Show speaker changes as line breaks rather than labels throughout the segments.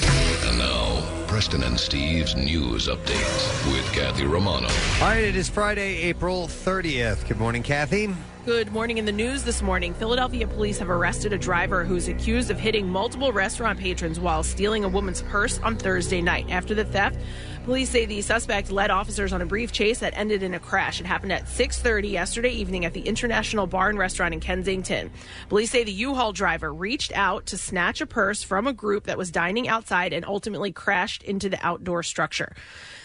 And now, Preston and Steve's news updates with Kathy Romano.
All right, it is Friday, April 30th. Good morning, Kathy.
Good morning. In the news this morning, Philadelphia police have arrested a driver who's accused of hitting multiple restaurant patrons while stealing a woman's purse on Thursday night. After the theft, police say the suspect led officers on a brief chase that ended in a crash. It happened at 6:30 yesterday evening at the International Bar and Restaurant in Kensington. Police say the U-Haul driver reached out to snatch a purse from a group that was dining outside and ultimately crashed into the outdoor structure.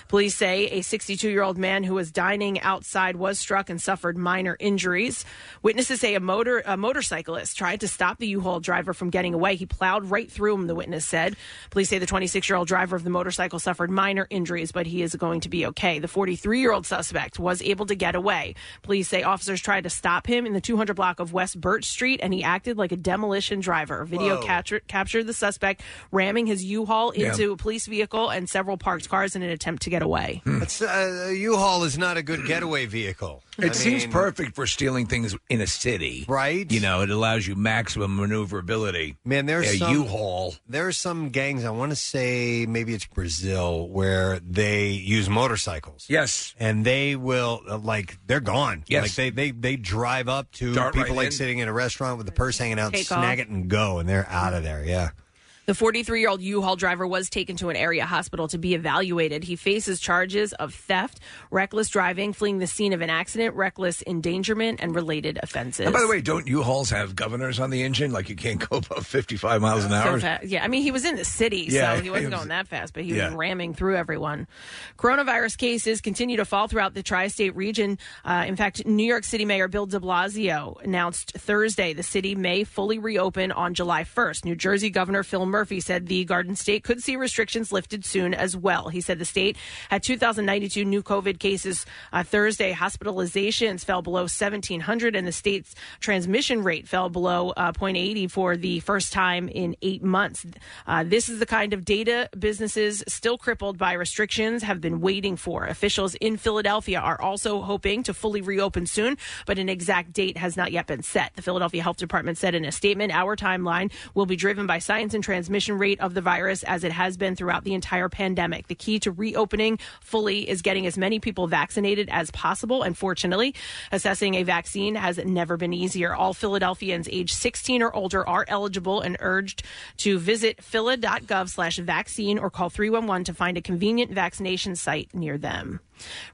Police say a 62 year old man who was dining outside was struck and suffered minor injuries. Witnesses say a motor a motorcyclist tried to stop the U-Haul driver from getting away. He plowed right through him. The witness said. Police say the 26 year old driver of the motorcycle suffered minor injuries, but he is going to be okay. The 43 year old suspect was able to get away. Police say officers tried to stop him in the 200 block of West Birch Street, and he acted like a demolition driver. Video
Whoa.
capture, captured the suspect ramming his U-Haul
Yeah.
into a police vehicle and several parked cars in an attempt to get away.
That's, uh, U-Haul is not a good getaway vehicle.
It seems perfect for stealing things in a city,
right?
You know, it allows you maximum maneuverability.
Man, there's
a
some,
U-Haul.
There are some gangs. I want to say maybe it's Brazil where they use motorcycles.
Yes,
and they will uh, like they're gone.
Yes.
like they they they drive up to
Dart
people
right
like
in.
sitting in a restaurant with the purse hanging out,
Take
snag
off.
it and go, and they're out of there. Yeah.
The 43 year old U Haul driver was taken to an area hospital to be evaluated. He faces charges of theft, reckless driving, fleeing the scene of an accident, reckless endangerment, and related offenses.
And by the way, don't U-Hauls have governors on the engine? Like you can't go above 55 miles an
So
hour.
fa- yeah, I mean, he was in the city,
Yeah,
so he wasn't
he was-
going that fast, but he was
Yeah.
ramming through everyone. Coronavirus cases continue to fall throughout the tri state region. Uh, in fact, New York City Mayor Bill de Blasio announced Thursday the city may fully reopen on July 1st. New Jersey Governor Phil Murphy said the Garden State could see restrictions lifted soon as well. He said the state had 2,092 new COVID cases uh, Thursday. Hospitalizations fell below 1,700, and the state's transmission rate fell below uh, 0.80 for the first time in eight months. Uh, this is the kind of data businesses still crippled by restrictions have been waiting for. Officials in Philadelphia are also hoping to fully reopen soon, but an exact date has not yet been set. The Philadelphia Health Department said in a statement, our timeline will be driven by science and transmission rate of the virus as it has been throughout the entire pandemic. The key to reopening fully is getting as many people vaccinated as possible. And fortunately, assessing a vaccine has never been easier. All Philadelphians age 16 or older are eligible and urged to visit phila.gov slash vaccine or call 311 to find a convenient vaccination site near them.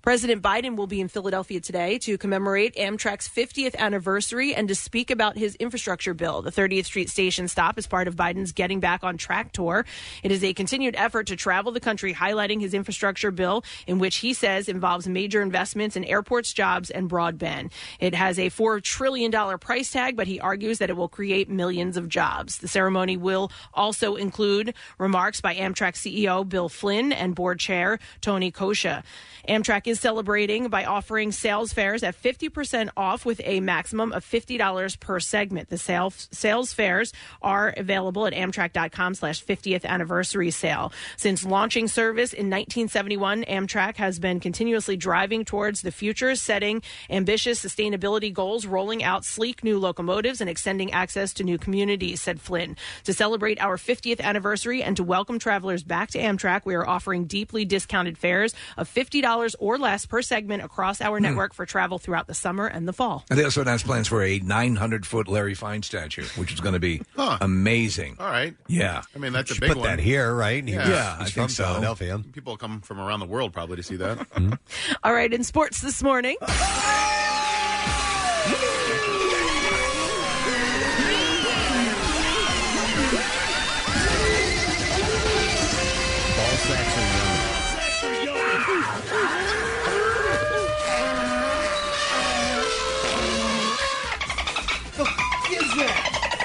President Biden will be in Philadelphia today to commemorate Amtrak's 50th anniversary and to speak about his infrastructure bill. The 30th Street Station stop is part of Biden's Getting Back on Track tour. It is a continued effort to travel the country highlighting his infrastructure bill, in which he says involves major investments in airports, jobs, and broadband. It has a $4 trillion price tag, but he argues that it will create millions of jobs. The ceremony will also include remarks by Amtrak CEO Bill Flynn and board chair Tony Kosha. Amtrak is celebrating by offering sales fares at 50% off with a maximum of $50 per segment. The sale, sales fares are available at amtrak.com slash 50th anniversary sale. Since launching service in 1971, Amtrak has been continuously driving towards the future, setting ambitious sustainability goals, rolling out sleek new locomotives, and extending access to new communities, said Flynn. To celebrate our 50th anniversary and to welcome travelers back to Amtrak, we are offering deeply discounted fares of $50 or less per segment across our
Hmm.
network for travel throughout the summer and the fall.
And they also announced plans for a 900 foot Larry Fine statue, which is going to be amazing.
All right.
Yeah.
I mean, that's a
Should
big
put
one.
that here, right? He
yeah.
was- Yeah, he's I think from so. Hmm?
Philadelphia.
People come from around the world probably to see that.
All right, in sports this morning.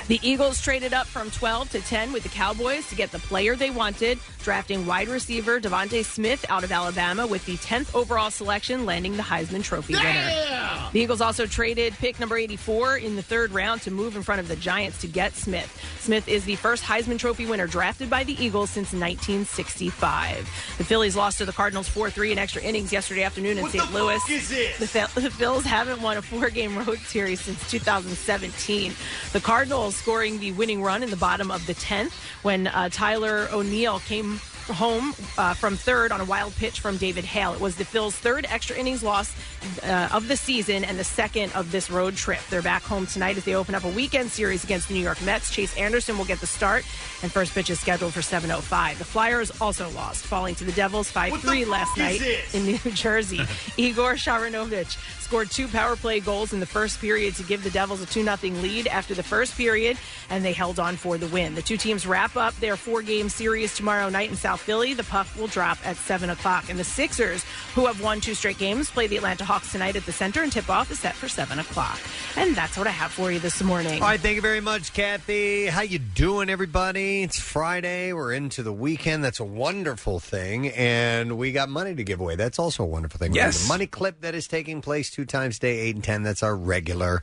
The Eagles traded up from 12 to 10 with the Cowboys to get the player they wanted, drafting wide receiver Devontae Smith out of Alabama with the 10th overall selection, landing the Heisman Trophy winner. The Eagles also traded pick number 84 in the third round to move in front of the Giants to get Smith. Smith is the first Heisman Trophy winner drafted by the Eagles since 1965. The Phillies lost to the Cardinals 4 3 in extra innings yesterday afternoon in St. Louis. The, Phil- the Phillies haven't won a four game road series since 2017. The Cardinals scoring the winning run in the bottom of the 10th when uh, Tyler O'Neill came home uh, from third on a wild pitch from David Hale. It was the Phil's third extra innings loss uh, of the season and the second of this road trip. They're back home tonight as they open up a weekend series against the New York Mets. Chase Anderson will get the start, and first pitch is scheduled for 7.05. The Flyers also lost, falling to the Devils 5-3 last night in New Jersey. Igor Sharanovich scored two power play goals in the first period to give the Devils a 2-0 lead after the first period, and they held on for the win. The two teams wrap up their four-game series tomorrow night in South Philly. The puck will drop at 7 o'clock. And the Sixers, who have won two straight games, play the Atlanta Hawks tonight at the center, and tip-off is set for 7 o'clock. And that's what I have for you this morning.
All right, thank you very much, Kathy. How you doing, everybody? It's Friday. We're into the weekend. That's a wonderful thing, and we got money to give away. That's also a wonderful thing.
Yes.
the money clip that is taking place two times a day, eight and ten. That's our regular,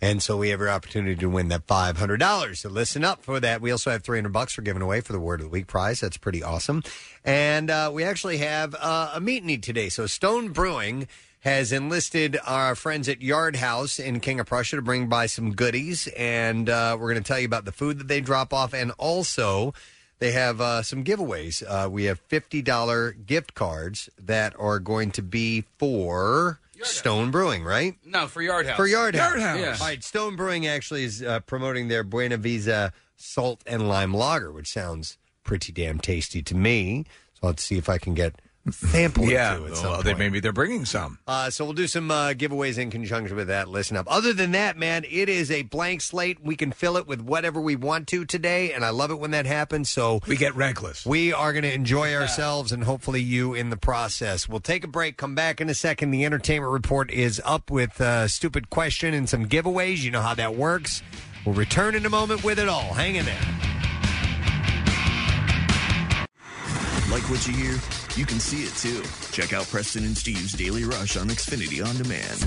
and so we have your opportunity to win that five hundred dollars. So listen up for that. We also have three hundred bucks we're giving away for the Word of the Week prize. That's pretty awesome, and uh, we actually have uh, a meet and eat today. So Stone Brewing has enlisted our friends at Yard House in King of Prussia to bring by some goodies. And uh, we're going to tell you about the food that they drop off. And also, they have uh, some giveaways. Uh, we have $50 gift cards that are going to be for Stone Brewing, right?
No, for Yard House.
For Yard House.
Yeah.
All right, Stone Brewing actually is uh, promoting their Buena Vista salt and lime lager, which sounds pretty damn tasty to me. So let's see if I can get a sample or
yeah,
two at
well,
some
they
point.
maybe they're bringing some.
Uh, so we'll do some uh, giveaways in conjunction with that. Listen up. Other than that, man, it is a blank slate. We can fill it with whatever we want to today, and I love it when that happens. So
we get reckless.
We are going to enjoy ourselves, and hopefully you in the process. We'll take a break. Come back in a second. The entertainment report is up with a stupid question and some giveaways. You know how that works. We'll return in a moment with it all. Hang in there.
Like what you hear? You can see it too. Check out Preston and Steve's Daily Rush on Xfinity On Demand.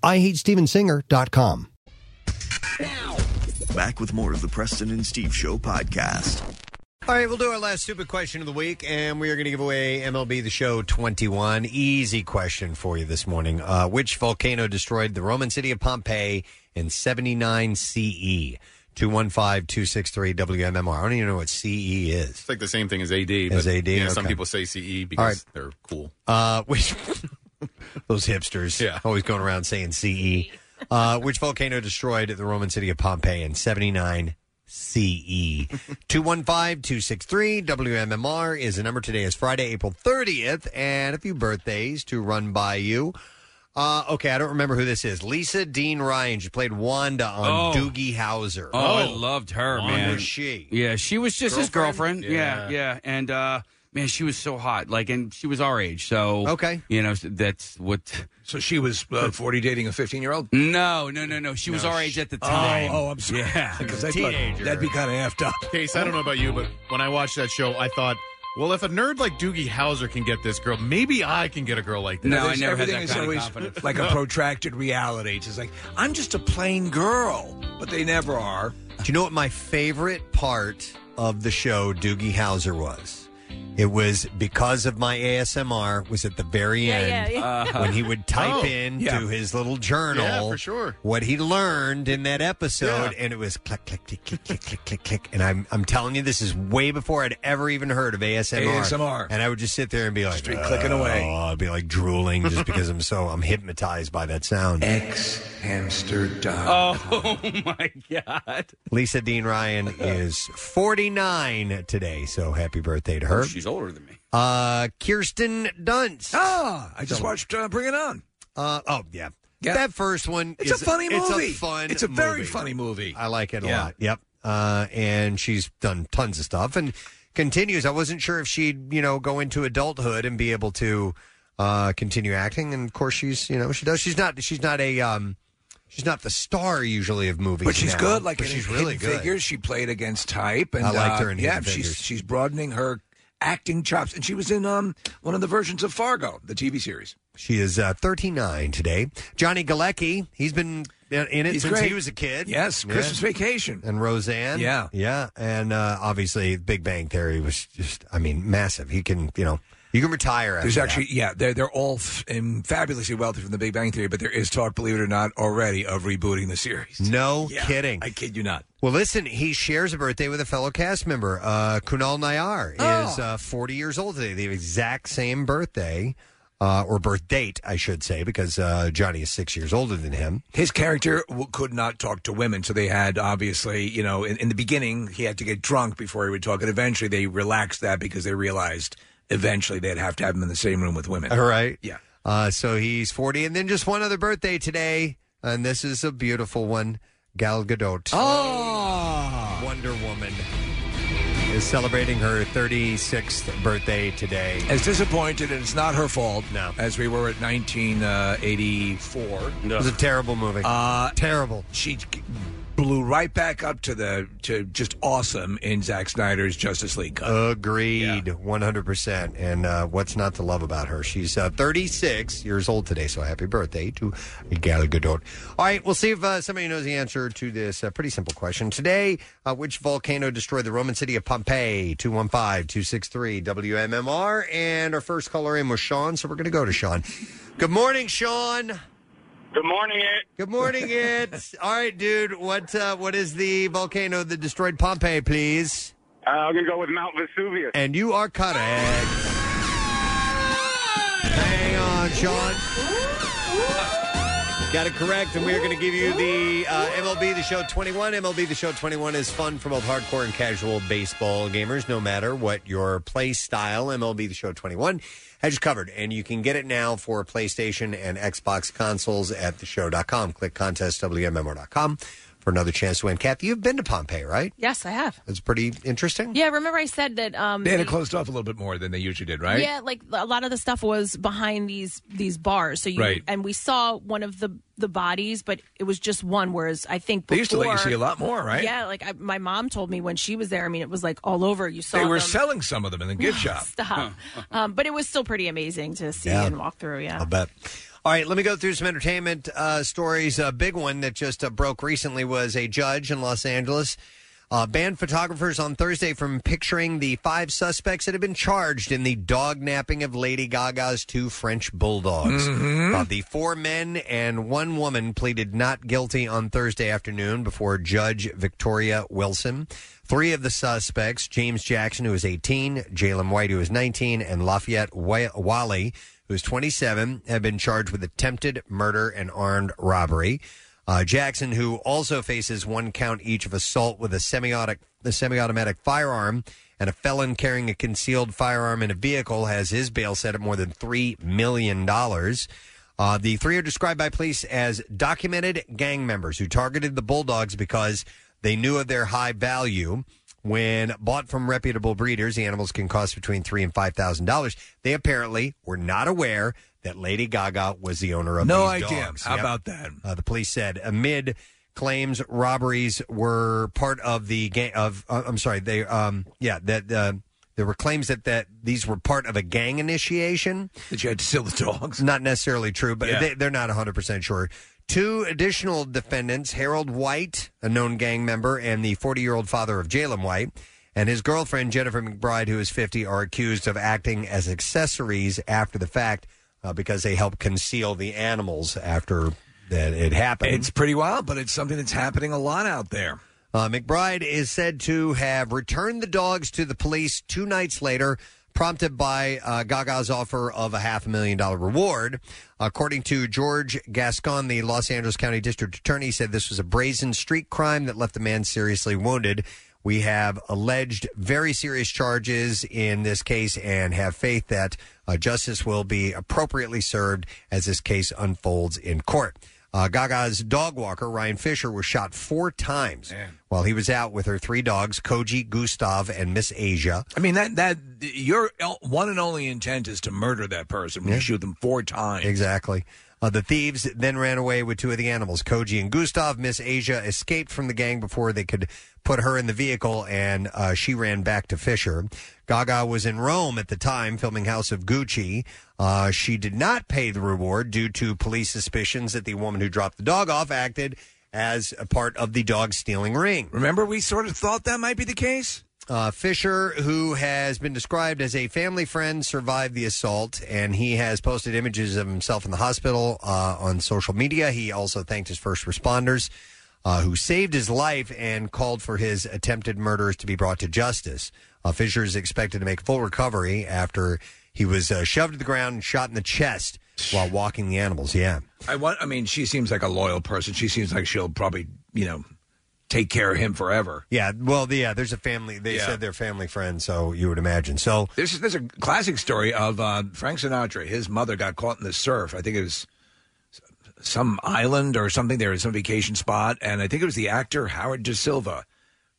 IHateStevensinger.com.
Back with more of the Preston and Steve Show podcast.
All right, we'll do our last stupid question of the week, and we are going to give away MLB The Show 21. Easy question for you this morning. Uh, which volcano destroyed the Roman city of Pompeii in E? 79 CE? 215 263 WMMR. I don't even know what CE is.
It's like the same thing as AD.
As
but,
AD,
yeah, Some
okay.
people say CE E because
All right.
they're cool.
Uh, which those hipsters yeah. always going around saying CE. Uh, which volcano destroyed the Roman city of Pompeii in E? 79 CE? 215-263 WMMR is the number. Today is Friday, April 30th, and a few birthdays to run by you. Uh, okay, I don't remember who this is. Lisa Dean Ryan. She played Wanda on
Oh.
Doogie Howser.
Oh, I loved her,
Who
man.
was she?
Yeah, she was just
Girlfriend?
his girlfriend. Yeah, yeah, and uh, man, she was so hot. Like, and she was our age, so okay, you know, that's what.
So she was uh, forty, dating a fifteen-year-old.
No, no, no, no. She was our age at the time.
Oh, oh, I'm sorry.
Yeah,
Because I thought that'd be kind of effed up.
Case, I don't know about you, but when I watched that show, I thought, well, if a nerd like Doogie Howser can get this girl, maybe I can get a girl like this.
Everything is always like a protracted reality. It's just like I'm just a plain girl, but they never are.
Do you know what my favorite part of the show Doogie Howser was? It was because of my ASMR was at the very
Yeah,
end
yeah,
Uh-huh.
yeah.
when he would type
Oh,
in
yeah.
to his little journal
Yeah, for sure.
what he learned in that episode, and it was click click click click click click click click. And I'm I'm telling you, this is way before I'd ever even heard of ASMR.
ASMR.
And I would just sit there and be like,
Straight clicking away.
"Oh," I'd be like drooling just because I'm so I'm hypnotized by that sound.
X hamster dog.
Oh my god!
Lisa Dean Ryan is 49 today, so happy birthday to
Oh,
her.
She's older than me.
Uh, Kirsten Dunst.
Ah, I just watched uh, Bring It On.
Uh, oh yeah. That first one
It's
is-
a funny
it's a
movie.
fun
It's a very
movie.
funny movie.
I like it a
Yeah.
lot. Yep. Uh, and she's done tons of stuff and continues. I wasn't sure if she'd, you know, go into adulthood and be able to uh, continue acting. And of course, she's, you know, she does. She's not. She's not a. Um, she's not the star usually of movies.
But she's
now,
good. Like
but
in
she's
Hidden
really good.
Figures, she played against type, and
I liked her
uh,
in
yeah,
Hidden
she's
Figures.
she's broadening her acting chops, and she was in um one of the versions of Fargo, the TV series.
She is uh, 39 today. Johnny Galecki, he's been in it
He's
since
great.
he was a kid.
Yes,
Yeah.
Christmas Vacation.
and Roseanne.
Yeah.
yeah, and uh, obviously Big Bang Theory was just, I mean, massive. He can, you know, you can retire. After
There's actually
that.
yeah, they're they're all f- um, fabulously wealthy from the Big Bang Theory, but there is talk, believe it or not, already of rebooting the series.
no
Yeah,
kidding.
I kid you not.
Well, listen, he shares a birthday with a fellow cast member. Uh, Kunal Nayar
Oh.
is uh, 40 years old today. The exact same birthday, uh, or birth date, I should say, because uh, Johnny is six years older than him.
His character w- could not talk to women, so they had obviously, you know, in, in the beginning he had to get drunk before he would talk, and eventually they relaxed that because they realized eventually they'd have to have him in the same room with women.
All right.
Yeah.
Uh, so he's 40. And then just one other birthday today. And this is a beautiful one Gal Gadot.
Oh.
Wonder Woman is celebrating her 36th birthday today.
As disappointed, and it's not her fault.
No.
As we were at 1984.
It was a terrible movie.
Uh,
terrible.
She g- blew right back up to the to just awesome in Zack Snyder's Justice League. Cut.
Agreed, 100%. And uh, what's not to love about her? She's uh, 36 years old today, so happy birthday to Gal Gadot. All right, we'll see if uh, somebody knows the answer to this uh, pretty simple question. Today, uh, which volcano destroyed the Roman city of Pompeii? 215 263 WMMR. And our first caller in was Sean, so we're going to go to Sean. Good morning, Sean.
Good morning, it.
Good morning, it. All right, dude. What uh, what is the volcano that destroyed Pompeii, please?
Uh, I'm gonna go with Mount Vesuvius.
And you are correct. Hang on, Sean. Got it correct, and we are going to give you the uh, MLB The Show 21. MLB The Show 21 is fun for both hardcore and casual baseball gamers, no matter what your play style. MLB The Show 21 has you covered, and you can get it now for PlayStation and Xbox consoles at theshow.com. Click contest WMMR.com for another chance to win. Kathy, you've been to Pompeii, right?
Yes, I have.
That's pretty interesting.
Yeah, remember I said that. Um,
They had it
the-
closed off a little bit more than they usually did, right?
Yeah, like a lot of the stuff was behind these these bars. So you
Right.
and we saw one of the the bodies, but it was just one. Whereas I think before,
They used to let you see a lot more, right?
Yeah, like I, my mom told me when she was there. I mean, it was like all over. You saw
They were
them.
selling some of them in the gift shop.
Stop. um, but it was still pretty amazing to see
Yeah.
and walk through. Yeah.
I'll bet. All right, let me go through some entertainment uh, stories. A big one that just uh, broke recently was a judge in Los Angeles uh, banned photographers on Thursday from picturing the five suspects that have been charged in the dog napping of Lady Gaga's two French bulldogs. Uh, the four men and one woman pleaded not guilty on Thursday afternoon before Judge Victoria Wilson. Three of the suspects, James Jackson, who is 18, Jalen White, who is 19, and Lafayette Wa- Wally, who is 27, have been charged with attempted murder and armed robbery. Uh, Jackson, who also faces one count each of assault with a semiotic, a semi-automatic firearm and a felon carrying a concealed firearm in a vehicle, has his bail set at more than three million dollars. Uh, the three are described by police as documented gang members who targeted the Bulldogs because they knew of their high value. When bought from reputable breeders, the animals can cost between three and five thousand dollars. They apparently were not aware that Lady Gaga was the owner of
No
these
idea.
dogs.
How about that?
Uh, the police said amid claims robberies were part of the gang of. Uh, I'm sorry. They um yeah that uh, there were claims that that these were part of a gang initiation.
That you had to steal the dogs.
Not necessarily true, but
Yeah.
they, they're not 100 percent sure. Two additional defendants, Harold White, a known gang member, and the 40 year old father of Jalen White, and his girlfriend, Jennifer McBride, who is 50, are accused of acting as accessories after the fact uh, because they helped conceal the animals after that it happened.
It's pretty wild, but it's something that's happening a lot out there.
Uh, McBride is said to have returned the dogs to the police two nights later, prompted by uh, Gaga's offer of a half a million dollar reward. According to George Gascon, the Los Angeles County District Attorney said this was a brazen street crime that left the man seriously wounded. We have alleged very serious charges in this case and have faith that uh, justice will be appropriately served as this case unfolds in court. Uh, Gaga's dog walker, Ryan Fisher, was shot four times while he was out with her three dogs, Koji, Gustav, and Miss Asia.
I mean that that your el- one and only intent is to murder that person. when You shoot them four times.
Exactly. Uh, the thieves then ran away with two of the animals, Koji and Gustav. Miss Asia escaped from the gang before they could put her in the vehicle, and uh, she ran back to Fisher. Gaga was in Rome at the time filming House of Gucci. Uh, she did not pay the reward due to police suspicions that the woman who dropped the dog off acted as a part of the dog stealing ring.
Remember, we sort of thought that might be the case.
Uh, Fisher, who has been described as a family friend, survived the assault, and he has posted images of himself in the hospital uh, on social media. He also thanked his first responders uh, who saved his life and called for his attempted murders to be brought to justice. Uh, Fisher is expected to make full recovery after he was uh, shoved to the ground and shot in the chest while walking the animals. Yeah.
I want. I mean, she seems like a loyal person. She seems like she'll probably you know take care of him forever.
Yeah, well, the- yeah. There's a family. They
Yeah.
said they're family friends, so you would imagine. So
There's there's a classic story of uh, Frank Sinatra. His mother got caught in the surf. I think it was some island or something. There was some vacation spot, and I think it was the actor Howard De Silva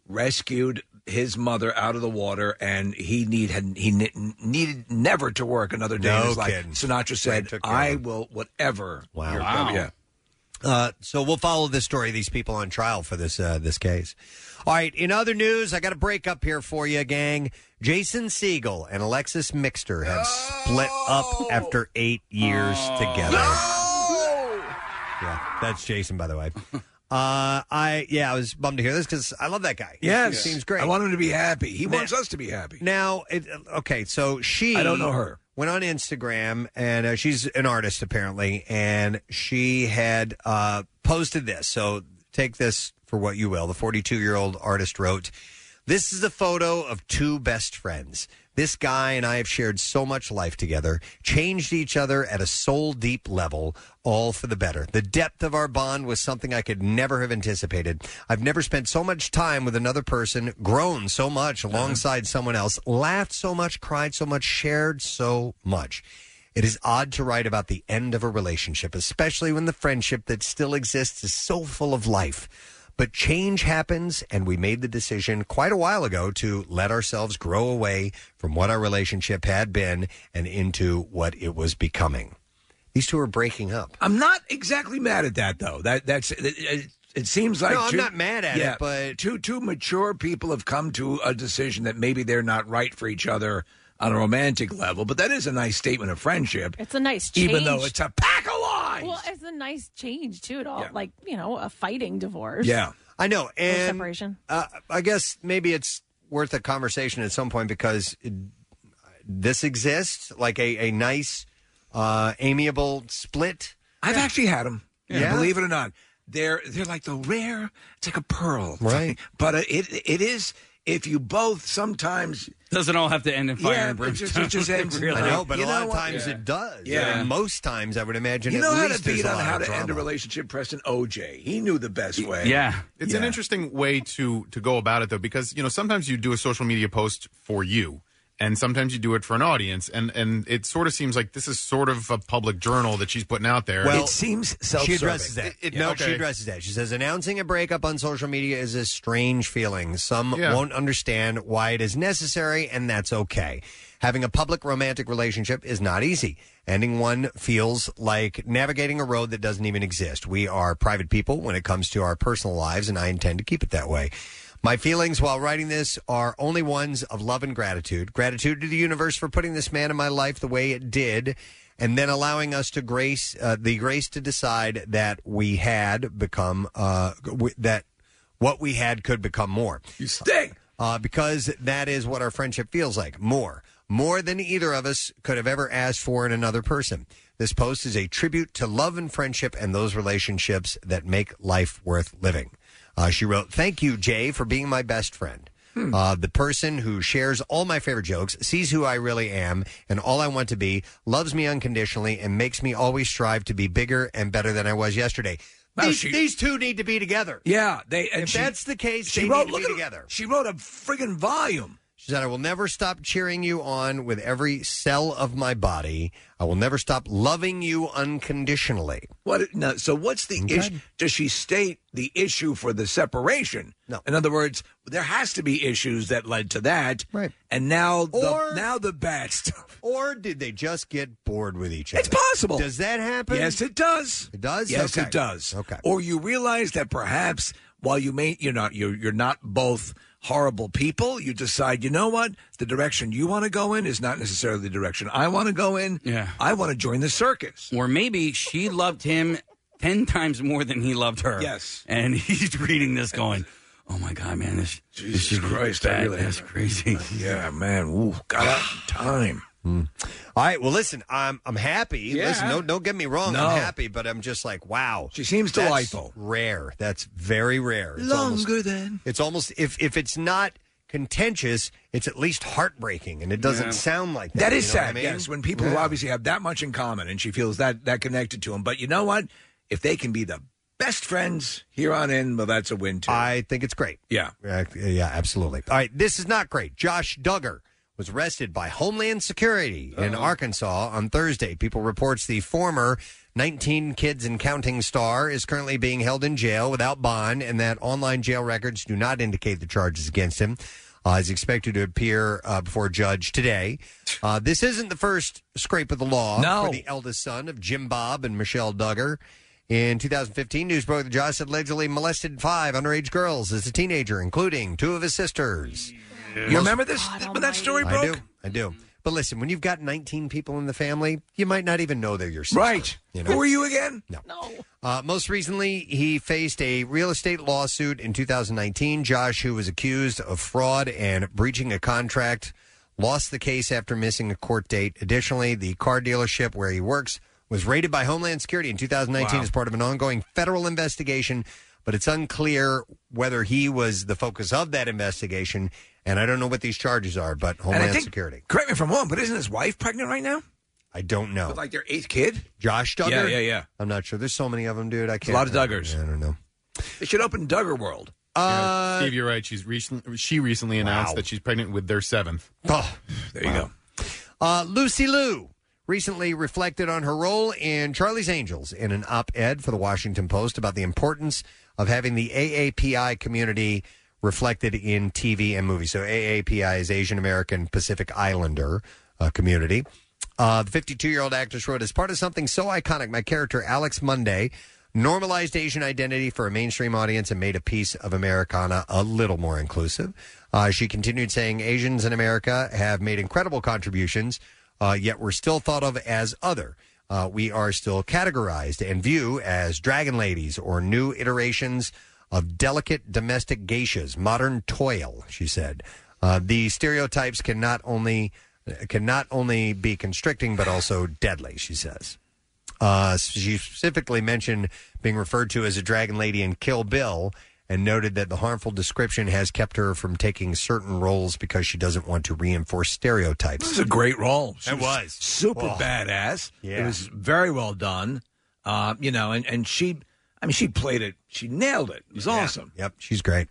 rescued his mother out of the water, and he need had he ne- needed never to work another day. in
No
his life.
kidding.
Sinatra
Right,
said,
took care of
"I
him."
will whatever."
Wow.
your-
Wow.
Yeah.
Uh, so we'll follow this story. These people on trial for this uh, this case. All right. In other news, I got a break up here for you, gang. Jason Siegel and Alexis Mixter have split up after eight years together. Yeah, that's Jason, by the way. Uh, I yeah, I was bummed to hear this because I love that guy.
Yes.
he seems great.
I want him to be happy. He wants us to be happy.
Now, it, okay, so she.
I don't know her.
Went on Instagram, and uh, she's an artist apparently, and she had uh, posted this. So take this for what you will. The 42 year old artist wrote, This is a photo of two best friends. This guy and I have shared so much life together, changed each other at a soul deep level, all for the better. The depth of our bond was something I could never have anticipated. I've never spent so much time with another person, grown so much alongside someone else, laughed so much, cried so much, shared so much. It is odd to write about the end of a relationship, especially when the friendship that still exists is so full of life. But change happens, and we made the decision quite a while ago to let ourselves grow away from what our relationship had been and into what it was becoming. These two are breaking up.
I'm not exactly mad at that though. That that's it, it, it seems like
No, I'm not mad at it,
but two two mature people have come to a decision that maybe they're not right for each other on a romantic level. But that is a nice statement of friendship,
It's a nice change.
even though it's a pack of lies.
Well, it's a nice change too. It all like you know a fighting divorce.
I know. And
separation.
Uh, I guess maybe it's worth a conversation at some point because it- this exists, like a, a nice, uh, amiable split.
I've actually had them. Yeah.
Yeah?
believe it or not, they're they're like the rare. It's like a pearl,
Right.
But uh, it it is if you both sometimes
Doesn't all have to end in fire
Yeah,
and
it just- it
brimstone.
just ends-
really.
I know, but a
You
lot
know
of
what?
times
Yeah.
it does.
Yeah.
And most times, I would imagine.
You know
at
how
least
to beat
there's a
on
lot
how
of
to end a
drama.
relationship, Preston OJ. He knew the best way.
It's an
Yeah.
interesting way to to go about it though, because you know, sometimes you do a social media post for you. And sometimes you do it for an audience, and, and it sort of seems like this is sort of a public journal that she's putting out there.
Well,
self-serving.
She addresses that.
It- it-
no,
okay.
she addresses that. She says announcing a breakup on social media is a strange feeling. Some
Yeah.
won't understand why it is necessary, and that's okay. Having a public romantic relationship is not easy. Ending one feels like navigating a road that doesn't even exist. We are private people when it comes to our personal lives, and I intend to keep it that way. My feelings while writing this are only ones of love and gratitude. Gratitude to the universe for putting this man in my life the way it did, and then allowing us to grace uh, the grace to decide that we had become uh, w- that what we had could become more.
You stink.
uh, because that is what our friendship feels like more. More than either of us could have ever asked for in another person. This post is a tribute to love and friendship and those relationships that make life worth living. Uh, she wrote, Thank you, Jay, for being my best friend.
Hmm.
Uh, the person who shares all my favorite jokes, sees who I really am and all I want to be, loves me unconditionally, and makes me always strive to be bigger and better than I was yesterday. these, these two need to be together.
Yeah, they.
if that's the case,
she
they need
wrote.
to
look
be
at her-
together.
She wrote a friggin' volume.
She said, I will never stop cheering you on with every cell of my body. I will never stop loving you unconditionally.
What? No, so what's the
Okay.
issue? Does she state the issue for the separation? No. In other words, there has to be issues that led to that. Right. And now,
Or-
the, now the bad stuff.
Or did they just get bored with each other?
It's possible.
Does that happen?
Yes, it does.
It does?
Yes,
Okay.
it does.
Okay.
Or you realize that perhaps while you may you're not you're you're not both horrible people, you decide you know what the direction you want to go in is not necessarily the direction I want to go in.
Yeah.
I want to join the circus.
Or maybe she loved him 10 times more than he loved her.
Yes.
And he's reading this going, oh my God, man, this, Jesus this is
Christ,
bad.
I really
That's crazy.
Yeah, man. Ooh, got time.
Hmm. All right. Well, listen, I'm I'm happy. Listen, don't don't get me wrong.
No.
I'm happy, but I'm just like, wow.
She seems
That's
delightful.
Rare. That's very rare. It's almost,
than
it's almost if if it's not contentious, it's at least heartbreaking, and it doesn't
Yeah.
sound like that.
that is
you know what
sad.
I mean?
Yes, when people who
Yeah.
obviously have that much in common, and she feels that that connected to him. But you know what? If they can be the best friends here on in, well, that's a win too.
I think it's great.
Yeah.
Uh, yeah, absolutely. All right, this is not great. Josh Duggar was arrested by Homeland Security in
Uh-huh.
Arkansas on Thursday. People reports the former 19 kids and counting star is currently being held in jail without bond and that online jail records do not indicate the charges against him. Uh, he's expected to appear uh, before a judge today. Uh, this isn't the first scrape of the law
No.
for the eldest son of Jim Bob and Michelle Duggar. In 2015, news broke that Josh had allegedly molested five underage girls as a teenager, including two of his sisters.
You remember this when that story broke?
I do. I do. But listen, when you've got 19 people in the family, you might not even know they're your sister.
Right.
You know?
Who are you again?
Uh, most recently, he faced a real estate lawsuit in 2019. Josh, who was accused of fraud and breaching a contract, lost the case after missing a court date. Additionally, the car dealership where he works was raided by Homeland Security in 2019
Wow.
as part of an ongoing federal investigation, but it's unclear whether he was the focus of that investigation. And I don't know what these charges are, but Homeland
think-
Security.
Correct me if I'm wrong, but isn't his wife pregnant right now?
I don't know.
With like their eighth kid?
Josh Duggar?
Yeah, yeah, yeah.
I'm not sure. There's so many of them, dude. I
It's a
can't.
lot of Duggars.
I don't know.
They should open Duggar World.
Uh,
Steve, you're right. She's recently she recently announced that she's pregnant with their seventh.
Oh,
There you go.
Uh, Lucy Liu recently reflected on her role in Charlie's Angels in an op ed for the Washington Post about the importance of having the AAPI community reflected in TV and movies. So, AAPI is Asian American Pacific Islander uh, community. Uh, the 52 year old actress wrote, as part of something so iconic, my character, Alex Monday, normalized Asian identity for a mainstream audience and made a piece of Americana a little more inclusive. Uh, she continued saying, Asians in America have made incredible contributions, uh, yet we're still thought of as other. Uh, we are still categorized and view as dragon ladies or new iterations of delicate domestic geishas, modern toil, she said. Uh, the stereotypes can not only can not only be constricting but also deadly, she says. Uh, she specifically mentioned being referred to as a dragon lady in Kill Bill and noted that the harmful description has kept her from taking certain roles because she doesn't want to reinforce stereotypes.
This is a great role. She
It was.
super
Oh.
badass.
Yeah.
It was very well done. Uh, you know, and, and she, I mean, she played it. She nailed it. It was awesome.
Yep, she's great.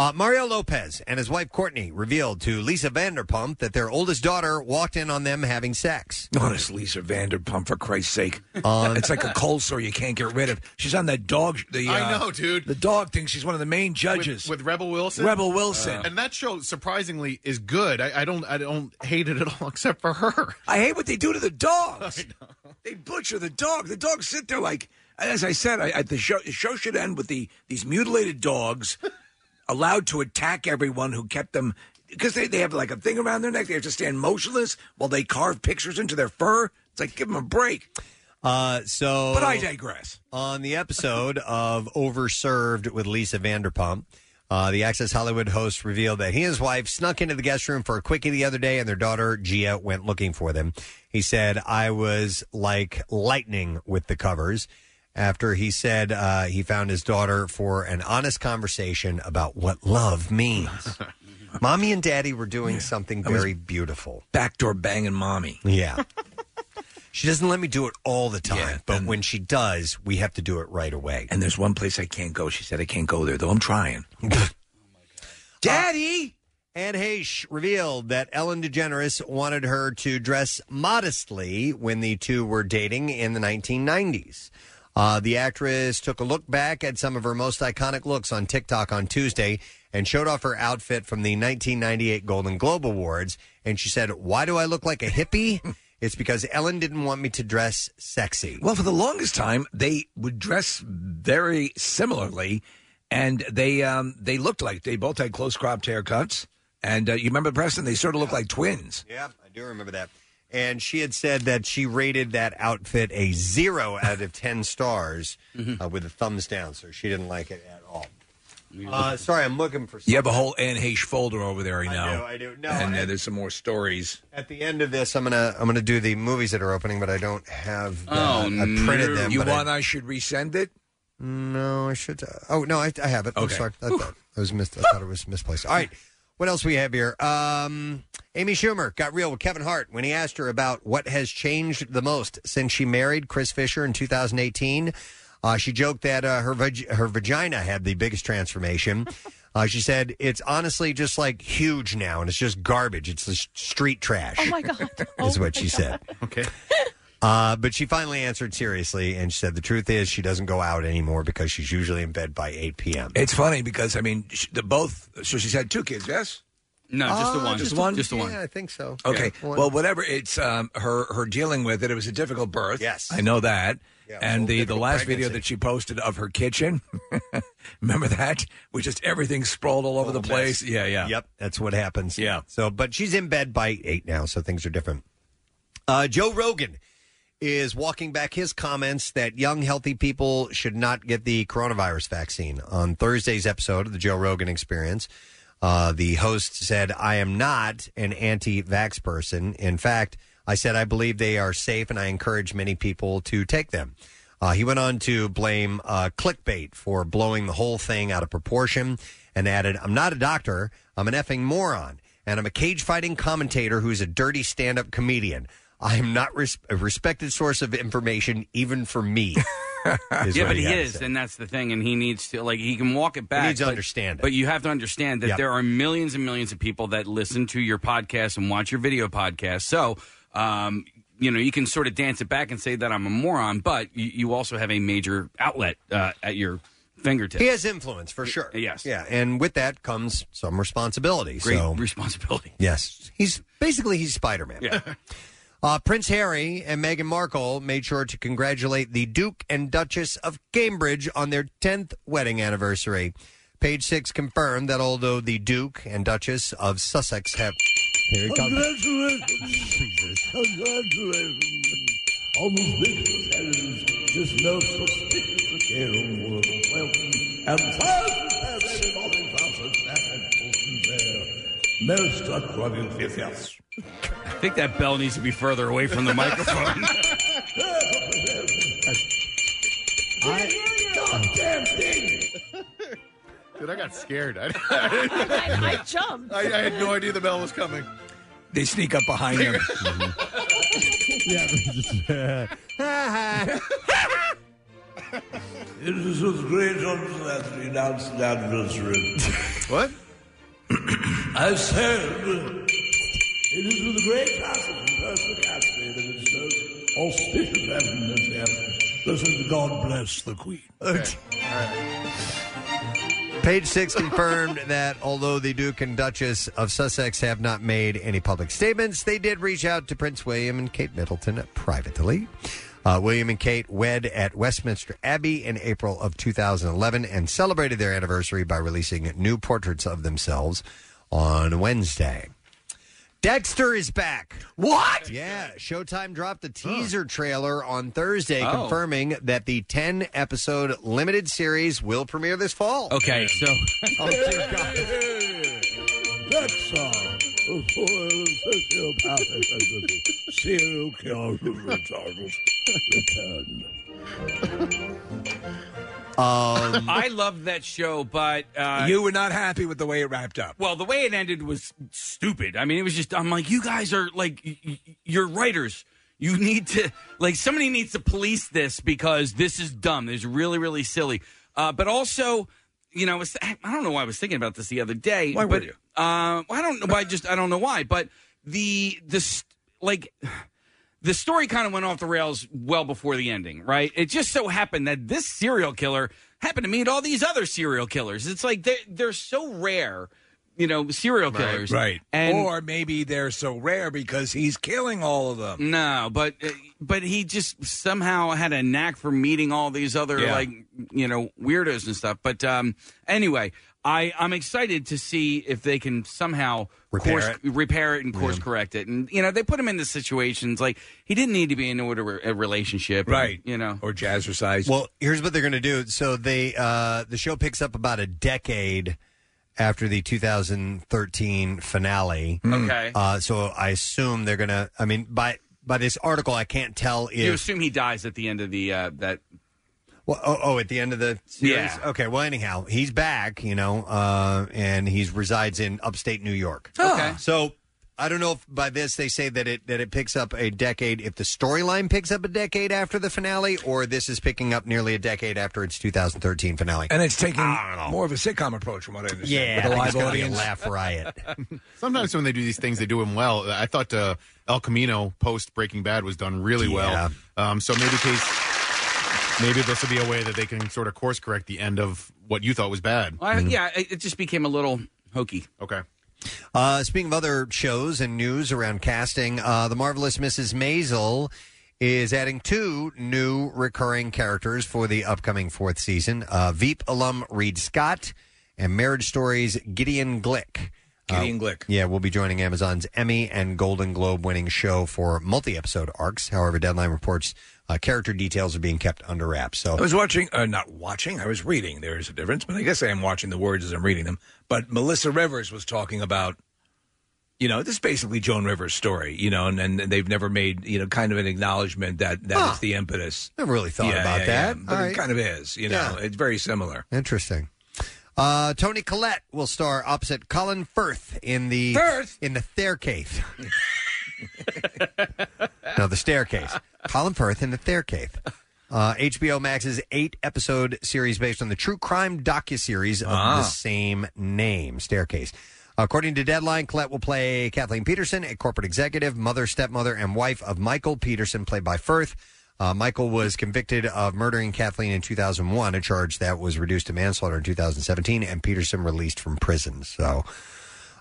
Uh, Mario Lopez and his wife Courtney revealed to Lisa Vanderpump that their oldest daughter walked in on them having sex.
Honest Lisa Vanderpump, for Christ's sake.
Uh,
Um,
it's like a cold sore you can't get rid of. She's on that dog. The, uh,
I know, dude.
The dog thing. She's one of the main judges.
with, with Rebel Wilson. Uh,
Rebel Wilson.
and that show surprisingly is good. I, I don't I don't hate it at all, except for her.
I hate what they do to the dogs. They butcher the dog. The dogs sit there like, as I said, I, I, the, show, the show should end with the these mutilated dogs allowed to attack everyone who kept them because they, they have like a thing around their neck. They have to stand motionless while they carve pictures into their fur. It's like give them a break.
Uh, so,
But I digress.
on the episode of Overserved with Lisa Vanderpump, Uh, the Access Hollywood host revealed that he and his wife snuck into the guest room for a quickie the other day, and their daughter Gia went looking for them. He said, "I was like lightning with the covers." After he said uh, he found his daughter for an honest conversation about what love means. Mommy and Daddy were doing something
I was
very beautiful.
Backdoor banging mommy.
Yeah. she doesn't let me do it all the time, but when she does, we have to do it right away.
And there's one place I can't go. She said I can't go there, though I'm trying.
Daddy! Anne Heche revealed that Ellen DeGeneres wanted her to dress modestly when the two were dating in the 1990s. Uh, the actress took a look back at some of her most iconic looks on TikTok on Tuesday and showed off her outfit from the 1998 Golden Globe Awards. And she said, Why do I look like a hippie? It's because Ellen didn't want me to dress sexy.
Well, for the longest time, they would dress very similarly, and they um, they looked like they both had close cropped haircuts. And uh, you remember Preston? They sort of looked like twins.
Yeah, I do remember that. And she had said that she rated that outfit a zero out of 10 stars
Mm-hmm.
uh, with a thumbs down, so she didn't like it at all. Uh, sorry, I'm looking for
You have a whole Anne Heche folder over there right now.
I do. No,
And uh, there's some more stories.
At the end of this, I'm gonna I'm gonna do the movies that are opening, but I don't have. That.
Oh,
I printed them.
You
but
want
I,
I should resend it?
No, I should. Uh, oh no, I, I have it. I'm
Okay.
sorry. I thought, I was mis- I thought it was misplaced. All right. What else we have here? Um, Amy Schumer got real with Kevin Hart when he asked her about what has changed the most since she married Chris Fisher in 2018. Uh, she joked that uh, her vag- her vagina had the biggest transformation. Uh, she said it's honestly just like huge now, and it's just garbage. It's just street trash.
Oh my god!
is
Oh,
what she said.
Okay.
Uh, but she finally answered seriously, and she said the truth is she doesn't go out anymore because she's usually in bed by 8 p.m.
It's funny because I mean, sh the both. So she's had two kids, yes?
No, just the
Uh,
one.
Just one.
Just the one.
Yeah, I think so.
Okay.
Yeah.
Well, whatever. It's um, her her dealing with it. It was a difficult birth.
Yes.
I know that.
Yeah, it
and
was a
the the
difficult
last video
pregnancy.
that she posted of her kitchen, remember that? With just everything sprawled all over the place. Yeah, yeah.
Yep, that's what happens. Yeah. So, but she's in bed by 8 now, so things are different. Uh, Joe Rogan is walking back his comments that young, healthy people should not get the coronavirus vaccine. On Thursday's episode of the Joe Rogan Experience, uh, the host said, I am not an anti vax person. In fact, I said I believe they are safe and I encourage many people to take them. Uh, he went on to blame uh, clickbait for blowing the whole thing out of proportion and added, I'm not a doctor, I'm an effing moron and I'm a cage fighting commentator who's a dirty stand up comedian. I am not res- a respected source of information, even for me. is
yeah,
what
but he
had to
is,
say.
and that's the thing. And he needs to like he can walk it back.
needs to
but,
understand it.
But you have to understand that
Yep.
there are millions and millions of people that listen to your podcast and watch your video podcast. So. Um, you know, you can sort of dance it back and say that I'm a moron, but you, you also have a major outlet uh, at your fingertips.
He has influence for sure.
Yes.
Yeah, and with that comes some responsibility.
Great
so,
responsibility.
yes, he's basically he's Spider Man.
Yeah.
Uh, Prince Harry and Meghan Markle made sure to congratulate the Duke and Duchess of Cambridge on their 10th wedding anniversary. Page six confirmed that although the Duke and Duchess of Sussex have. Here he comes.
Congratulations! Congratulations! On this challenge, this most sophisticated world. Welcome and
Most I think that bell needs to be further away from the microphone.
Goddamn thing!
Dude, I got scared. I,
I- I jumped.
I, I had no idea the bell was coming.
They sneak up behind him.
yeah. it is with great honor that we announce the anniversary.
What?
I said it is with great passion and perspicacity that it's most auspicious anniversary. Listen, God bless the Queen.
Page six confirmed that although the Duke and Duchess of Sussex have not made any public statements, they did reach out to Prince William and Kate Middleton privately. Uh, William and Kate wed at Westminster Abbey in April of 2011 and celebrated their anniversary by releasing new portraits of themselves on Wednesday. Dexter is back.
What?
Yeah, Showtime dropped the teaser trailer on Thursday,
Oh.
confirming that the 10 episode limited series will premiere this fall.
Okay, so.
Oh, dear God.
That's all. A foil of sociopathic identity. Serial killer retarded. Return.
Um,
I loved that show, but uh,
you were not happy with the way it wrapped up.
Well, the way it ended was stupid. I mean, it was just I'm like, you guys are like, y- y- you're writers. You need to like somebody needs to police this because this is dumb. This is really really silly. Uh, but also, you know, I, was, I don't know why I was thinking about this the other day. Why but, were you? Uh, I don't know. Why just I don't know why. But the the s- like the story kind of went off the rails well before the ending, right? It just so happened that this serial killer happened to meet all these other serial killers. It's like they're, they're so rare, you know, serial killers.
Right.
And
or maybe they're so rare because he's killing all of them.
no, but uh, but he just somehow had a knack for meeting all these other
Yeah.
like you know weirdos and stuff. But um, anyway, I I'm excited to see if they can somehow
Repair
course,
it.
repair it and course correct it. And you know they put him into situations like he didn't need to be in a, a relationship,
Right.
you know,
or jazzercise.
Well, here's what they're going to do. So they uh, the show picks up about a decade after the 2013 finale.
Mm. Okay.
Uh, so I assume they're going to. I mean, by by this article, I can't tell
You
if.
assume he dies at the end of the uh, that.
Well, oh, oh, at the end of the series.
Yeah.
Okay. Well, anyhow, he's back. You know, uh, and he resides in upstate New York.
Okay.
So. I don't know if by this they say that it that it picks up a decade if the storyline picks up a decade after the finale or this is picking up nearly a decade after its 2013 finale.
And it's taking more of a sitcom approach from what I understand.
Yeah,
with a
I think
live
it's gonna be a
audience.
laugh riot.
Sometimes when they do these things, they do them well. I thought uh, El Camino post Breaking Bad was done really well. Um, so maybe case, maybe this will be a way that they can sort of course correct the end of what you thought was bad.
Well, I-
Mm-hmm.
Yeah, it, it just became a little hokey.
Okay.
Uh, speaking of other shows and news around casting, uh, the marvelous Mrs. Maisel is adding two new recurring characters for the upcoming fourth season: uh, Veep alum Reed Scott and Marriage Stories Gideon Glick. Uh,
Gideon Glick.
Yeah, we'll be joining Amazon's Emmy and Golden Globe winning show for multi episode arcs. However, Deadline reports uh, character details are being kept under wraps. So
I was watching, uh, not watching, I was reading. There is a difference, but I guess I am watching the words as I'm reading them. But Melissa Rivers was talking about, you know, this is basically Joan Rivers' story, you know, and, and they've never made, you know, kind of an acknowledgement that that is
Huh.
the impetus.
Never really thought about that.
But
All
it
right.
kind of is, you know,
Yeah.
it's very similar.
Interesting. Uh, Tony Collette will star opposite Colin Firth in the
Firth?
in the staircase. no, the staircase. Colin Firth in the staircase. Uh, HBO Max's eight episode series based on the true crime docuseries of
Ah.
the same name, Staircase. According to Deadline, Collette will play Kathleen Peterson, a corporate executive, mother, stepmother, and wife of Michael Peterson, played by Firth. Uh, Michael was convicted of murdering Kathleen in 2001, a charge that was reduced to manslaughter in 2017, and Peterson released from prison. So,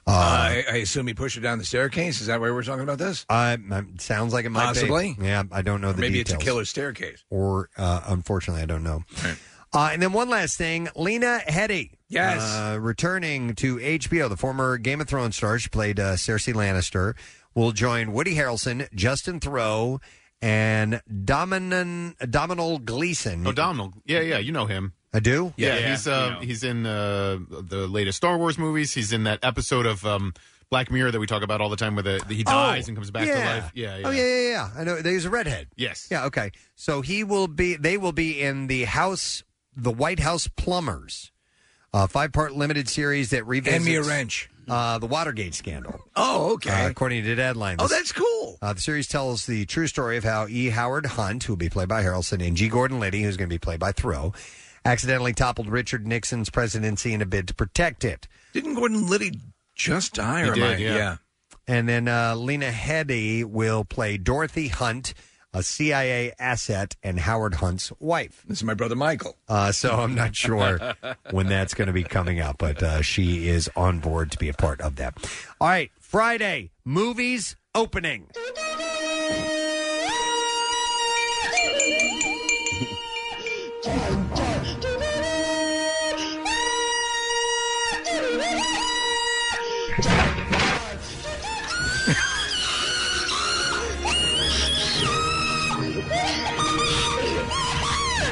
Uh, I, I assume he pushed her down the staircase. Is that why we're talking about this?
I, I- Uh, um, sounds like it might be.
Possibly.
Yeah, I don't know
Or
the
maybe
details.
it's a killer staircase.
or uh, unfortunately, I don't know. Uh, and then one last thing, Lena Headey.
Yes.
Uh, returning to HBO, the former Game of Thrones star, she played uh, Cersei Lannister, will join Woody Harrelson, Justin Thoreau, and Dominan, Dominal Gleason.
Oh, Domino. Yeah, yeah, you know him.
I do?
Yeah, he's uh, he's in uh, the latest Star Wars movies. He's in that episode of um, Black Mirror that we talk about all the time, where the, he dies and comes back to
Oh, yeah.
life. Yeah, yeah.
Oh, yeah, yeah, yeah. I know. He's a redhead.
Yes.
Yeah, okay. So he will be, they will be in the house, the White House Plumbers, a five part limited series that revisits.
Hand me a wrench.
Uh, the Watergate scandal.
Oh, okay.
Uh, according to Deadline.
oh, that's cool.
Uh, the series tells the true story of how E. Howard Hunt, who will be played by Harrelson, and G. Gordon Liddy, who's going to be played by Thoreau, accidentally toppled Richard Nixon's presidency in a bid to protect it.
Didn't Gordon Liddy just die?
He
or am
did,
I-
yeah.
And then uh, Lena Headey will play Dorothy Hunt, a CIA asset, and Howard Hunt's wife.
This is my brother Michael.
Uh, so I'm not sure when that's going to be coming out, but uh, she is on board to be a part of that. All right, Friday movies opening.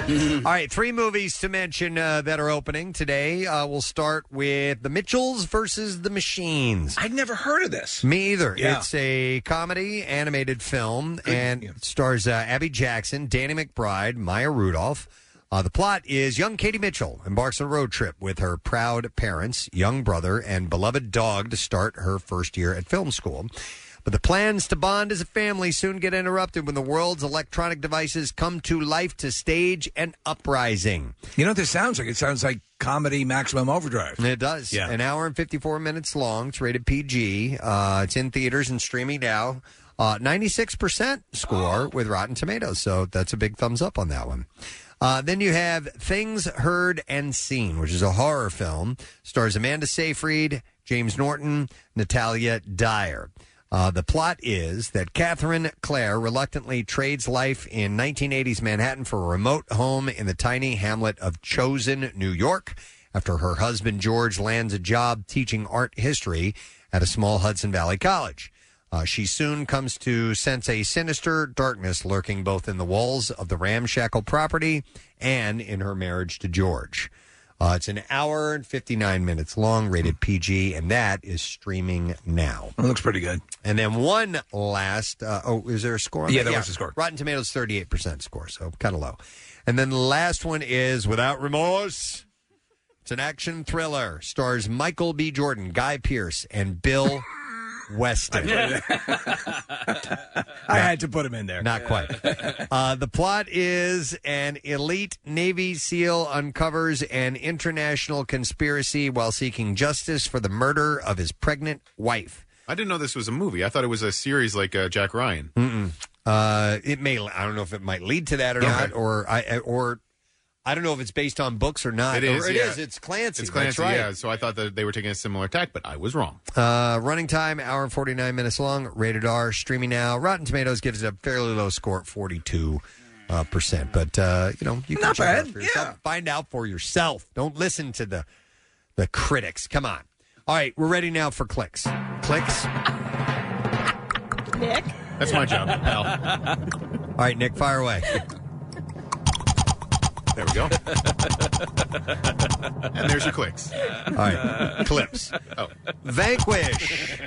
All right, three movies to mention uh, that are opening today. Uh, we'll start with The Mitchells versus the Machines.
I'd never heard of this.
Me either.
Yeah.
It's a comedy animated film and it stars uh, Abby Jackson, Danny McBride, Maya Rudolph. Uh, the plot is young Katie Mitchell embarks on a road trip with her proud parents, young brother, and beloved dog to start her first year at film school. But the plans to bond as a family soon get interrupted when the world's electronic devices come to life to stage an uprising.
You know what this sounds like? It sounds like comedy Maximum Overdrive.
It does.
Yeah.
An hour and 54 minutes long. It's rated PG. Uh, it's in theaters and streaming now. Uh, 96% score with Rotten Tomatoes. So that's a big thumbs up on that one. Uh, then you have Things Heard and Seen, which is a horror film. Stars Amanda Seyfried, James Norton, Natalia Dyer. Uh, the plot is that Catherine Clare reluctantly trades life in 1980s Manhattan for a remote home in the tiny hamlet of Chosen, New York, after her husband George lands a job teaching art history at a small Hudson Valley college. Uh, she soon comes to sense a sinister darkness lurking both in the walls of the ramshackle property and in her marriage to George. Uh, it's an hour and 59 minutes long, rated PG, and that is streaming now.
It looks pretty good.
And then one last. Uh, oh, is there a score? On
Yeah,
that?
there was a score.
Rotten Tomatoes, 38% score, so kind of low. And then the last one is Without Remorse. It's an action thriller. Stars Michael B. Jordan, Guy Pierce, and Bill Weston.
I had to put him in there.
Not quite. Uh, the plot is an elite Navy SEAL uncovers an international conspiracy while seeking justice for the murder of his pregnant wife.
I didn't know this was a movie. I thought it was a series like uh, Jack Ryan.
Mm-mm. Uh, it may. I don't know if it might lead to that or not, or I or I don't know if it's based on books or not.
It is.
Or it
yeah.
is. It's Clancy.
It's Clancy.
That's right.
Yeah. So I thought that they were taking a similar tack, but I was wrong.
Uh, running time, hour and 49 minutes long, rated R, streaming now. Rotten Tomatoes gives it a fairly low score at 42%. Uh, percent. But, uh, you know, you can
Not
check it out
bad,
for yourself. Find out for yourself. Don't listen to the the critics. Come on. All right, we're ready now for clicks. Clicks.
Nick?
That's my job, pal.
All right, Nick, fire away.
There we go. and there's your clicks.
All right, clips.
Oh.
Vanquish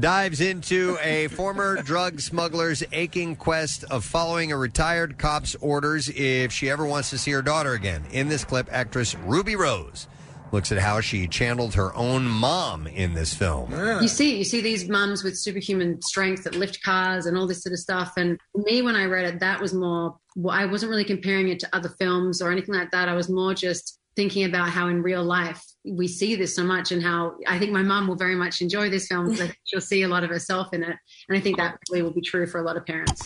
dives into a former drug smuggler's aching quest of following a retired cop's orders if she ever wants to see her daughter again. In this clip, actress Ruby Rose looks at how she channeled her own mom in this film.
Ah.
You see, you see these mums with superhuman strength that lift cars and all this sort of stuff. And me, when I read it, that was more. well, I wasn't really comparing it to other films or anything like that. I was more just thinking about how in real life we see this so much, and how I think my mum will very much enjoy this film because I think she'll see a lot of herself in it. And I think that really will be true for a lot of parents.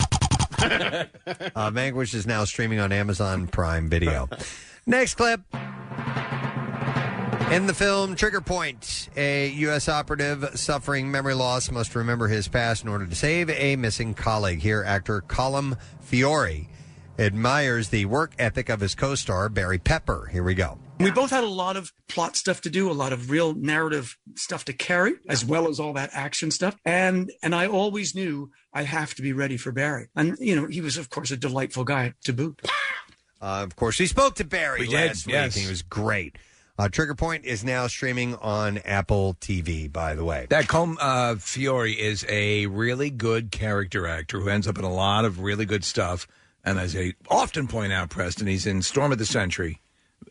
Uh, Vanquish is now streaming on Amazon Prime Video. Next clip. In the film Trigger Point, a U.S. operative suffering memory loss must remember his past in order to save a missing colleague. Here, actor Colum Fiore admires the work ethic of his co star, Barry Pepper. Here we go.
We both had a lot of plot stuff to do, a lot of real narrative stuff to carry, as well as all that action stuff. And and I always knew I have to be ready for Barry. And you know, he was of course a delightful guy to boot.
Uh, of course, he spoke to Barry
We did,
last week.
yes.
and He was great. Uh, Trigger Point is now streaming on Apple TV, by the way.
That Colm uh, Fiore is a really good character actor who ends up in a lot of really good stuff. And as I often point out, Preston, he's in Storm of the Century,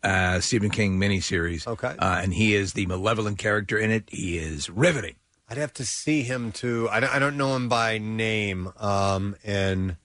uh, Stephen King miniseries. Okay. Uh, and he is the malevolent character in it. He is riveting.
I'd have to see him too. I don't, I don't know him by name. Um, and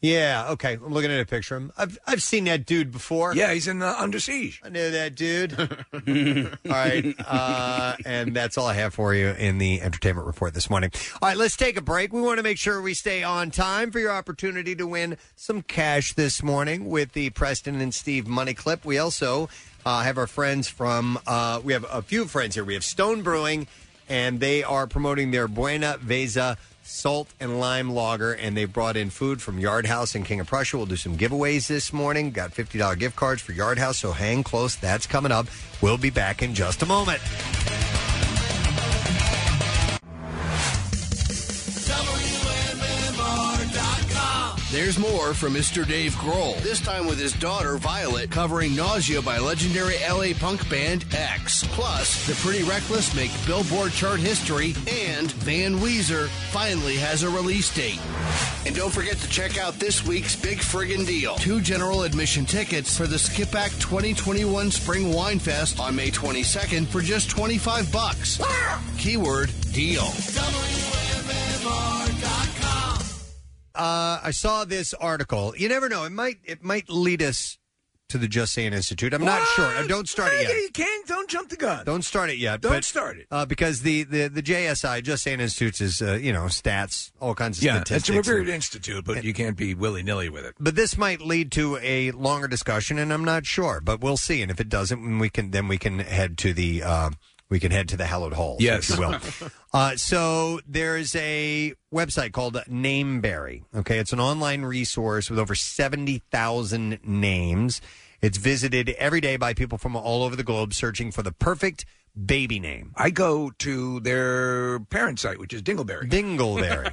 yeah, okay. I'm looking at a picture of him. I've I've seen that dude before.
Yeah, he's in uh, Under Siege.
I knew that dude. all right, uh, and that's all I have for you in the entertainment report this morning. All right, let's take a break. We want to make sure we stay on time for your opportunity to win some cash this morning with the Preston and Steve money clip. We also uh, have our friends from, uh, we have a few friends here. We have Stone Brewing, and they are promoting their Buena Vesa salt and lime lager, and they brought in food from Yard House and King of Prussia. We'll do some giveaways this morning. Got $50 gift cards for Yard House, so hang close. That's coming up. We'll be back in just a moment.
WMMR.com.
There's more from Mr. Dave Grohl, this time with his daughter Violet covering Nausea by legendary LA punk band X. Plus, The Pretty Reckless make Billboard chart history, and Van Weezer finally has a release date. And don't forget to check out this week's Big Friggin' Deal. Two general admission tickets for the Skip Act 2021 Spring Wine Fest on May 22nd for just 25 bucks. Keyword deal.
uh, I saw this article. You never know; it might it might lead us to the Just Saying Institute. I'm not
What?
sure. Uh, Don't start it
You
yet.
can't. Don't jump the gun.
Don't start it yet.
Don't
but,
start it.
uh, because the, the the JSI Just Saying Institute is uh, you know stats, all kinds of
Yeah, it's
statistics.
a revered
and-
institute, but you can't be willy nilly with it.
but this might lead to a longer discussion, and I'm not sure. But we'll see. And if it doesn't, then we can then we can head to the uh, we can head to the hallowed halls,
Yes.
if you will. uh, so there is a website called Nameberry. Okay, it's an online resource with over seventy thousand names. It's visited every day by people from all over the globe searching for the perfect baby name.
I go to their parent site, which is Dingleberry.
Dingleberry.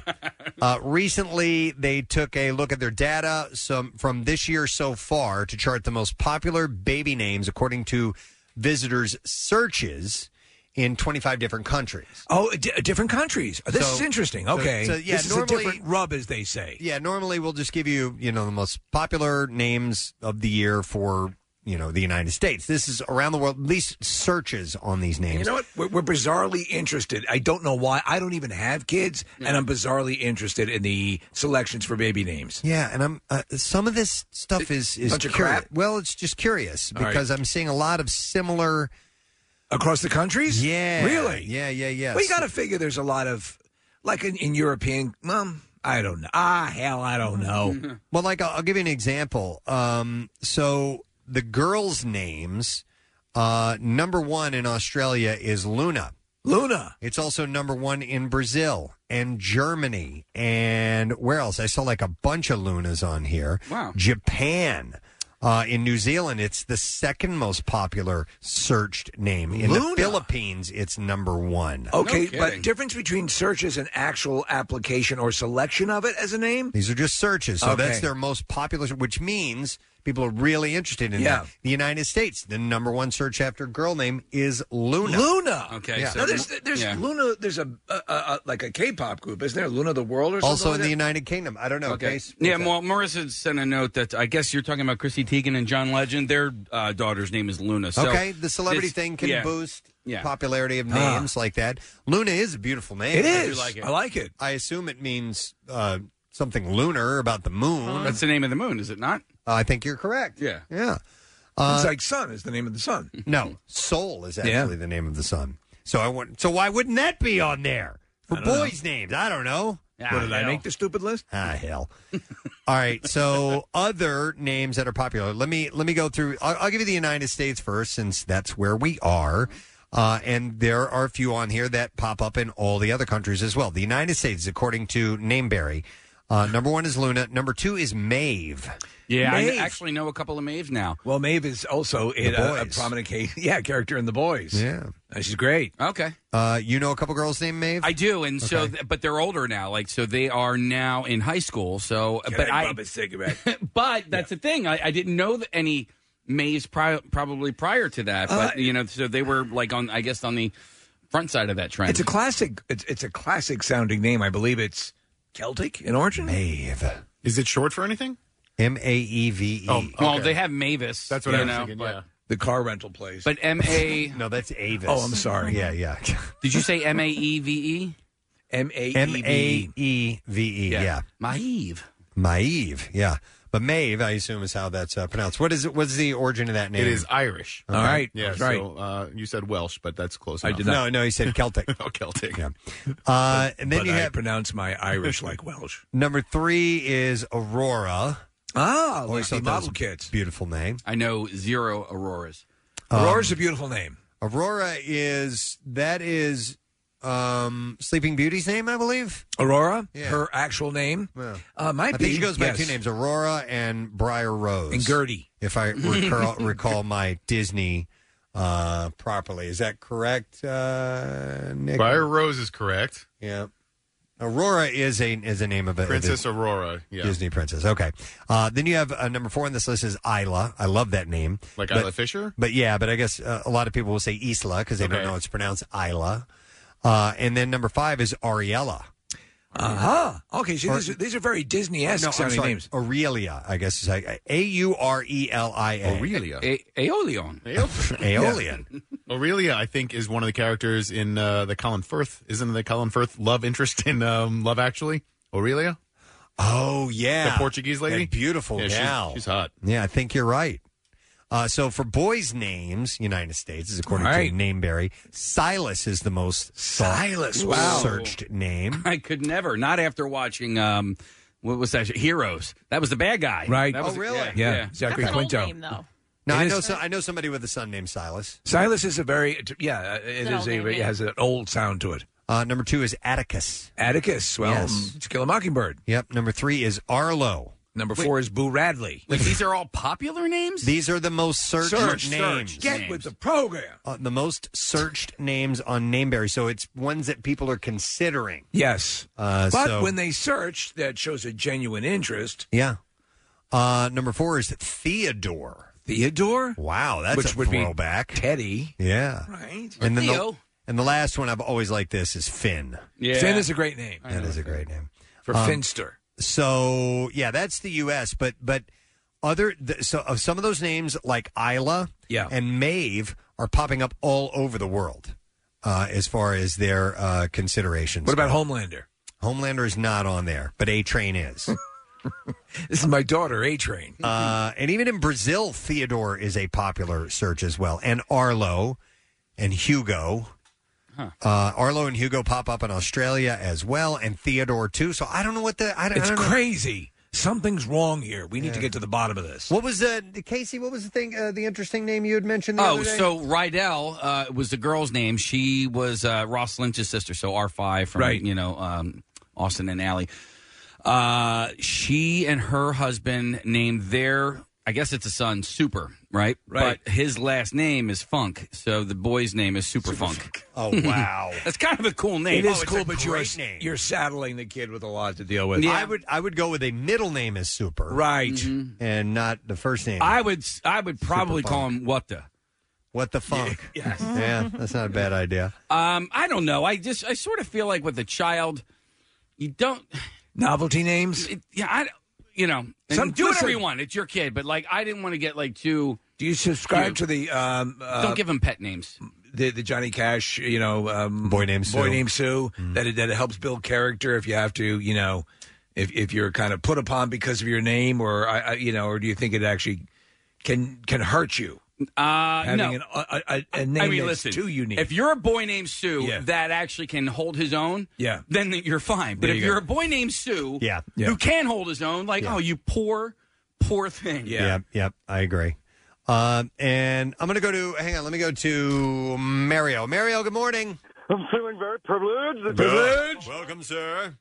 uh, recently, they took a look at their data some from this year so far to chart the most popular baby names according to visitors' searches in 25 different countries.
Oh, d- different countries. Oh, This
So-
is interesting.
so-
Okay,
so, yeah,
this
normally-
is a different rub, as they say.
Yeah, normally we'll just give you, you know, the most popular names of the year for, you know, the United States. This is around the world, at least searches on these names.
You know what? We're, we're bizarrely interested. I don't know why. I don't even have kids, and I'm bizarrely interested in the selections for baby names.
Yeah, and I'm uh, some of this stuff is is
bunch of
curi-
crap?
Well, it's just curious
All right.
because I'm seeing a lot of similar
across the countries.
Yeah,
Really?
Yeah, yeah, yeah.
Well, you got to figure there's a lot of, like in, in European, mom, I don't know. Ah, hell, I
Mm-hmm.
don't know.
Well, like I'll, I'll give you an example. Um, so the girls' names, uh, number one in Australia is Luna.
Luna.
It's also number one in Brazil and Germany and where else? I saw like a bunch of Lunas on here.
Wow.
Japan. Uh, in New Zealand, it's the second most popular searched name. In the
Luna.
Philippines, it's number one.
Okay, but difference between searches and actual application or selection of it as a name?
These are just searches. So that's
Okay.
their most popular, which means people are really interested in
Yeah.
that. The United States, the number one search after girl name is Luna.
Luna.
Yeah.
No, there's there's Luna. There's a, a, a, a like a K-pop group, isn't there? Luna the World or something
also
like
in the
that?
United Kingdom. I don't know.
Okay.
Case.
Yeah, well, Marissa sent a note that I guess you're talking about Chrissy Teigen and John Legend. Their uh, daughter's name is Luna. So
okay, the celebrity
this-
thing can
yeah.
boost
Yeah.
popularity of
Ah.
names like that. Luna is a beautiful name.
It I do is. like it. I like
it.
I assume it means uh, something lunar about the moon.
That's the name of the moon, is it not?
Uh, I think you're correct.
Yeah.
Yeah.
it's
Uh,
like Sun is the name of the sun.
No, Soul is actually
Yeah.
the name of the son. So I want. So why wouldn't that be on there for
I don't know.
boys' names? I don't know.
what did I make the stupid list?
Ah, hell. All right. So other names that are popular. Let me let me go through. I'll, I'll give you the United States first, since that's where we are. Uh, and there are a few on here that pop up in all the other countries as well. The United States, according to Nameberry, uh, number one is Luna. Number two is Maeve.
Yeah, I kn- actually know a couple of Maves now.
Well, Maeve is also in
The
a, a
Boys.
prominent case. Yeah, character in The Boys.
Yeah.
And she's great.
Okay.
Uh, you know a couple girls named Maeve.
I do, and so, th- but they're older now. Like, so they are now in high school. So, but I,
cigarette.
but that's the thing. I, I didn't know that any Mays pri- probably prior to that.
Uh,
But you know, so they were like on, I guess, on the front side of that trend.
It's a classic. It's, it's a classic sounding name. I believe it's Celtic in origin.
Maeve.
Is it short for anything?
M A E V E.
Oh,
Well,
okay.
they have Mavis.
That's what
you
I was
know,
thinking,
but-
yeah. The car rental place.
But M A.
no, that's Avis.
Oh, I'm sorry.
Yeah, yeah.
Did you say M A E V E?
M A
M
Oh,
A E V E. Yeah.
Maeve.
Maeve. Yeah. But Maeve, I assume, is how that's uh, pronounced. What is it? What's the origin of that name?
It is Irish.
All right.
Yeah.
That's right.
So uh, you said Welsh, but that's close enough.
No, no, he said Celtic.
oh, Celtic.
Yeah. Uh, and then
But
you
I
have
pronounce my Irish like Welsh.
number three is Aurora.
Ah,
Always
like
thought
the
that was
model
a
kids.
Beautiful name.
I know zero auroras.
Um,
Aurora's a beautiful name.
Aurora is that is um, Sleeping Beauty's name, I believe.
Aurora,
Yeah.
her actual name,
Yeah.
uh,
I
might be.
think she goes by
yes.
two names, Aurora and Briar Rose.
And Gertie.
If I recall, recall my Disney uh, properly. Is that correct, uh, Nick?
Briar Rose is correct.
Yeah. Aurora is a is a name of it.
Princess Aurora. Yeah.
Disney princess. Okay. Uh, then you have uh, number four on this list is Isla. I love that name.
Like
But-
Isla Fisher?
But yeah, but I guess uh, a lot of people will say Isla because they don't
Okay.
know it's pronounced Isla. Uh, and then number five is Ariella.
Uh huh. Okay, so
Uh-huh. Or-
these, are, these are very Disney esque
No, I'm
sounding
sorry.
names.
Aurelia, I guess is like A U R E L I A.
Aurelia.
Aeolion.
Aeolian.
Aurelia, I think, is one of the characters in uh, the Colin Firth. Isn't the Colin Firth love interest in um, Love Actually? Aurelia?
Oh yeah,
The Portuguese lady?
That beautiful
Yeah, she's-
gal.
she's hot.
Yeah, I think you're right. Uh, so for boys' names, United States is according
All
to
right.
Nameberry. Silas is the most sought-
Silas, wow.
searched name.
I could never. Not after watching. Um, what was that? Heroes. That was the bad guy.
Right.
That
Oh,
was,
really?
Yeah.
Yeah,
yeah.
Zachary That's an old Quinto. name,
though.
Now
It
I
is-
know so, I know somebody with a son named Silas.
Silas is a very yeah. uh, It
an
is
old
a
name,
it
yeah.
has an old sound to it.
Uh, number two is Atticus.
Atticus. Well,
Yes.
mm, To Kill a Mockingbird.
Yep. Number three is Arlo.
Number
Wait.
four is Boo Radley.
Like these are all popular names.
These are the most searched
Search,
names.
search. Get with the program.
Uh, the most searched names on Nameberry. So it's ones that people are considering.
Yes.
Uh,
but
so-
when they search, that shows a genuine interest.
Yeah. Uh, number four is Theodore.
Theodore?
Wow, that's
which
a
would
throwback.
be Teddy.
yeah.
Right.
And then the,
Theo.
and the last one I've always liked this is Finn.
Yeah. Finn is a great name.
That is a great name.
For
Um,
Finster.
So yeah, that's the U.S. But but other th- so of some of those names like Isla
Yeah.
and Maeve are popping up all over the world uh, as far as their uh, considerations.
What about
go.
Homelander?
Homelander is not on there, but A Train is.
This is my daughter, A Train.
Uh, and even in Brazil, Theodore is a popular search as well, and Arlo and Hugo. Uh, Arlo and Hugo pop up in Australia as well, and Theodore too. So I don't know what the I, don't- I
It's
don't know.
crazy. Something's wrong here. We need to get to the bottom of this.
What was the Casey? What was the thing? Uh, the interesting name you had mentioned? The
Oh,
other day?
so Rydell uh, was the girl's name. She was uh, Ross Lynch's sister, so R five from
Right.
you know um, Austin and Allie. Uh, she and her husband named their, I guess it's a son, Super, right?
Right.
But his last name is Funk, so the boy's name is Super, Funk.
Oh
wow.
that's kind of a cool name.
It is cool, but you're you're saddling the kid with a lot to deal with.
I would I would go with a middle name as Super,
right,
and not the first name.
I would I would probably call him what the.
what the funk?
yes.
yeah, that's not a bad idea.
Um, I don't know. I just I sort of feel like with a child, you don't
novelty names.
yeah, I you know and
Some-
do it
listen.
everyone. It's your kid, but like I didn't want to get like too.
Do you subscribe to the um, uh,
don't give them pet names.
the, the Johnny Cash, you know, um,
boy named
boy
Sue. Mm-hmm.
named Sue. That it, that it helps build character if you have to, you know, if if you're kind of put upon because of your name, or I, I you know, or do you think it actually can can hurt you
Uh,
having
no.
an, a, a, a name
I mean,
that's
listen.
too unique?
If you're a boy named Sue
Yeah.
that actually can hold his own,
Yeah.
then you're fine. But
There
if
you go.
you are a boy named Sue,
Yeah.
Yeah.
who can hold his own, like oh, you poor, poor thing.
Yep, yep, I agree. Um, and I'm going to go to, hang on, let me go to Mario. Mario, good morning.
I'm feeling very privileged.
Welcome, sir.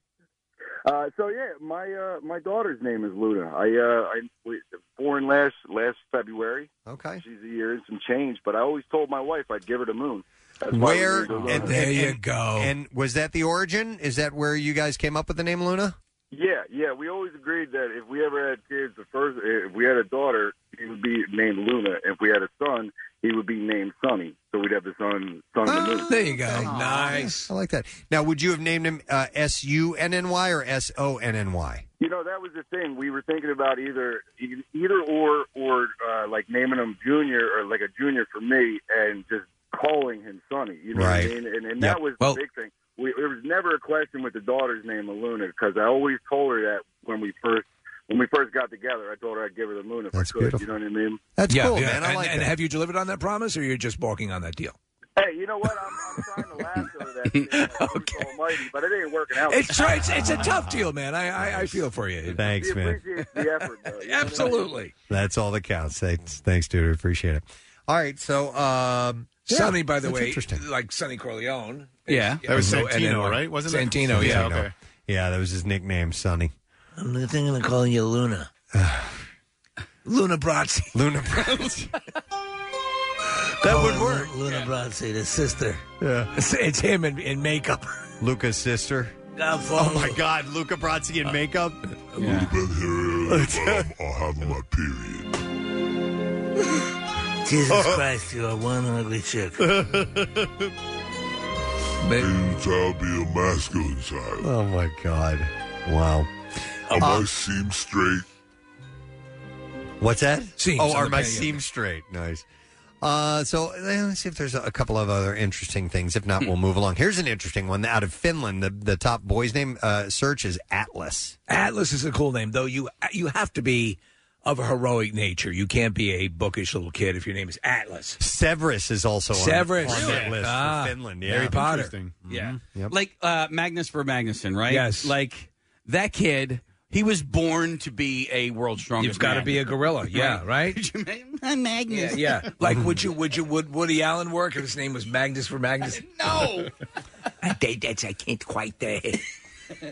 Uh, so yeah, my uh, my daughter's name is Luna. I uh, I was born last last February.
Okay.
She's a year and some change, but I always told my wife I'd give her the moon. That's why we
Where,
named her Luna.
and,
There
and-
you
and-
go.
And was that the origin? Is that where you guys came up with the name Luna?
Yeah, yeah. We always agreed that if we ever had kids, the first if we had a daughter, he would be named Luna. If we had a son, he would be named Sonny. So we'd have the son, son
Ah,
and the moon.
Ah, there you go. Nice.
I like that. Now, would you have named him uh, S U N N Y or S O N N Y?
You know, that was the thing. We were thinking about either either or or uh, like naming him junior or like a junior for me and just calling him Sonny. You know
Right.
what I mean? And,
Yep.
and that was
Well-
the big thing. We, there was never a question with the daughter's name of Luna because I always told her that when we first when we first got together, I told her I'd give her the moon if
That's
I could. You know what I mean?
That's
yeah,
cool,
yeah.
man. I
and,
like
and
that.
have you delivered on that promise, or you're just walking on that deal?
Hey, you know what? I'm, I'm trying to lasso that thing, okay. Almighty, but it ain't working out.
It's it's, it's a tough deal, man. I I, I feel for you.
Thanks,
We
man.
appreciate the effort, though. You know what I mean?
Absolutely.
That's all that counts. Thanks, thanks dude. Appreciate it. All right, so. Um, yeah,
Sonny, by the
that's
way,
interesting.
like Sonny Corleone.
Yeah.
That was
and then,
Santino,
like,
right? Wasn't it?
Santino, yeah.
Santino. okay.
Yeah, that was his nickname, Sonny.
I'm thinking of calling you Luna. Luna Brazzi.
Luna. that would work.
Luna Brazzi, the sister.
Yeah.
It's, it's him in, in makeup.
Luca's sister. Oh my God, Luca Brasi in makeup.
um, I'll have my period. Jesus Christ, you are one ugly chick. Maybe I'll be a masculine side.
Oh my God! Wow.
Am I
Uh,
seem straight?
What's that?
Seams
oh,
on
are
the
my
patio.
seams straight? Nice. Uh, so eh, let's see if there's a, a couple of other interesting things. If not, we'll move along. Here's an interesting one out of Finland. The the top boy's name uh, search is Atlas.
Atlas is a cool name, though. You you have to be of a heroic nature. You can't be a bookish little kid if your name is Atlas.
Severus is also on-
Severus
on that list for
Ah,
Finland, yeah.
Harry Potter.
Interesting. Yeah. Like uh, Magnus for Magnuson, right?
Yes.
Like that kid, he was born to be a world's strongest.
You've got to
man.
be a gorilla. Yeah, right.
I'm Magnus.
Yeah, yeah. Like, would you would you would Woody Allen work if his name was Magnus for Magnus?
no,
I think that's I can't quite. Uh,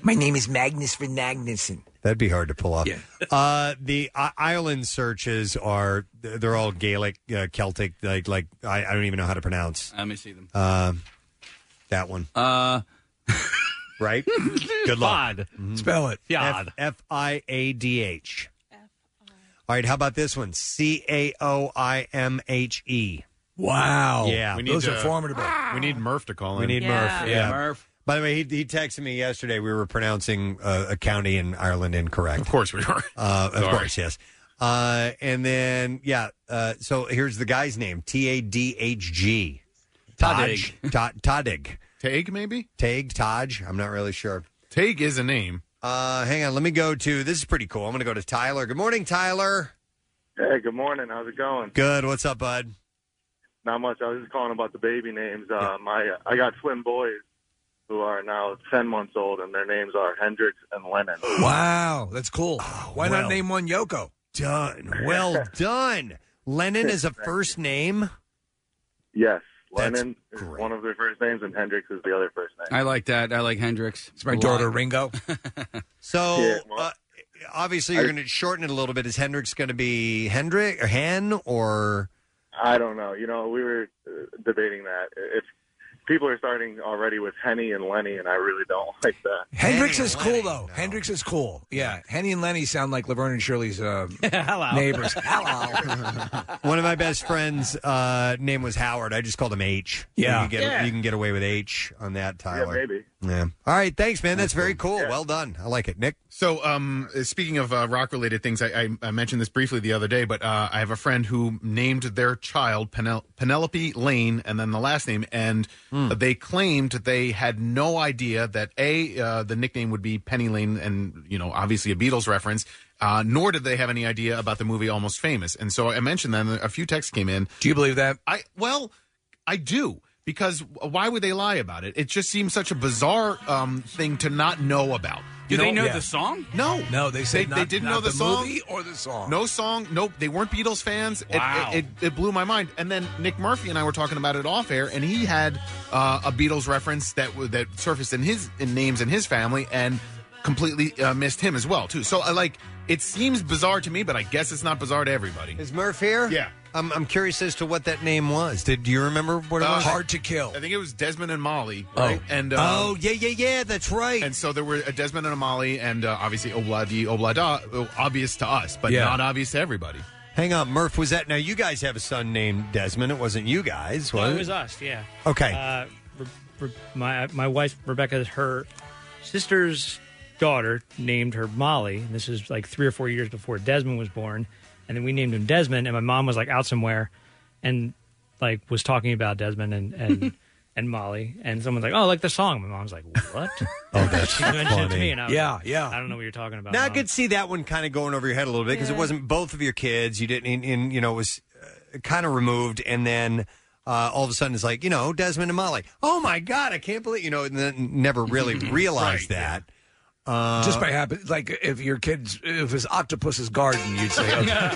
my name is Magnus for Magnuson.
That'd be hard to pull off. Uh, the I Ireland searches are they're all Gaelic, uh, Celtic, like like I, I don't even know how to pronounce.
Let me see them.
Uh, that one.
Uh,
right. Good luck.
Fod.
Mhm.
Spell it.
F-
Fjod.
F I A D H. All right. How about this one? C A O I M H E.
Wow.
Yeah.
We need Those are to- formidable.
We need Murph to call
We
in.
need Murph. Ah. Yeah.
Murph.
By the way, he, he texted me yesterday. We were pronouncing uh, a county in Ireland incorrect. Of
course we were.
Uh, of
Sorry.
course, yes. Uh, and then, yeah. Uh, so here's the guy's name: T A D H G. Taj. Ta- Tadig.
Tag maybe.
Tag. Taj. I'm not really sure.
Tag is a name.
Uh, hang on. Let me go to. This is pretty cool. I'm going to go to Tyler. Good morning, Tyler.
Hey, good morning. How's it going?
Good. What's up, bud?
Not much. I was just calling about the baby names. Uh, my I got twin boys who are now ten months old, and their names are Hendrix and Lennon.
Wow, that's cool. Why
well.
not name one Yoko?
Done. Well done. Lennon is a first name.
Yes,
That's
Lennon is one of their first names, and Hendrix is the other first name.
I like that. I like Hendrix. It's
my daughter, Ringo.
So
Yeah, well-
uh, obviously you're going to shorten it a little bit. Is Hendrix going to be Hendrick or Hen or?
I don't know. You know, we were uh, debating that. If people are starting already with Henny and Lenny, and I really don't like that.
Hendrix is cool though. Hendrix is cool. Yeah, Henny and Lenny sound like Laverne and Shirley's uh, neighbors.
One of my best friends' uh, name was Howard. I just called him H.
Yeah.
you can get,
Yeah.
you can get away with H on that, Tyler.
maybe.
Yeah. All right, thanks, man. That's very cool. Well done. I like it, Nick.
So, um, speaking of uh, rock related things, I, I, I mentioned this briefly the other day, but uh, I have a friend who named their child Penel- Penelope Lane and then the last name, and
Hmm.
they claimed they had no idea that a uh, the nickname would be Penny Lane, and you know, obviously a Beatles reference. Uh, nor did they have any idea about the movie Almost Famous, and so I mentioned that and a few texts came in.
Do you believe that?
I well, I do because why would they lie about it? It just seems such a bizarre um, thing to not know about.
Do
You
they know the song?
No,
no, they said
they,
not,
didn't
not
know the, song
movie or the song.
No song. Nope. They weren't Beatles fans. It-
Wow.
It, it, it blew my mind. And then Nick Murphy and I were talking about it off air, and he had uh, a Beatles reference that w- that surfaced in his in names in his family, and completely uh, missed him as well too. So I like it seems bizarre to me, but I guess it's not bizarre to everybody.
Is Murph here?
Yeah.
I'm, I'm curious as to what that name was. Did do you remember what it
Uh,
was?
Hard
to kill.
I think it was Desmond and Molly.
Oh.
Right? And um,
Oh, yeah, yeah, yeah. That's right.
And so there were a Desmond and a Molly, and uh, obviously Obladi Oblada, uh, obvious to us, but
Yeah.
not obvious to everybody.
Hang on, Murph. Was that now? You guys have a son named Desmond. It wasn't you guys, was
No,
it?
it was us. Yeah.
Okay.
Uh, Re- Re- my uh, my wife Rebecca, her sister's daughter named her Molly. And this is like three or four years before Desmond was born, and then we named him Desmond. And my mom was like out somewhere, and like was talking about Desmond and and. And Molly, and someone's like, "Oh, I like the song." My mom's like, "What?" oh, that's she mentioned it to
funny.
me, and I was
Yeah,
like,
yeah.
I don't know what you're talking about.
Now I
Mom."
could see that one kind of going over your head a little bit because
Yeah.
it wasn't both of your kids. You didn't, and, and you know, it was uh, kind of removed, and then uh, all of a sudden it's like, you know, Desmond and Molly. Oh my God, I can't believe you know. And then never really realized that. Uh,
Just by habit, like if your kids, if it's Octopus's Garden, you'd
Uh,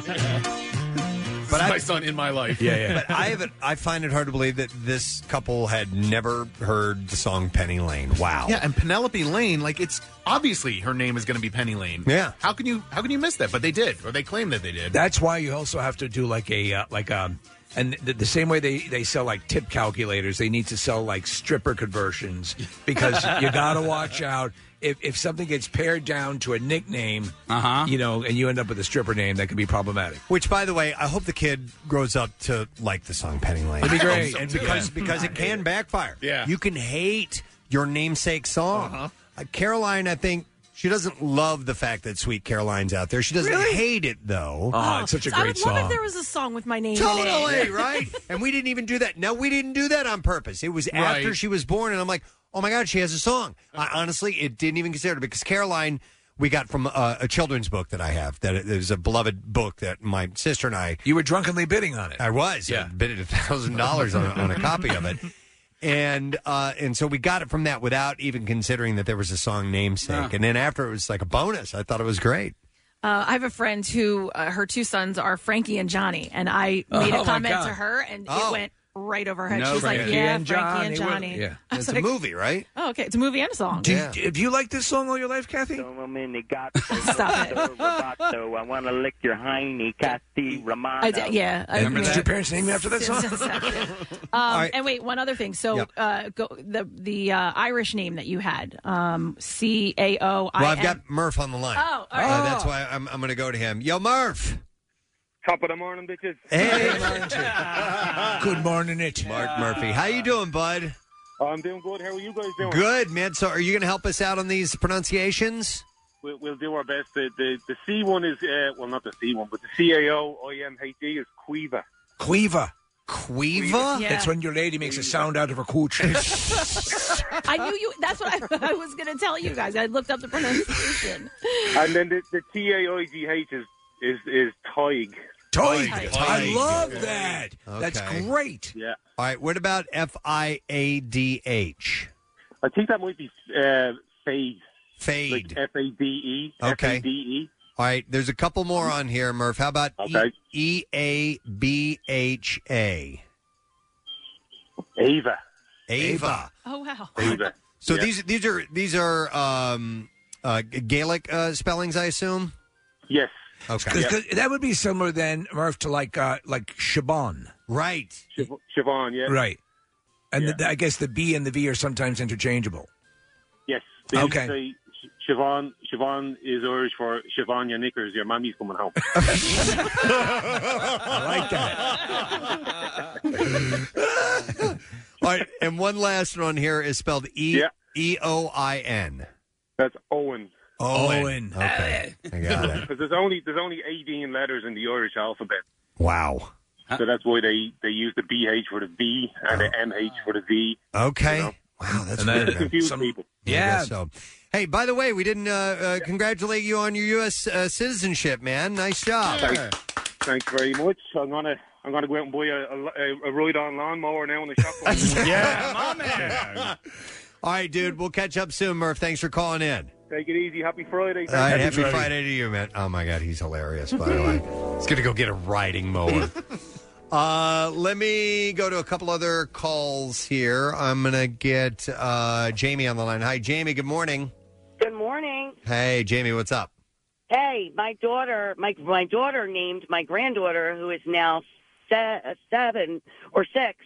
say.
But my son in my life.
But I have it. I find it hard to believe that this couple had never heard the song Penny Lane. Wow.
Yeah, and Penelope Lane, like it's obviously her name is going to be Penny Lane.
Yeah.
How can you how can you miss that? But they did, or they claim that they did.
That's why you also have to do like a uh, like a And the, the same way they, they sell like tip calculators, they need to sell like stripper conversions because you got to watch out. If, if something gets pared down to a nickname, uh-huh. you know, and you end up with a stripper name, that could be problematic.
Which, by the way, I hope the kid grows up to like the song Penny Lane.
It'd be great.
and because
Yeah.
because it can backfire.
Yeah.
you can hate your namesake song. Uh, Caroline, I think she doesn't love the fact that Sweet Caroline's out there. She doesn't
Really?
hate it though.
I would love if there was a song with my name in
Totally
it.
right. and we didn't even do that. No, we didn't do that on purpose. It was after
Right.
she was born, and I'm like, oh my god, she has a song. I honestly, it didn't even consider it because Caroline. We got from uh, a children's book that I have. That it is a beloved book that my sister and I.
You were drunkenly bidding on it.
I was. Yeah, I bid a thousand dollars on a- on a copy of it, and uh, and so we got it from that without even considering that there was a song namesake. And then after it was like a bonus. I thought it was great.
Uh, I have a friend who uh, her two sons are Frankie and Johnny, and I made
Oh,
a
my
comment
God.
to her, and
Oh.
it went right over her head.
No,
she was like,
Frankie
"Yeah,
and
Frankie and
Johnny will-
Johnny."
yeah.
I was
It's a
like,
movie, right?
Oh, okay, it's a movie and a song.
Do you, have you liked this song all your life, Kathy?
Stop it. Um,
Roboto, I want to lick your hiney, Kathy Romano.
I d- yeah, I- Remember, did yeah. your
parents name you after that song?
Um,
All right.
And wait, one other thing. So,
Yep.
uh, go, the the uh, Irish name that you had, um, C A O I.
Well, I've got Murph on the line.
Oh, all right.
Uh, that's why I'm, I'm going to go to him. Yo, Murph.
Top of the morning, bitches.
Hey.
Good morning, it.
Mark Murphy. How you doing, bud?
Oh, I'm doing good. How are you guys doing?
Good, man. So are you going to help us out on these pronunciations?
We'll, we'll do our best. The the, the C one is uh, well, not the C one, but the C A O I M H E is Quiva.
Quiva.
Quiva?
Yeah.
That's when your lady makes a sound out of her cooch.
I knew you. That's what I, I was going to tell you guys. I looked up the pronunciation.
And then the, the T A I G H is is is Toig.
Toig.
I love
that.
That's Okay.
great.
Yeah.
All right. What about F I A D H?
I think that might be uh, fade.
Fade.
Like F A D E.
Okay.
F A D E.
All right. There's a couple more on here, Murph. How about
Okay.
E A B H A?
Ava.
Ava.
Oh wow.
Ava.
So
Yeah.
these these are these are um, uh, Gaelic uh, spellings, I assume.
Yes.
Okay.
'Cause- 'cause that would be similar then, Murph, to like uh, like Shabon.
Right.
Siobhan, yeah.
Right. And the, I guess the B and the V are sometimes interchangeable.
Yes. They used to
Okay.
say Sh- Siobhan, Siobhan is Irish for Siobhan, your knickers, your mummy's coming home.
I like that. All right, and one last one here is spelled E E O I N.
That's Owen.
Owen. Okay, I got it.
Because there's only there's only 18 letters in the Irish alphabet,
Wow.
so that's why they they use the BH for the V and the MH for the V.
Oh. Okay. Wow, that's
And that-
weird, man.
confuse people.
I
Yeah.
guess so. Hey, by the way, we didn't uh, uh, congratulate you on your U.S. Uh, citizenship, man. Nice job.
Thanks. Thanks very much. I'm gonna I'm gonna go out and buy a, a, a ride-on lawnmower now in the shop.
Yeah,
my man.
All right, dude. We'll catch up soon, Murph. Thanks for calling in.
Take it easy. Happy Friday.
All right, happy Friday to you, man. Oh my God, he's hilarious. By the way, he's gonna go get a riding mower. uh, let me go to a couple other calls here. I'm gonna get uh, Jamie on the line. Hi, Jamie. Good morning.
Good morning.
Hey, Jamie. What's up?
Hey, my daughter, my my daughter named my granddaughter, who is now se- uh, seven or six,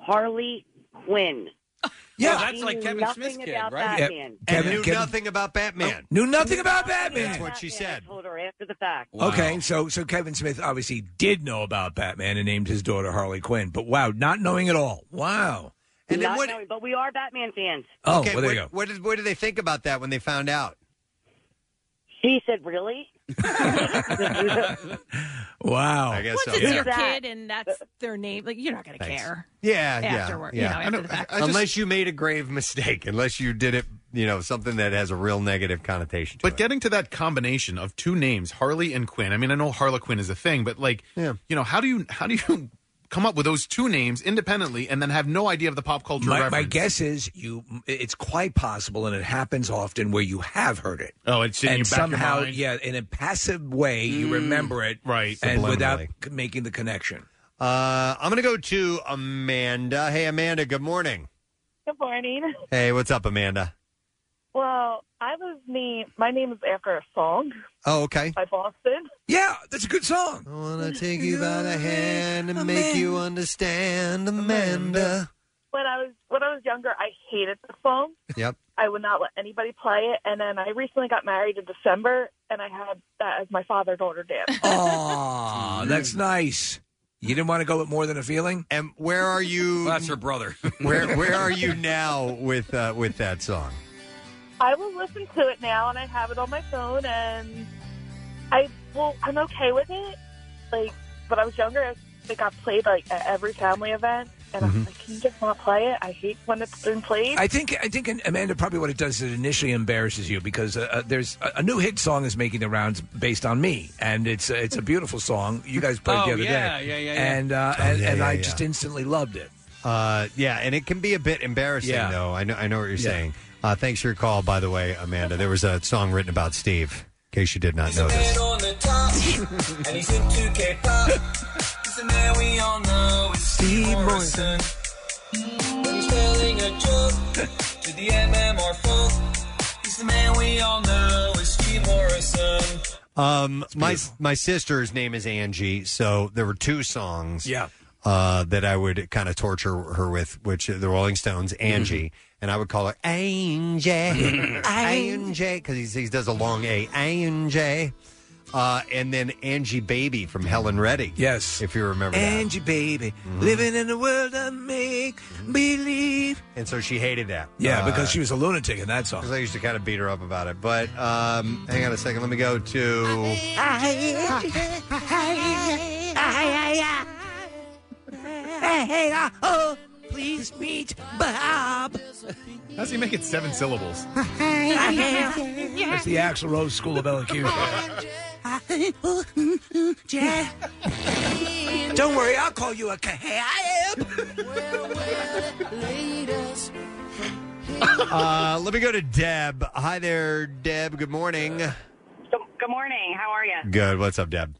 Harley Quinn.
Yeah,
And
that's
she
like
knew
Kevin
nothing
Smith's kid,
about
right? Yeah.
Batman.
And
Kevin-
knew
Kevin- Oh,
nothing about Batman.
Knew nothing about Batman.
That's what she said.
I told her after the fact.
Okay, so so Kevin Smith obviously did know about Batman and named his daughter Harley Quinn, but wow, not knowing at all. Wow.
And then what? Knowing, but we are Batman fans.
Oh,
okay,
well, there
what,
you go.
What did what did they think about that when they found out?
She said, "Really?
Wow.
I guess
Once
so.
it's
yeah.
your kid and that's their name, like you're not going to
Thanks.
care.
Yeah, yeah,
afterward,
yeah.
You know, after the fact.
unless you made a grave mistake, unless you did it, you know, something that has a real negative connotation. To
But getting to that combination of two names, Harley and Quinn. I mean, I know Harlequin is a thing, but like, you know, how do you how do you come up with those two names independently and then have no idea of the pop culture
My, my
reference?
guess is you. It's quite possible, and it happens often where you have heard it.
Oh, it's in
and
your back of your
somehow,
mind.
yeah, in a passive way, you
Mm.
remember it,
Right.
and without
Subliminally.
c- making the connection.
it. Uh, I'm going to go to Amanda. Hey, Amanda. Good morning.
Good morning.
Hey, what's up, Amanda?
Well, I was named. My name is after a song
Oh, okay.
by Boston.
Uh, Yeah, that's a good song.
I want to take you by the hand and make you understand, Amanda.
When I was when I was younger, I hated the phone.
Yep.
I would not let anybody play it. And then I recently got married in December, and I had that as my father daughter dance.
Ah,
Aw, Mm. that's nice. You didn't want to go with more than a feeling.
And where are you?
that's her brother.
Where where are you now with uh, with that song?
I will listen to it now, and I have it on my phone, and I well, I'm okay with it. Like when I was younger, I it got played like at every family event, and I'm like, can you just not play it? I hate when it's been played.
Mm-hmm. I think I think Amanda probably what it does is it initially embarrasses you because uh, uh, there's a, a new hit song is making the rounds based on me and it's uh, it's a beautiful song you guys played
Oh,
the other
yeah,
day
yeah, yeah, yeah.
and uh,
Oh,
and,
yeah,
and
yeah,
I
yeah.
just instantly loved it.
Uh, yeah, and it can be a bit embarrassing
Yeah.
though. I know I know what you're
Yeah.
saying. Uh, thanks for your call, by the way, Amanda. There was a song written about Steve. In case you did not know this.
on the top, and he's into K-pop. He's a man we all know, it's Steve Morrison. When he's telling a joke to the MMR folk, he's the man we all know, it's Steve Morrison.
Um, my my sister's name is Angie, so there were two songs.
Yeah.
Uh, that I would kind of torture her with, which are the Rolling Stones,
Mm-hmm.
Angie, and I would call her Angie, Angie, because he does a long A, Angie, uh, and then Angie Baby from Helen Reddy. Yes, if you remember that. Mm-hmm.
Angie baby living in a world I make believe.
And so she hated that.
Yeah, because she
was
a lunatic in that song.
Because I used to kind of beat her up about it. But um, hang on a second. Let me go to.
Oh, please meet Bob.
How does he make it seven syllables?
It's the Axl Rose School of LQ. Don't worry, I'll call you a
uh, let me go to Deb. Hi there, Deb. Good morning.
Good morning. How are you?
Good. What's up, Deb?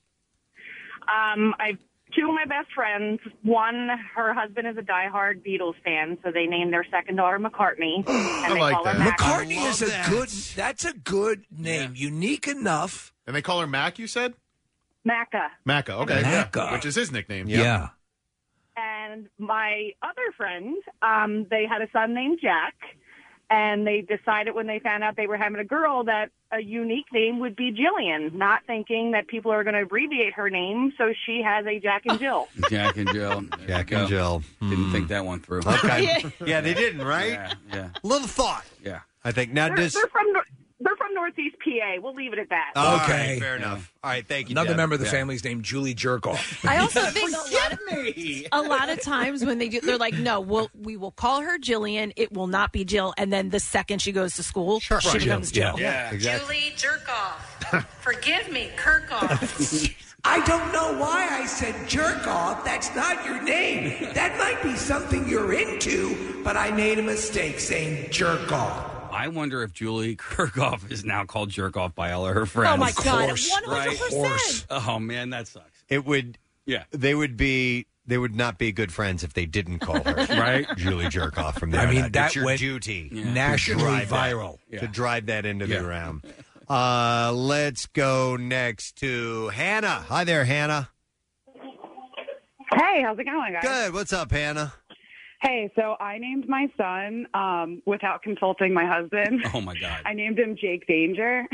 Um, I've two of my best friends. One, her husband is a diehard Beatles fan, so they named their second daughter McCartney, and they call her Mac.
McCartney is a good. That's a good name, unique enough.
And they call her Mac. You said
Macca.
Macca. Okay,
Macca.
Yeah, which is his nickname.
Yeah.
And my other friend, um, they had a son named Jack, and they decided when they found out they were having a girl that a unique name would be Jillian, not thinking that people are going to abbreviate her name, so she has a Jack and Jill.
Jack and Jill. Jack and
Jill.
Didn't think that one through.
Okay. yeah, they didn't, right?
Yeah. yeah.
Little thought.
Yeah.
I think now
they're,
this.
they're from Nor- they're from Northeast PA. We'll leave it at that.
All
Oh.
right, fair enough. All right, thank you.
Another
Deb.
member of the
Yeah.
family's named Julie Jerkoff.
I also think a lot, of, a lot of times when they do, they're like, "No, we'll, we will call her Jillian. It will not be Jill." And then the second she goes to school, she
Right.
becomes Jill.
Julie Jerkoff. Forgive me, Kirkoff.
I don't know why I said jerk off. That's not your name. That might be something you're into, but I made a mistake saying jerk off.
I wonder if Julie Kirchhoff is now called Jerkoff by all of her friends.
Oh, my Of God, course.
Right?
100%. Of course.
Oh man, that sucks.
It would.
Yeah.
They would be. They would not be good friends if they didn't call her
Right.
Julie Jerkoff from there.
I
on
mean,
out.
that
it's your
went
duty
Yeah.
to
nationally
drive that-
viral. Yeah.
to drive that into
Yeah.
the round. Uh, let's go next to Hannah. Hi there, Hannah.
Hey, how's it going, guys?
Good. What's up, Hannah?
Hey, so I named my son um, without consulting my husband.
Oh my god.
I named him Jake Danger.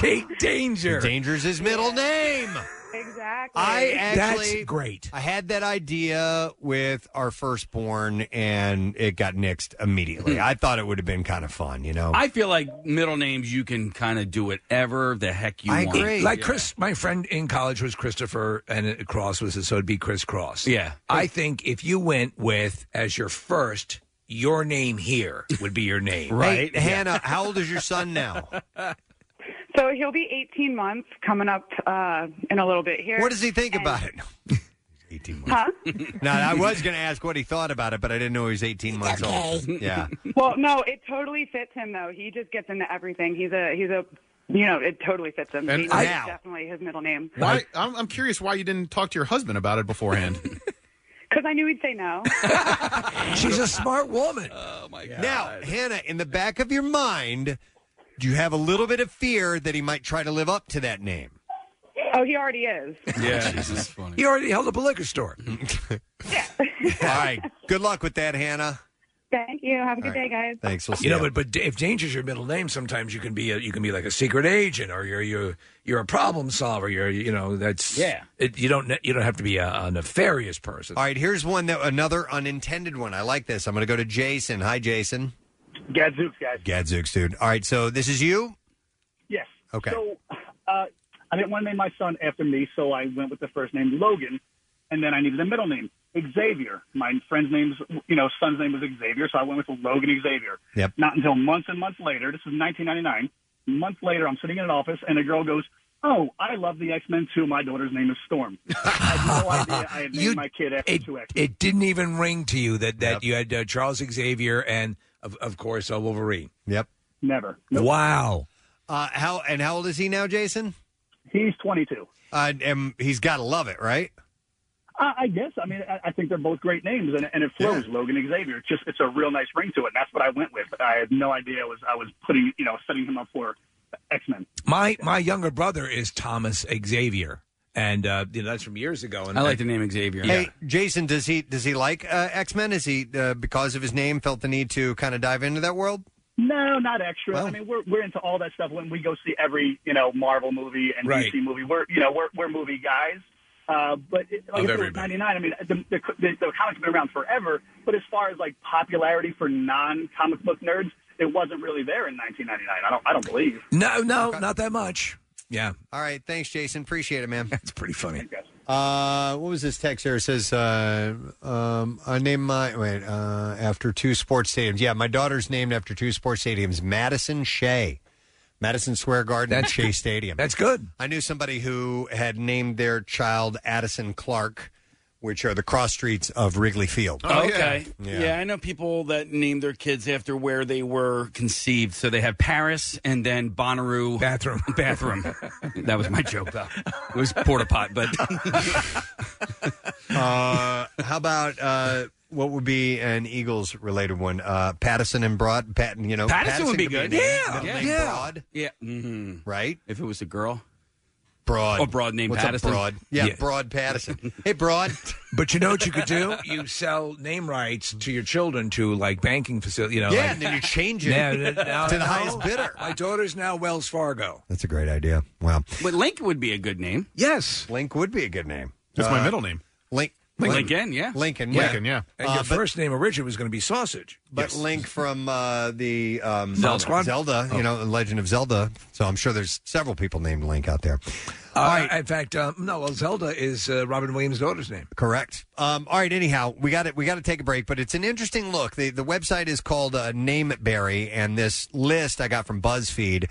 Jake Danger.
Danger's his middle name.
exactly.
I actually
That's
great.
I had that idea with our firstborn, and it got nixed
Hmm.
immediately. I thought it would have been kind of fun, you know.
I feel like middle names you can kind of do whatever the heck you want.
Like
Yeah.
Chris, my friend in college was Christopher, and it- Cross was his, so it'd be Chris Cross.
Yeah.
I think if you went with as your first, your name here would be your name,
Right.
Yeah.
Hannah, how old is your son now?
So he'll be 18 months coming up uh, in a little bit here.
What does he think
And-
about it?
Huh?
No, I was going to ask what he thought about it, but I didn't know he was 18 months old.
okay.
Yeah.
well, no, it totally fits him though. He just gets into everything. He's a he's a you know it totally fits him.
And
He's
I-
definitely his middle name.
Why? I'm, I'm curious why you didn't talk to your husband about it beforehand.
Because I knew he'd say no.
She's a smart woman.
Oh my god.
Now, Hannah, in the back of your mind, do you have a little bit of fear that he might try to live up to that name?
Oh, he already is.
Yeah,
Jesus, funny.
He already held up a liquor store.
All right. Good luck with that, Hannah.
Thank you. Have a good
All
day, guys.
Thanks. We'll see
you know,
ya.
but but if danger's your middle name, sometimes you can be a, you can be like a secret agent, or you're you you're a problem solver. You're you know that's
Yeah.
It, you don't you don't have to be a, a nefarious person.
All right, here's one that another unintended one. I like this. I'm going to go to Jason. Hi, Jason.
Gadzooks, guys.
Gadzooks, dude. All right, so this is you.
Yes.
Okay.
So uh, I didn't want to name my son after me, so I went with the first name Logan, and then I needed a middle name Xavier. My friend's name's you know son's name was Xavier, so I went with Logan Xavier.
Yep.
Not until months and months later, this is 1999. Months later, I'm sitting in an office, and a girl goes. Oh, I love the X Men too. My daughter's name is Storm. I had no idea I had named my kid after two X.
It didn't even ring to you that that you had uh, Charles Xavier and of of course uh, Wolverine.
Yep.
Never.
Wow.
Uh, how and how old is he now, Jason?
He's 22.
Uh, and he's got to love it, right?
I, I guess. I mean, I, I think they're both great names, and, and it flows. Logan Xavier. It's just it's a real nice ring to it. And that's what I went with. I had no idea I was I was putting you know setting him up for X Men.
My my younger brother is Thomas Xavier, and uh, you know that's from years ago. And
I like the name Xavier.
Yeah.
Hey, Jason, does he does he like uh, X Men? Is he uh, because of his name felt the need to kind of dive into that world?
No, not extra.
Oh.
I mean, we're we're into all that stuff when we go see every you know Marvel movie and
Right.
DC movie. We're you know we're we're movie guys. Uh, but it, like I
Of
said,
everybody.
with 99, I mean, the, the, the, the comics have been around forever, but as far as like popularity for non comic book nerds, it wasn't really there in 1999. I don't, I don't believe.
No, no, not that much. Yeah.
All right. Thanks, Jason. Appreciate it, man. That's
pretty funny.
Uh, what was this text here? It says, uh, um, I named my, wait, uh, after two sports stadiums. Yeah, my daughter's named after two sports stadiums Madison Shea, Madison Square Garden, and
That's-
Shea Stadium.
That's good.
I knew somebody who had named their child Addison Clark, which are the cross streets of Wrigley Field.
okay. Oh, Yeah. I know people that name their kids after where they were conceived. So they have Paris and then Bonnaroo
bathroom.
Bathroom. that was my joke, though. It was porta pot, but
uh, how about uh, what would be an Eagles related one? Uh, Patterson and Broad. Patton, you know,
Patterson would be
could
good.
a name.
Yeah.
Middle
Yeah.
name
Yeah.
Broad.
yeah, hmm
right.
If it was a girl,
Broad.
or Oh, broad named
What's up,
Patterson.
Broad? Yeah, Broad Patterson. hey, Broad.
But you know what you could do? You sell name rights to your children to like banking facility. You know,
Yeah,
like-
and then you change it to the highest bidder.
My daughter's now Wells Fargo.
That's a great idea. Wow.
But Link would be a good name.
Yes,
Link would be a good name.
That's my middle
name. Link.
Lincoln. Lincoln, yeah.
Lincoln. Yeah.
And
Uh,
your
but,
first name originally was going to be Sausage.
but Link from uh, the um,
Zelda Squad?
Zelda, Oh. you know, Legend of Zelda. So I'm sure there's several people named Link out there.
Uh, In fact, um, no, well, Zelda is uh, Robin Williams' daughter's name.
Correct. Um, all right. Anyhow, we got it. We got to take a break, but it's an interesting look. the The website is called uh, Name It Barry, and this list I got from BuzzFeed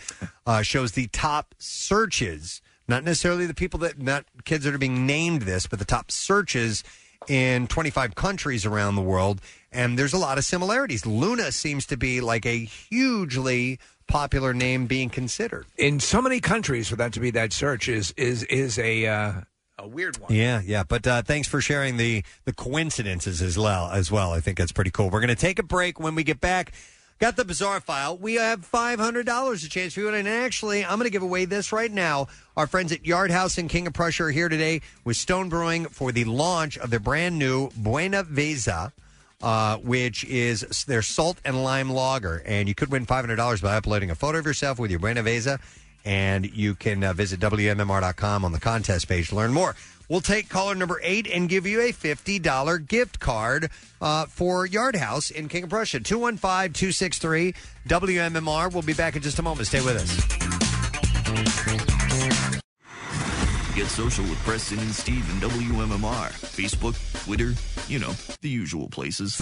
uh, shows the top searches. Not necessarily the people that not kids that are being named this, but the top searches in 25 countries around the world, and there's a lot of similarities. Luna seems to be like a hugely popular name being considered.
In so many countries, for that to be that search is is is a uh, a weird one.
Yeah, yeah. But uh, thanks for sharing the the coincidences as well. As well, I think that's pretty cool. We're going to take a break. When we get back, got the bizarre file. We have five hundred dollars a chance for you, and actually, I'm going to give away this right now. Our friends at Yard House and King of Prussia are here today with Stone Brewing for the launch of their brand new Buena Vesa. Uh, which is their salt and lime lager. And you could win $500 by uploading a photo of yourself with your Buena Vesa and you can uh, visit WMMR.com on the contest page to learn more. We'll take caller number eight and give you a $50 gift card uh, for Yard House in King of Prussia. 215 263 WMMR. We'll be back in just a moment. Stay with us.
Get social with Preston and Steve and WMMR. Facebook, Twitter, you know, the usual places.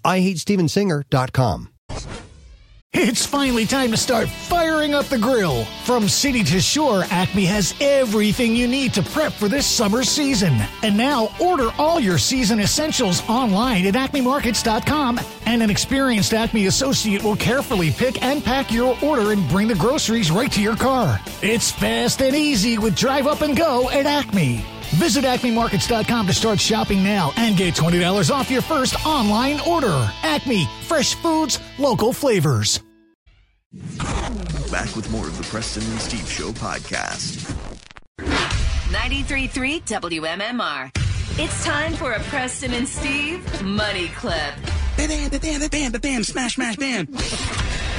IHateStevensinger.com. It's finally time to start firing up the grill. From city to shore, Acme has everything you need to prep for this summer season. And now order all your season essentials online at acmemarkets.com, and an experienced Acme associate will carefully pick and pack your order and bring the groceries right to your car. It's fast and easy with Drive Up and Go at Acme. Visit acmemarkets.com to start shopping now and get $20 off your first online order. Acme, fresh foods, local flavors.
Back with more of the Preston and Steve Show podcast.
93.3 WMMR. It's time for a Preston and Steve money clip. Bam, bam, bam, bam, bam, bam, smash, smash, bam.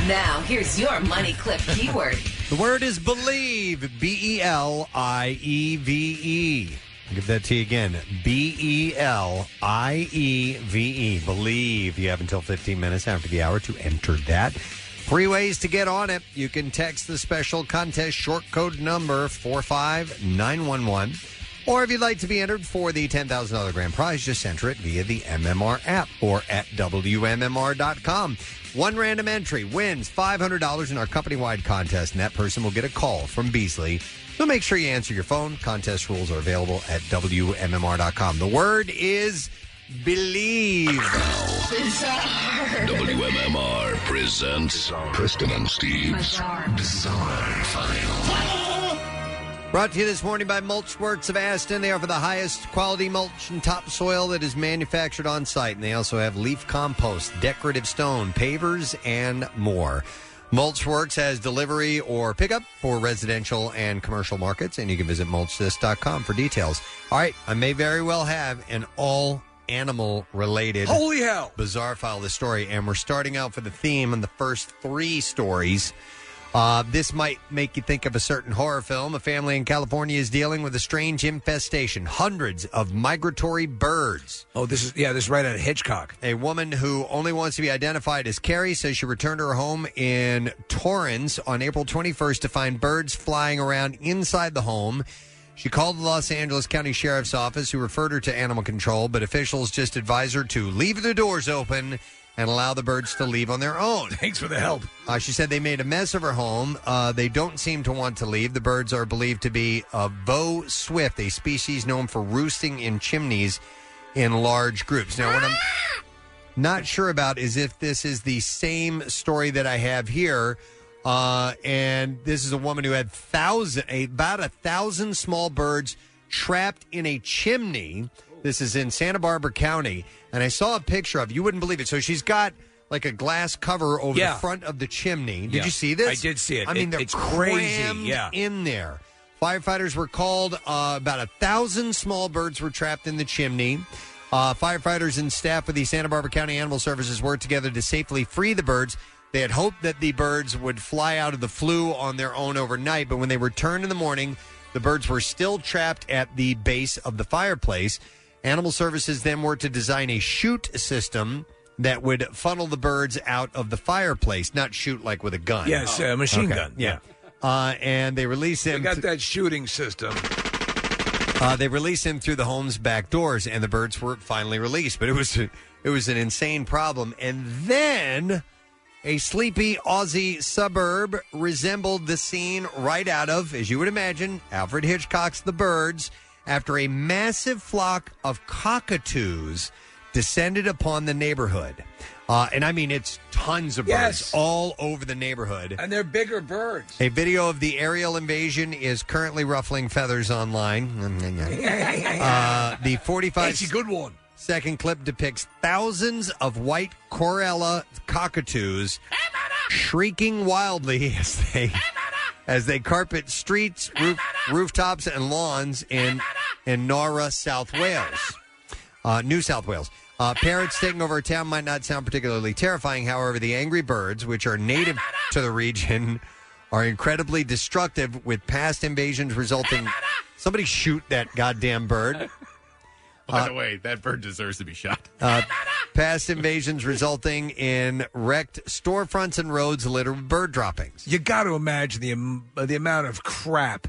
Now, here's your money clip keyword.
The word is believe. B E L I E V E. Give that to you again. B E L I E V E. Believe. You have until 15 minutes after the hour to enter that. Three ways to get on it. You can text the special contest short code number 45911. Or if you'd like to be entered for the $10,000 grand prize, just enter it via the MMR app or at WMMR.com. One random entry wins $500 in our company wide contest, and that person will get a call from Beasley. So make sure you answer your phone. Contest rules are available at WMMR.com. The word is believe.
WMMR presents Preston and Steve's Bizarre File.
Brought to you this morning by Mulchworks of Aston. They offer the highest quality mulch and topsoil that is manufactured on site, and they also have leaf compost, decorative stone, pavers, and more. Mulchworks has delivery or pickup for residential and commercial markets, and you can visit mulchsys.com for details. All right, I may very well have an all animal related
Holy hell.
bizarre file this story, and we're starting out for the theme on the first three stories. Uh, this might make you think of a certain horror film. A family in California is dealing with a strange infestation, hundreds of migratory birds.
Oh, this is yeah, this is right out of Hitchcock.
A woman who only wants to be identified as Carrie says she returned to her home in Torrance on April 21st to find birds flying around inside the home. She called the Los Angeles County Sheriff's Office, who referred her to animal control, but officials just advised her to leave the doors open and allow the birds to leave on their own.
Thanks for the help.
Uh, she said they made a mess of her home. Uh, they don't seem to want to leave. The birds are believed to be a bow swift, a species known for roosting in chimneys in large groups. Now, what I'm not sure about is if this is the same story that I have here. Uh, and this is a woman who had thousand, a- about a thousand small birds trapped in a chimney. This is in Santa Barbara County, and I saw a picture of. You wouldn't believe it. So she's got like a glass cover over
Yeah.
the front of the chimney. Did
Yeah.
you see this?
I did see it.
I mean,
It-
they're
it's crazy.
crammed
Yeah.
in there. Firefighters were called. Uh, about a thousand small birds were trapped in the chimney. Uh, firefighters and staff with the Santa Barbara County Animal Services worked together to safely free the birds. They had hoped that the birds would fly out of the flue on their own overnight, but when they returned in the morning, the birds were still trapped at the base of the fireplace. Animal Services then were to design a chute system that would funnel the birds out of the fireplace, not shoot like with a gun.
Yes, a machine
Okay.
gun.
Yeah. Uh, and they released him.
They got that shooting system.
Uh, they released him through the home's back doors, and the birds were finally released. But it was it was an insane problem. And then a sleepy Aussie suburb resembled the scene right out of, as you would imagine, Alfred Hitchcock's The Birds. After a massive flock of cockatoos descended upon the neighborhood, uh, and I mean it's tons of birds
Yes.
all over the neighborhood.
And they're bigger birds.
A video of the aerial invasion is currently ruffling feathers online. uh, the 45
It's a good one.
second clip depicts thousands of white Corella cockatoos shrieking wildly as they as they carpet streets, roof, rooftops, and lawns in in Nara, South Wales uh, New South Wales. Uh, parrots taking over a town might not sound particularly terrifying. However, the angry birds, which are native to the region, are incredibly destructive, with past invasions resulting. Somebody shoot that goddamn bird.
By
Uh,
the way, that bird deserves to be shot.
uh, past invasions resulting in wrecked storefronts and roads littered with bird droppings.
uh, You got to imagine the am- the amount of crap.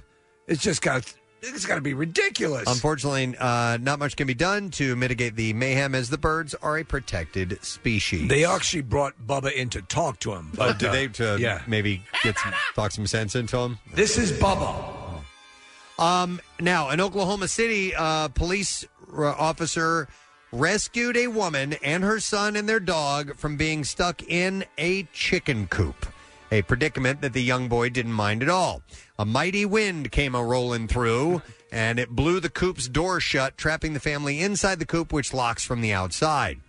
It's just got It's got to be ridiculous.
Unfortunately, uh, not much can be done to mitigate the mayhem as the birds are a protected species.
They actually brought Bubba in to talk to him.
Oh,
But
do
uh,
they to
yeah.
maybe get some, talk some sense into them?
This is Bubba.
Um, now, in Oklahoma City, uh, police r- officer rescued a woman and her son and their dog from being stuck in a chicken coop, a predicament that the young boy didn't mind at all. A mighty wind came a rolling through, and it blew the coop's door shut, trapping the family inside the coop, which locks from the outside.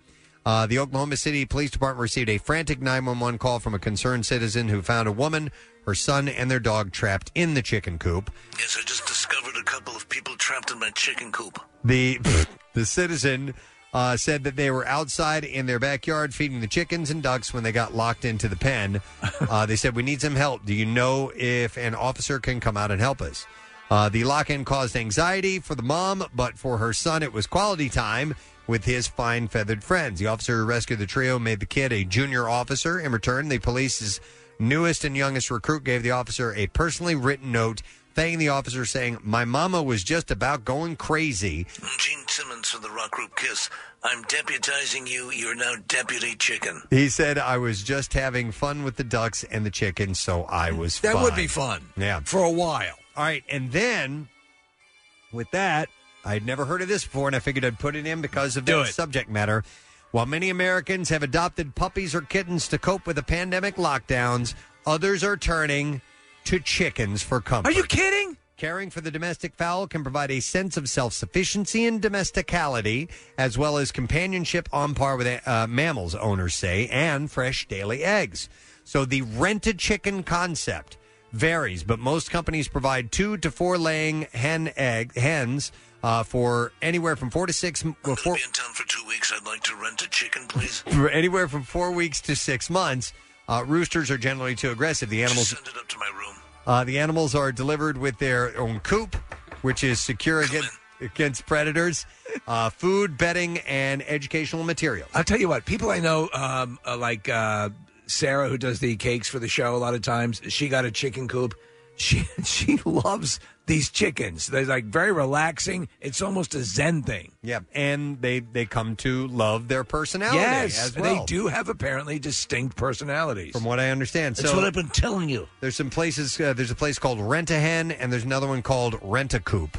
Uh, the Oklahoma City Police Department received a frantic 911 call from a concerned citizen who found a woman, her son, and their dog trapped in the chicken coop.
Yes, I just discovered a couple of people trapped in my chicken coop.
The the citizen uh, said that they were outside in their backyard feeding the chickens and ducks when they got locked into the pen. Uh, they said, "We need some help. Do you know if an officer can come out and help us?" Uh, the lock-in caused anxiety for the mom, but for her son, it was quality time with his fine feathered friends. The officer who rescued the trio made the kid a junior officer. In return, the police's newest and youngest recruit gave the officer a personally written note thanking the officer, saying, "My mama was just about going crazy."
Gene Simmons from the rock group Kiss. I'm deputizing you. You're now deputy chicken.
He said, I was just having fun with the ducks and the chickens, so I was
That
fine."
would be fun.
Yeah.
For a while.
All right. And then with that, I'd never heard of this before, and I figured I'd put it in because of
Do
the
it.
subject matter. While many Americans have adopted puppies or kittens to cope with the pandemic lockdowns, others are turning to chickens for comfort.
Are you kidding?
Caring for the domestic fowl can provide a sense of self sufficiency and domesticality, as well as companionship on par with uh, mammals, owners say, and fresh daily eggs. So the rent a chicken concept varies, but most companies provide two to four laying hen egg hens uh, for anywhere from four to six. Well, four,
For two weeks, I'd like to rent a chicken, please.
for anywhere from four weeks to six months. Uh, roosters are generally too aggressive. The animals
Send it up to my room.
uh, the animals are delivered with their own coop, which is secure against, against predators, uh, food, bedding, and educational material.
I'll tell you what, people I know, um, uh, like uh, Sarah, who does the cakes for the show a lot of times, she got a chicken coop. She she loves these chickens. They're like very relaxing. It's almost a zen thing.
Yeah, and they they come to love their personality.
Yes,
as
and
well.
they do have apparently distinct personalities.
from what I understand.
That's
so
what I've
been telling you.
There's some places. Uh, there's a place called Rent a Hen, and there's another one called Rent a Coop.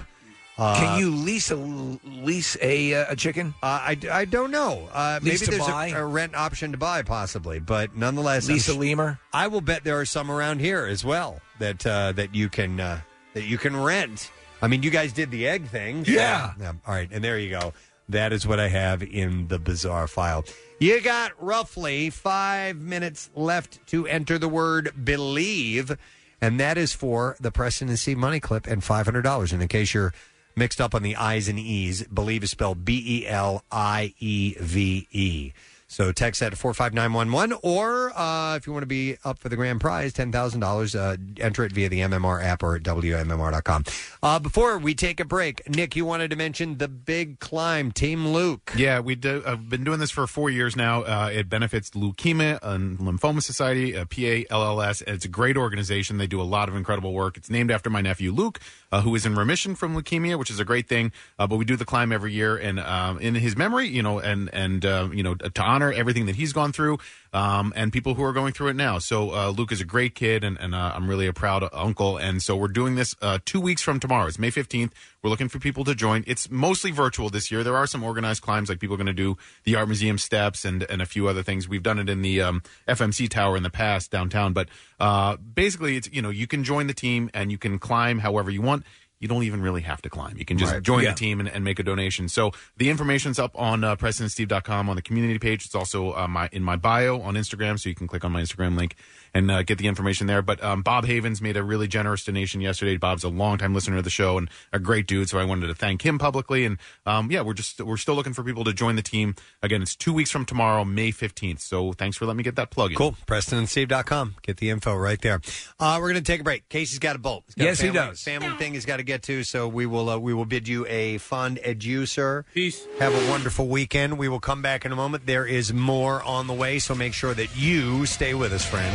Uh,
Can you lease a lease a uh, a chicken?
Uh, I, I don't know. Uh, maybe
lease to
there's a-
buy.
A, rent option to buy, possibly, but nonetheless,
Lease a lemur.
I will bet there are some around here as well that uh, that you can uh, that you can rent. I mean, you guys did the egg thing, so-
Yeah.
yeah. All right, and there you go. That is what I have in the bizarre file. You got roughly five minutes left to enter the word believe, and that is for the Preston and Steve money clip and five hundred dollars. And in case you're mixed up on the I's and E's, believe is spelled B E L I E V E. So text that to four five nine one one, or uh, if you want to be up for the grand prize, ten thousand uh, dollars, enter it via the MMR app or at wmmr.com. Uh, before we take a break, Nick, you wanted to mention the big climb, Team Luke.
Yeah, we do, I've been doing this for four years now. Uh, it benefits Leukemia and Lymphoma Society, uh, PALLS. It's a great organization. They do a lot of incredible work. It's named after my nephew Luke, uh, who is in remission from leukemia, which is a great thing. Uh, but we do the climb every year, and um, in his memory, you know, and and uh, you know, to honor everything that he's gone through, um, and people who are going through it now. So uh, Luke is a great kid, and, and uh, I'm really a proud uncle. And so we're doing this uh, two weeks from tomorrow. It's May 15th. We're looking for people to join. It's mostly virtual this year. There are some organized climbs, like people are going to do the art museum steps and and a few other things. We've done it in the um, FMC Tower in the past downtown, but uh, basically, it's you know you can join the team and you can climb however you want. You don't even really have to climb. You can just
Right.
join
Yeah.
the team and, and make a donation. So the information's up on uh, PresidentSteve.com on the community page. It's also uh, my in my bio on Instagram, so you can click on my Instagram link and uh, get the information there. But um, Bob Havens made a really generous donation yesterday. Bob's a longtime listener of the show and a great dude, so I wanted to thank him publicly. And um, yeah, we're just we're still looking for people to join the team. Again, it's two weeks from tomorrow, May fifteenth. So thanks for letting me get that plug in.
Cool. PrestonandSteve.com. Get the info right there. Uh, we're going to take a break. Casey's got a bolt. He's got
Yes,
a
he
family,
does.
Family thing he's got to get to, so we will uh, we will bid you a fond adieu, sir. Peace. Have a wonderful weekend. We will come back in a moment. There is more on the way, so make sure that you stay with us, friend.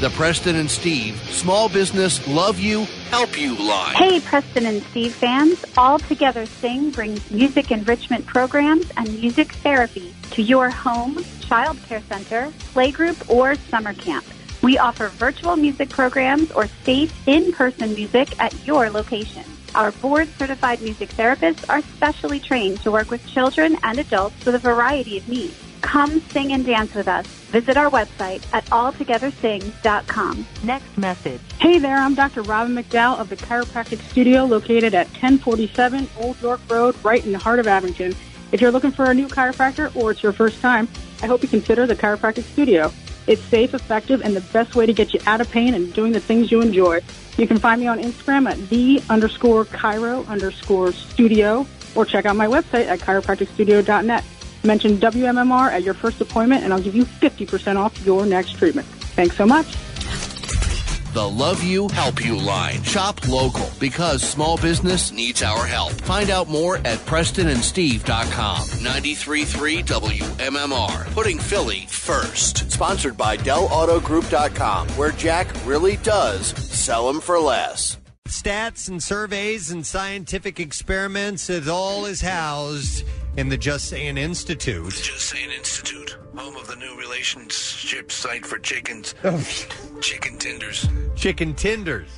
The Preston and Steve Small Business Love You, Help You Line.
Hey, Preston and Steve fans. All Together Sing brings music enrichment programs and music therapy to your home, child care center, playgroup, or summer camp. We offer virtual music programs or safe in person music at your location. Our board certified music therapists are specially trained to work with children and adults with a variety of needs. Come sing and dance with us. Visit our website at alltogethersing.com. Next message.
Hey there, I'm Dr. Robin McDowell of the Chiropractic Studio located at 1047 Old York Road, right in the heart of Abington. If you're looking for a new chiropractor or it's your first time, I hope you consider the Chiropractic Studio. It's safe, effective, and the best way to get you out of pain and doing the things you enjoy. You can find me on Instagram at the underscore Cairo underscore studio or check out my website at chiropracticstudio.net. Mention WMMR at your first appointment and I'll give you 50% off your next treatment. Thanks so much.
The Love You, Help You Line. Shop local because small business needs our help. Find out more at PrestonandSteve.com. 93.3 WMMR. Putting Philly first. Sponsored by DellAutoGroup.com, where Jack really does sell them for less.
Stats and surveys and scientific experiments, it all is housed in the Just Saying Institute.
Just Saying Institute, home of the new relationship site for chickens.
Oh.
Chicken tenders.
Chicken tenders.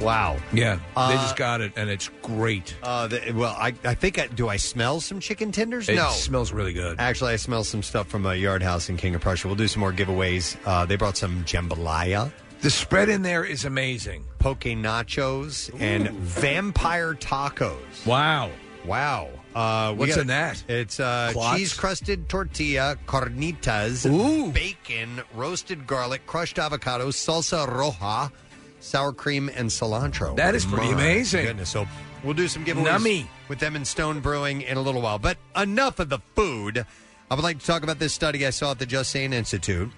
Wow.
Yeah, they
Uh,
just got it, and it's great.
Uh, the, well, I, I think I do. I smell some chicken tenders.
It
no,
smells really good.
Actually, I smell some stuff from a yard house in King of Prussia. We'll do some more giveaways. Uh, they brought some jambalaya,
The spread in there is amazing.
poke nachos, and vampire tacos.
Wow.
Wow. Uh, we
What's
got-
in that?
It's uh,
Clots?
cheese crusted tortilla, carnitas, bacon, roasted garlic, crushed avocado, salsa roja, sour cream, and cilantro.
That is pretty
My
amazing.
Goodness. So we'll do some giveaways
Nummy.
with them in Stone Brewing in a little while. But enough of the food. I would like to talk about this study I saw at the Just Saying Institute.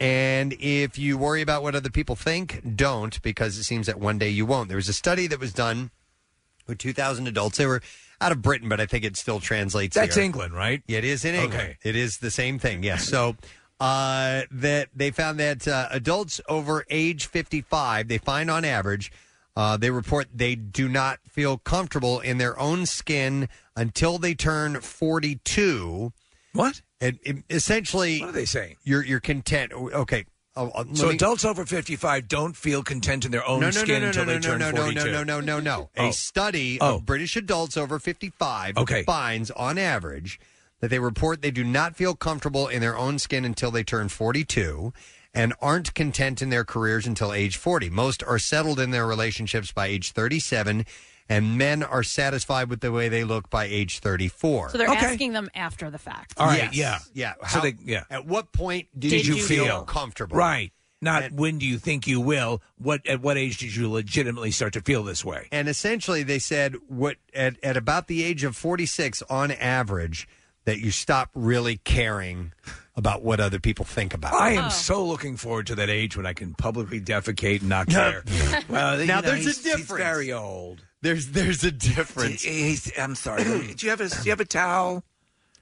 And if you worry about what other people think, don't, because it seems that one day you won't. There was a study that was done with 2,000 adults. They were out of Britain, but I think it still translates.
That's
here.
England, right?
Yeah, it is in England.
Okay.
It is the same thing. Yes. So uh, that they found that uh, adults over age 55, they find on average, uh, they report they do not feel comfortable in their own skin until they turn 42.
What?
And, and essentially, what
are they saying?
You're you're content. Okay. I'll- I'll- let
so
me-
adults over 55 don't feel content in their own
no, no, no,
skin
no,
until
no,
they
no,
turn
no,
42.
No, no, no, no, no, no. A
Oh.
study
Oh.
of British adults over 55
Okay.
finds, on average, that they report they do not feel comfortable in their own skin until they turn 42 and aren't content in their careers until age 40. Most are settled in their relationships by age 37, and men are satisfied with the way they look by age 34.
So they're asking them after the fact.
All right, yeah, yeah.
So
How-
they- yeah.
At what point did,
did you, feel,
comfortable?
Right. Not when do you think you will. What at what age did you legitimately start to feel this way?
And essentially, they said what at, at about the age of 46, on average, that you stop really caring about what other people think about.
I am so looking forward to that age when I can publicly defecate and not care. well, you
Now,
know,
there's a
he's- he's
difference.
very old.
There's there's a difference.
eh, I'm sorry. do you have a do you have a towel?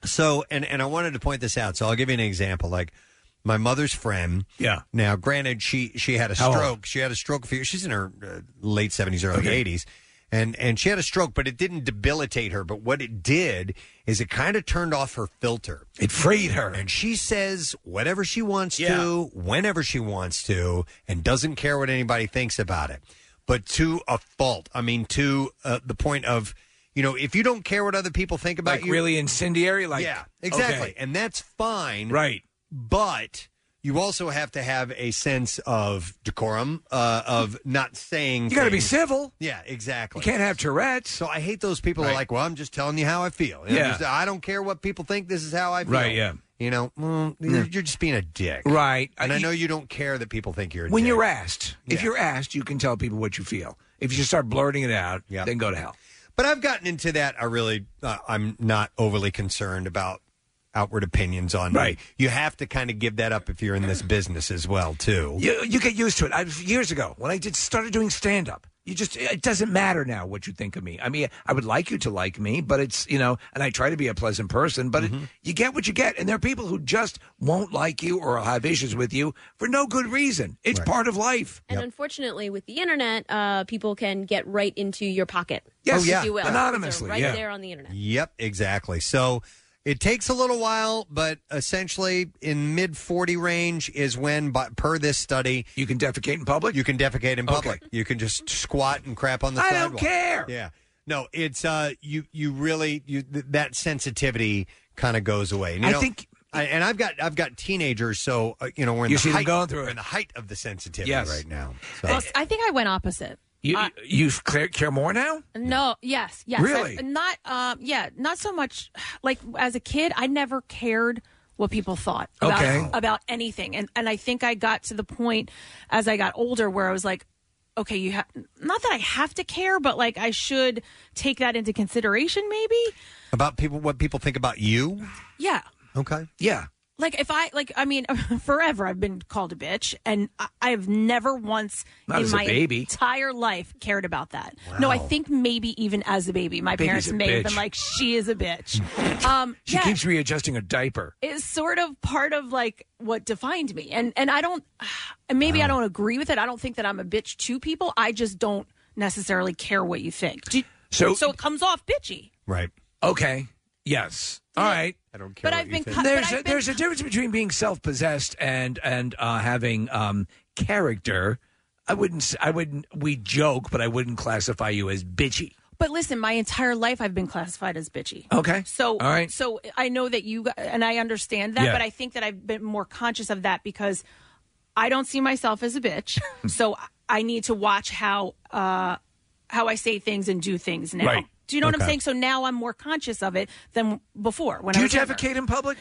So, and and I wanted to point this out. So I'll give you an example. Like my mother's friend.
Yeah.
Now, granted, she she had a
How old?
stroke. She had a stroke. A few, she's in her uh, late seventies, early
Okay.
eighties, and and she had a stroke, but it didn't debilitate her. But what it did is it kind of turned off her filter.
It freed her,
and she says whatever she wants
Yeah.
to, whenever she wants to, and doesn't care what anybody thinks about it. But to a fault. I mean, to uh, the point of. You know, if you don't care what other people think about
Like
you,
really incendiary, like
yeah, exactly,
okay.
and that's fine,
right?
But you also have to have a sense of decorum, uh, of not saying
You got to be
things.
civil.
Yeah, exactly.
You can't have Tourette's.
So I hate those people who are like, "Well, I'm just telling you how I feel. I'm
Yeah.
just- I don't care what people think. This is how I feel."
Right, yeah. Mm.
You know, well, you're, you're just being a dick,
Right.
And I,
I-
know you don't care that people think you're a
when
dick.
you're asked. If
Yeah.
you're asked, you can tell people what you feel. If you just start blurting it out, then go to hell.
But I've gotten into that. I really, uh, I'm not overly concerned about outward opinions on me.
Right.
You have to kind of give that up if you're in this business as well, too.
You, you get used to it. I, years ago, when I did started doing stand up, you just it doesn't matter now what you think of me. I mean, I would like you to like me, but it's you know, and I try to be a pleasant person, but
Mm-hmm.
it, you get what you get, and there are people who just won't like you or have issues with you for no good reason. It's part of life.
And unfortunately, with the internet, uh, people can get right into your pocket.
Yes.
if
Oh, yeah.
you will.
Anonymously,
They're right
yeah.
there on the internet.
Yep, exactly. So it takes a little while, but essentially in mid 40 range is when, by, per this study,
you can defecate in public.
You can defecate in public. You can just squat and crap on the
I
sidewalk.
don't care.
Yeah. No, it's uh, you. You really you th- that sensitivity kind of goes away. And, you
I
know,
think-
I, and I've got I've got teenagers, so uh, you know we're in
You
the
see them
height,
going through
we're
it.
in the height of the sensitivity
Yes.
right now.
Well, I think I went opposite.
You you care, care more now?
No, yes, yes.
Really?
I- not um yeah, not so much like as a kid I never cared what people thought about
Okay.
about anything. And and I think I got to the point as I got older where I was like okay, you have not that I have to care, but like I should take that into consideration maybe.
About people, what people think about you.
Yeah.
Okay.
Yeah.
Like if I like I mean forever I've been called a bitch and I- I've never once
Not
in
as a
my
baby.
entire life cared about that. No, I
Wow.
think maybe even as a baby my
Baby's
parents
a
may have
bitch.
been like she is a bitch. um
She
yeah,
keeps readjusting her diaper.
it's sort of part of like what defined me. And and I don't and maybe I don't agree with it. I don't think that I'm a bitch to people. I just don't necessarily care what you think. Do-
So-
so it comes off bitchy.
Right.
Okay. Yes. All right.
I don't
care But what I've you been think. cut- but
There's
I've
a,
been-
there's a difference between being self possessed and and uh, having um, character. I wouldn't. s- I wouldn't. We joke, but I wouldn't classify you as bitchy.
But listen, my entire life I've been classified as bitchy.
Okay.
So,
All right.
so I know that you and I understand that,
Yeah.
but I think that I've been more conscious of that because I don't see myself as a bitch. so I need to watch how uh, how I say things and do things now.
Right.
Do you know what I'm
Okay.
saying? So now I'm more conscious of it than before. When
Do
I
you
was younger.
defecate in public?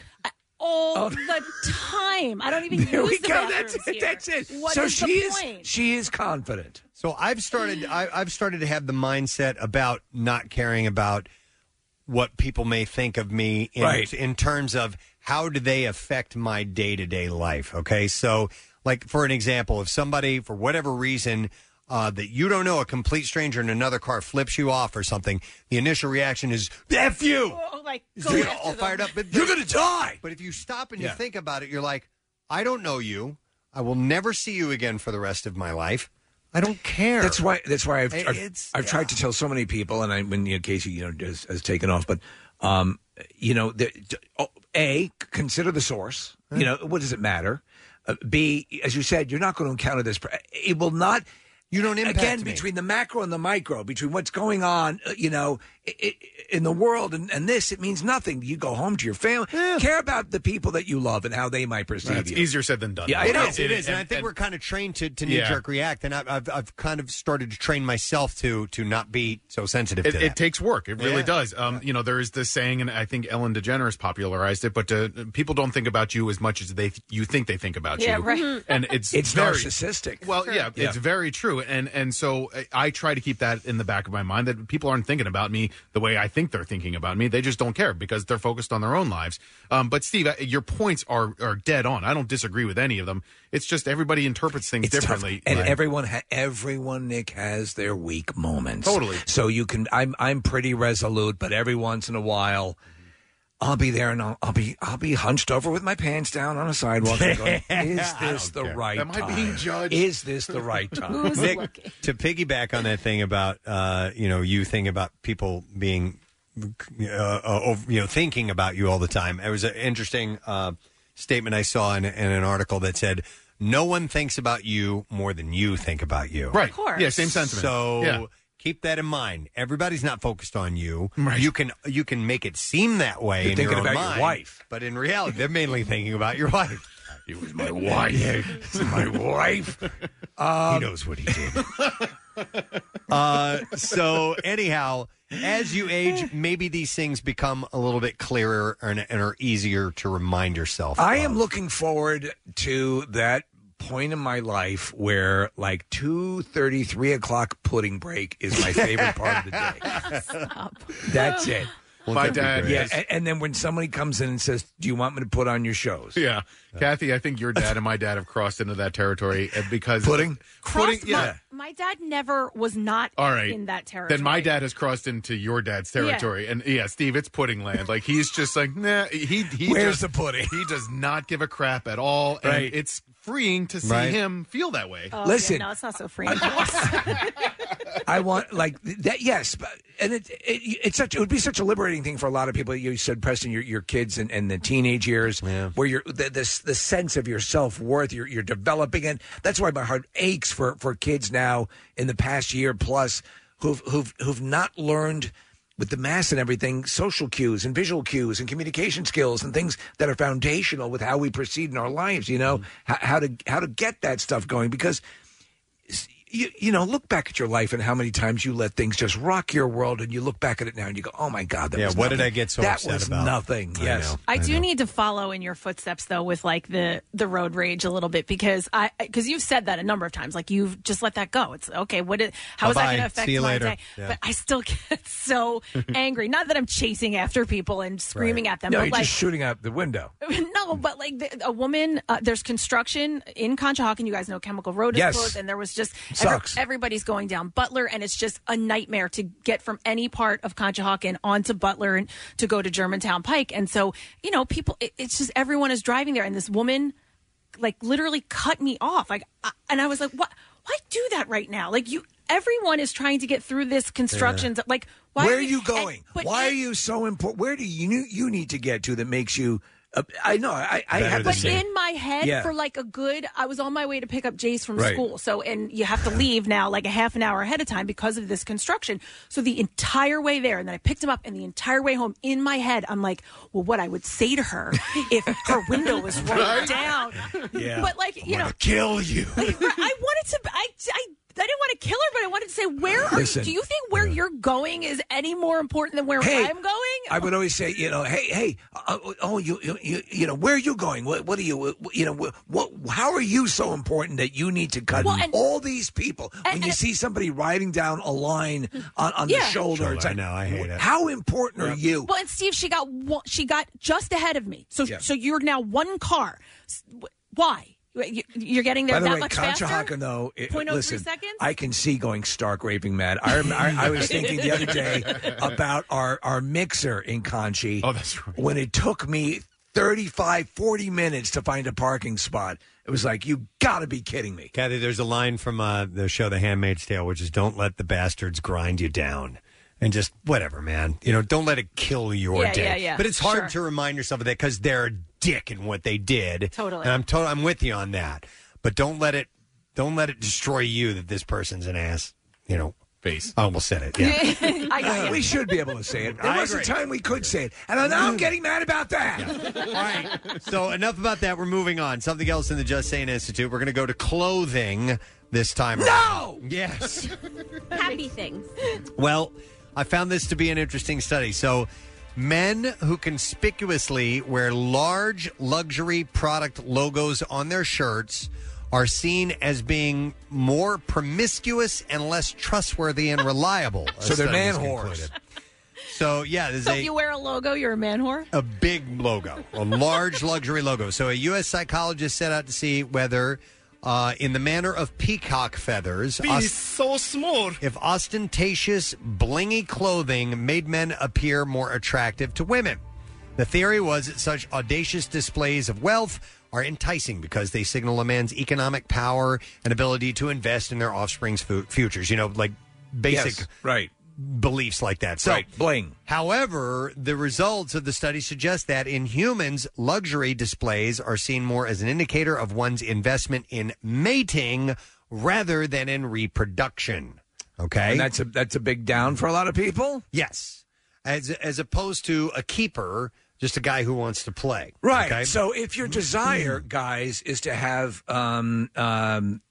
all
Oh.
the time? I don't even
There
use
we
the
go.
bathrooms
That's it.
here.
That's it.
What
so
is
she
the
is.
point?
She is confident.
So I've started. I, I've started to have the mindset about not caring about what people may think of me in,
Right.
in terms of how do they affect my day to day life. Okay, so like for an example, if somebody for whatever reason. Uh, that you don't know, a complete stranger in another car flips you off or something. The initial reaction is "f you."
Oh, like
So you get all fired up. But
You're gonna die.
But if you stop and
Yeah.
you think about it, you're like, I don't know you. I will never see you again for the rest of my life. I don't care.
That's why. That's why I've
It-
I've,
it's-
I've tried to tell so many people, and I when you know, Casey, you know, has, has taken off, but um, you know, the, oh, a consider the source. You know, what does it matter? Uh, B, as you said, you're not going to encounter this. pr- It will not.
You don't impact
again
me.
between the macro and the micro, between what's going on, uh, you know, i- i- in the world and, and this. It means nothing. You go home to your family. Care about the people that you love and how they might perceive
It's
you.
easier said than done.
Yeah,
it
I know.
is. It is, and, I think we're kind of trained to, to knee
Yeah.
jerk react, and I've, I've I've kind of started to train myself to to not be so sensitive.
It,
to
it
that.
takes work. It really
Yeah.
does. Um, You know, there is this saying, and I think Ellen DeGeneres popularized it, but uh, people don't think about you as much as they you think they think about
Yeah,
you.
right.
And it's
Mm-hmm. It's
very,
narcissistic.
Well, yeah,
Yeah.
it's very true. And and so I- I try to keep that in the back of my mind that people aren't thinking about me the way I think they're thinking about me. They just don't care because they're focused on their own lives. Um, but Steve, I- your points are are dead on. I don't disagree with any of them. It's just everybody interprets things
It's tough.
differently.
And
Right.
everyone, ha- everyone, Nick has their weak moments.
Totally.
So you can. I'm I'm pretty resolute, but every once in a while, I'll be there and I'll, I'll be I'll be hunched over with my pants down on a sidewalk. and going, Is
I
this
don't
the
care.
right
Am I
time?
being judged?
Is this the right time?
Nick, to piggyback on that thing about uh, you know you think about people being uh, uh, over- you know thinking about you all the time. It was an interesting uh, statement I saw in, in an article that said no one thinks about you more than you think about you.
Right. Of course. Yeah, same sentiment.
So.
Yeah.
Keep that in mind. Everybody's not focused on you.
Right.
You can you can make it seem that way.
You're
in
thinking
your own
about your
mind,
wife.
but in reality, they're mainly thinking about your wife.
It was my wife. my wife. Um,
he knows what he did. uh, so anyhow, as you age, maybe these things become a little bit clearer and, and are easier to remind yourself.
I am looking forward to that point in my life where like 2.30 3 o'clock pudding break is my favorite part of the day that's it
Well,
My dad
Yeah,
is-
and, and then when somebody comes in and says, "Do you want me to put on your shows?"
Yeah, Kathy, I think your dad and my dad have crossed into that territory uh, because
pudding,
pudding,
Crossed my-
yeah.
My, dad never was not
All right,
in that territory.
Then my dad has crossed into your dad's territory, and yeah, Steve, it's pudding land. Like he's just like, nah. He he.
Where's
just- He does not give a crap at all, and
Right.
it's freeing to see
Right.
him feel that way.
Oh, yeah, no, it's not so free.
I want like th- that. Yes, but, and it, it it's such it would be such a liberating thing for a lot of people. You said, Preston, your your kids and, and the teenage years, where you're the, this the sense of your self worth, you're you're developing it. That's why my heart aches for for kids now in the past year plus who've who've who've not learned with the mass and everything, social cues and visual cues and communication skills and things that are foundational with how we proceed in our lives. You know how, how to how to get that stuff going because you, you know, look back at your life and how many times you let things just rock your world, and you look back at it now and you go, "Oh my God, that
Yeah,
was
what did
nothing.
I get so
that
upset
was
about?"
Nothing.
I
Yes,
know.
I, do need to follow in your footsteps though with like the the road rage a little bit because I because you've said that a number of times like you've just let that go. It's okay. What is how is that
Bye-bye.
going to affect
See you
my
later.
day?
Yeah.
But I still get so angry. Not that I'm chasing after people and screaming at them,
No,
but
you're
like
just shooting out the window.
no, but like the, a woman, uh, there's construction in Conshohocken. You guys know Chemical Road is
Yes.
closed, and there was just
Sucks.
everybody's going down Butler, and it's just a nightmare to get from any part of Conshohocken onto Butler and to go to Germantown Pike. And so, you know, people, it, it's just everyone is driving there, and this woman, like, literally cut me off. Like, I, and I was like, what? Why do that right now? Like, you. Everyone is trying to get through this construction.
Yeah.
Like, why
Where are
we-
you
and-
going?
but
Why are you so important? Where do you you need to get to that makes you? Uh, I know. I, I have the
but
same.
in my head
Yeah.
for like a good i was on my way to pick up jace from
Right.
school so and you have to leave now like a half an hour ahead of time because of this construction so the entire way there and then i picked him up and the entire way home in my head i'm like well what i would say to her if her window was rolled
Right?
down
Yeah.
but like you
I'm
know
gonna kill you.
like, i wanted to i i I didn't want to kill her, but I wanted to say, where are
Listen.
you? Do you think where you're going is any more important than where
Hey,
I'm going?
I would always say, you know, hey, hey, uh, uh, oh, you, you, you, you know, where are you going? What, what are you, uh, you know, what, what, how are you so important that you need to cut
Well, and-
all these people? when you see somebody riding down a line on, on the
Yeah.
shoulder, it's
Shoulder, I
like,
know, I hate it.
How important are you?
Well, and Steve, she got one, she got just ahead of me. So
Yeah.
so you're now one car. S- wh- Why? You- You're getting there
By the
that
way,
much faster.
Conshohocken, though, it,
0.03
listen,
seconds?
I can see going stark raving mad. I, rem- I, I was thinking the other day about our, our mixer in Conchi. Oh, that's right. When it took me 35, 40 minutes to find a parking spot, it was like, you got to be kidding me.
Kathy, there's a line from uh, the show The Handmaid's Tale, which is "Don't let the bastards grind you down." And just whatever, man. You know, don't let it kill your
Yeah,
day.
yeah, yeah.
But it's hard
Sure.
to remind yourself of that because they're a dick in what they did.
Totally.
And I'm to- I'm with you on that. But don't let it don't let it destroy you that this person's an ass. You know, face. I almost said it. Yeah.
I got you.
we should be able to say it. There
I
was
agree. Mm.
a time we could say it, and now I'm getting mad about that. All
right. So enough about that. We're moving on. Something else in the Just Saying Institute. We're going to go to clothing this time.
No!
Yes.
Happy things.
Well, I found this to be an interesting study. So, men who conspicuously wear large luxury product logos on their shirts are seen as being more promiscuous and less trustworthy and reliable.
So
a
they're
study has
man whores.
concluded. So yeah, there's
So
a
if you wear a logo, you're a man whore.
a big logo, a large luxury logo. So, a U.S. psychologist set out to see whether, uh, in the manner of peacock feathers,
Be so small.
if ostentatious, blingy clothing made men appear more attractive to women. The theory was that such audacious displays of wealth are enticing because they signal a man's economic power and ability to invest in their offspring's fu- futures. You know, like basic
Yes, right.
beliefs like that. So,
Right, bling.
However, the results of the study suggest that in humans, luxury displays are seen more as an indicator of one's investment in mating rather than in reproduction. Okay,
And that's a that's a big down for a lot of people.
Yes, as as opposed to a keeper, just a guy who wants to play.
Right.
Okay?
So if your desire, guys, is to have um, um,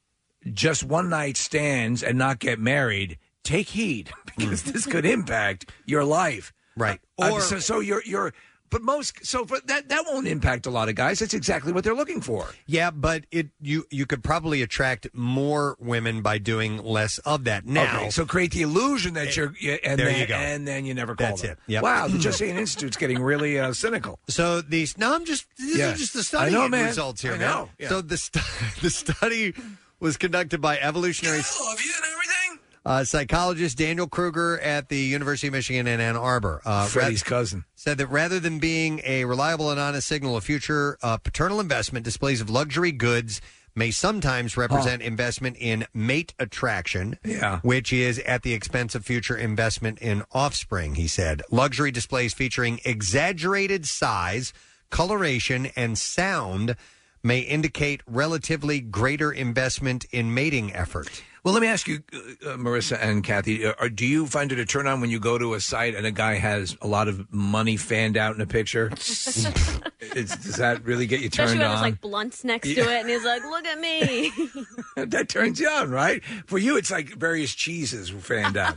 just one night stands and not get married, take heed because this could impact your life. Right.
Hmm. Or-
so, so your your but most so for that that won't impact a lot of guys. That's exactly what they're looking for.
Yeah, but it you you could probably attract more women by doing less of that now. Eh,
Okay, so create the illusion that you're yeah, and
there
then,
you go.
and then you never call
That's
them.
it. Yep.
Wow, the Just Saying Institute's getting really uh, cynical.
So these no, I'm just these are just the
I
study
know, man.
results here,
I know.
man. So the stu- the study was conducted by evolutionary uh, psychologist Daniel Kruger at the University of Michigan in Ann Arbor. Uh,
Freddie's
rath-
cousin.
said that rather than being a reliable and honest signal of future uh, paternal investment, displays of luxury goods may sometimes represent investment in mate attraction,
Yeah.
which is at the expense of future investment in offspring, he said. Luxury displays featuring exaggerated size, coloration, and sound may indicate relatively greater investment in mating effort.
Well, let me ask you, uh, uh, Marissa and Kathy, uh, are, do you find it a turn on when you go to a site and a guy has a lot of money fanned out in a picture? it's, does that really get you
Especially
turned
when there's
on?
like blunts next
Yeah.
to it, and he's like, "Look at me."
that turns you on, right? For you, it's like various cheeses were fanned out.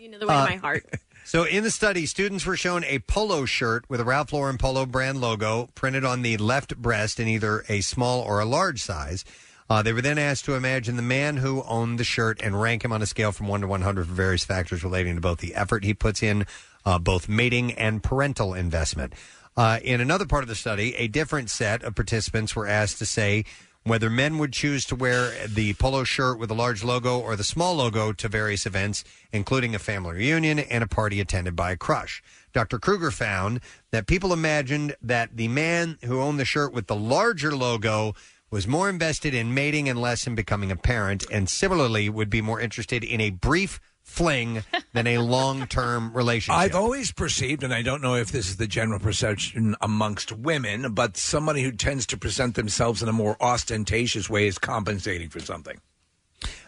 you know the way
Uh,
to my heart.
So, in the study, students were shown a polo shirt with a Ralph Lauren Polo brand logo printed on the left breast in either a small or a large size. Uh, they were then asked to imagine the man who owned the shirt and rank him on a scale from 1 to 100 for various factors relating to both the effort he puts in, uh, both mating and parental investment. Uh, in another part of the study, a different set of participants were asked to say whether men would choose to wear the polo shirt with a large logo or the small logo to various events, including a family reunion and a party attended by a crush. Dr. Kruger found that people imagined that the man who owned the shirt with the larger logo was more invested in mating and less in becoming a parent, and similarly would be more interested in a brief fling than a long term relationship.
I've always perceived, and I don't know if this is the general perception amongst women, but somebody who tends to present themselves in a more ostentatious way is compensating for something.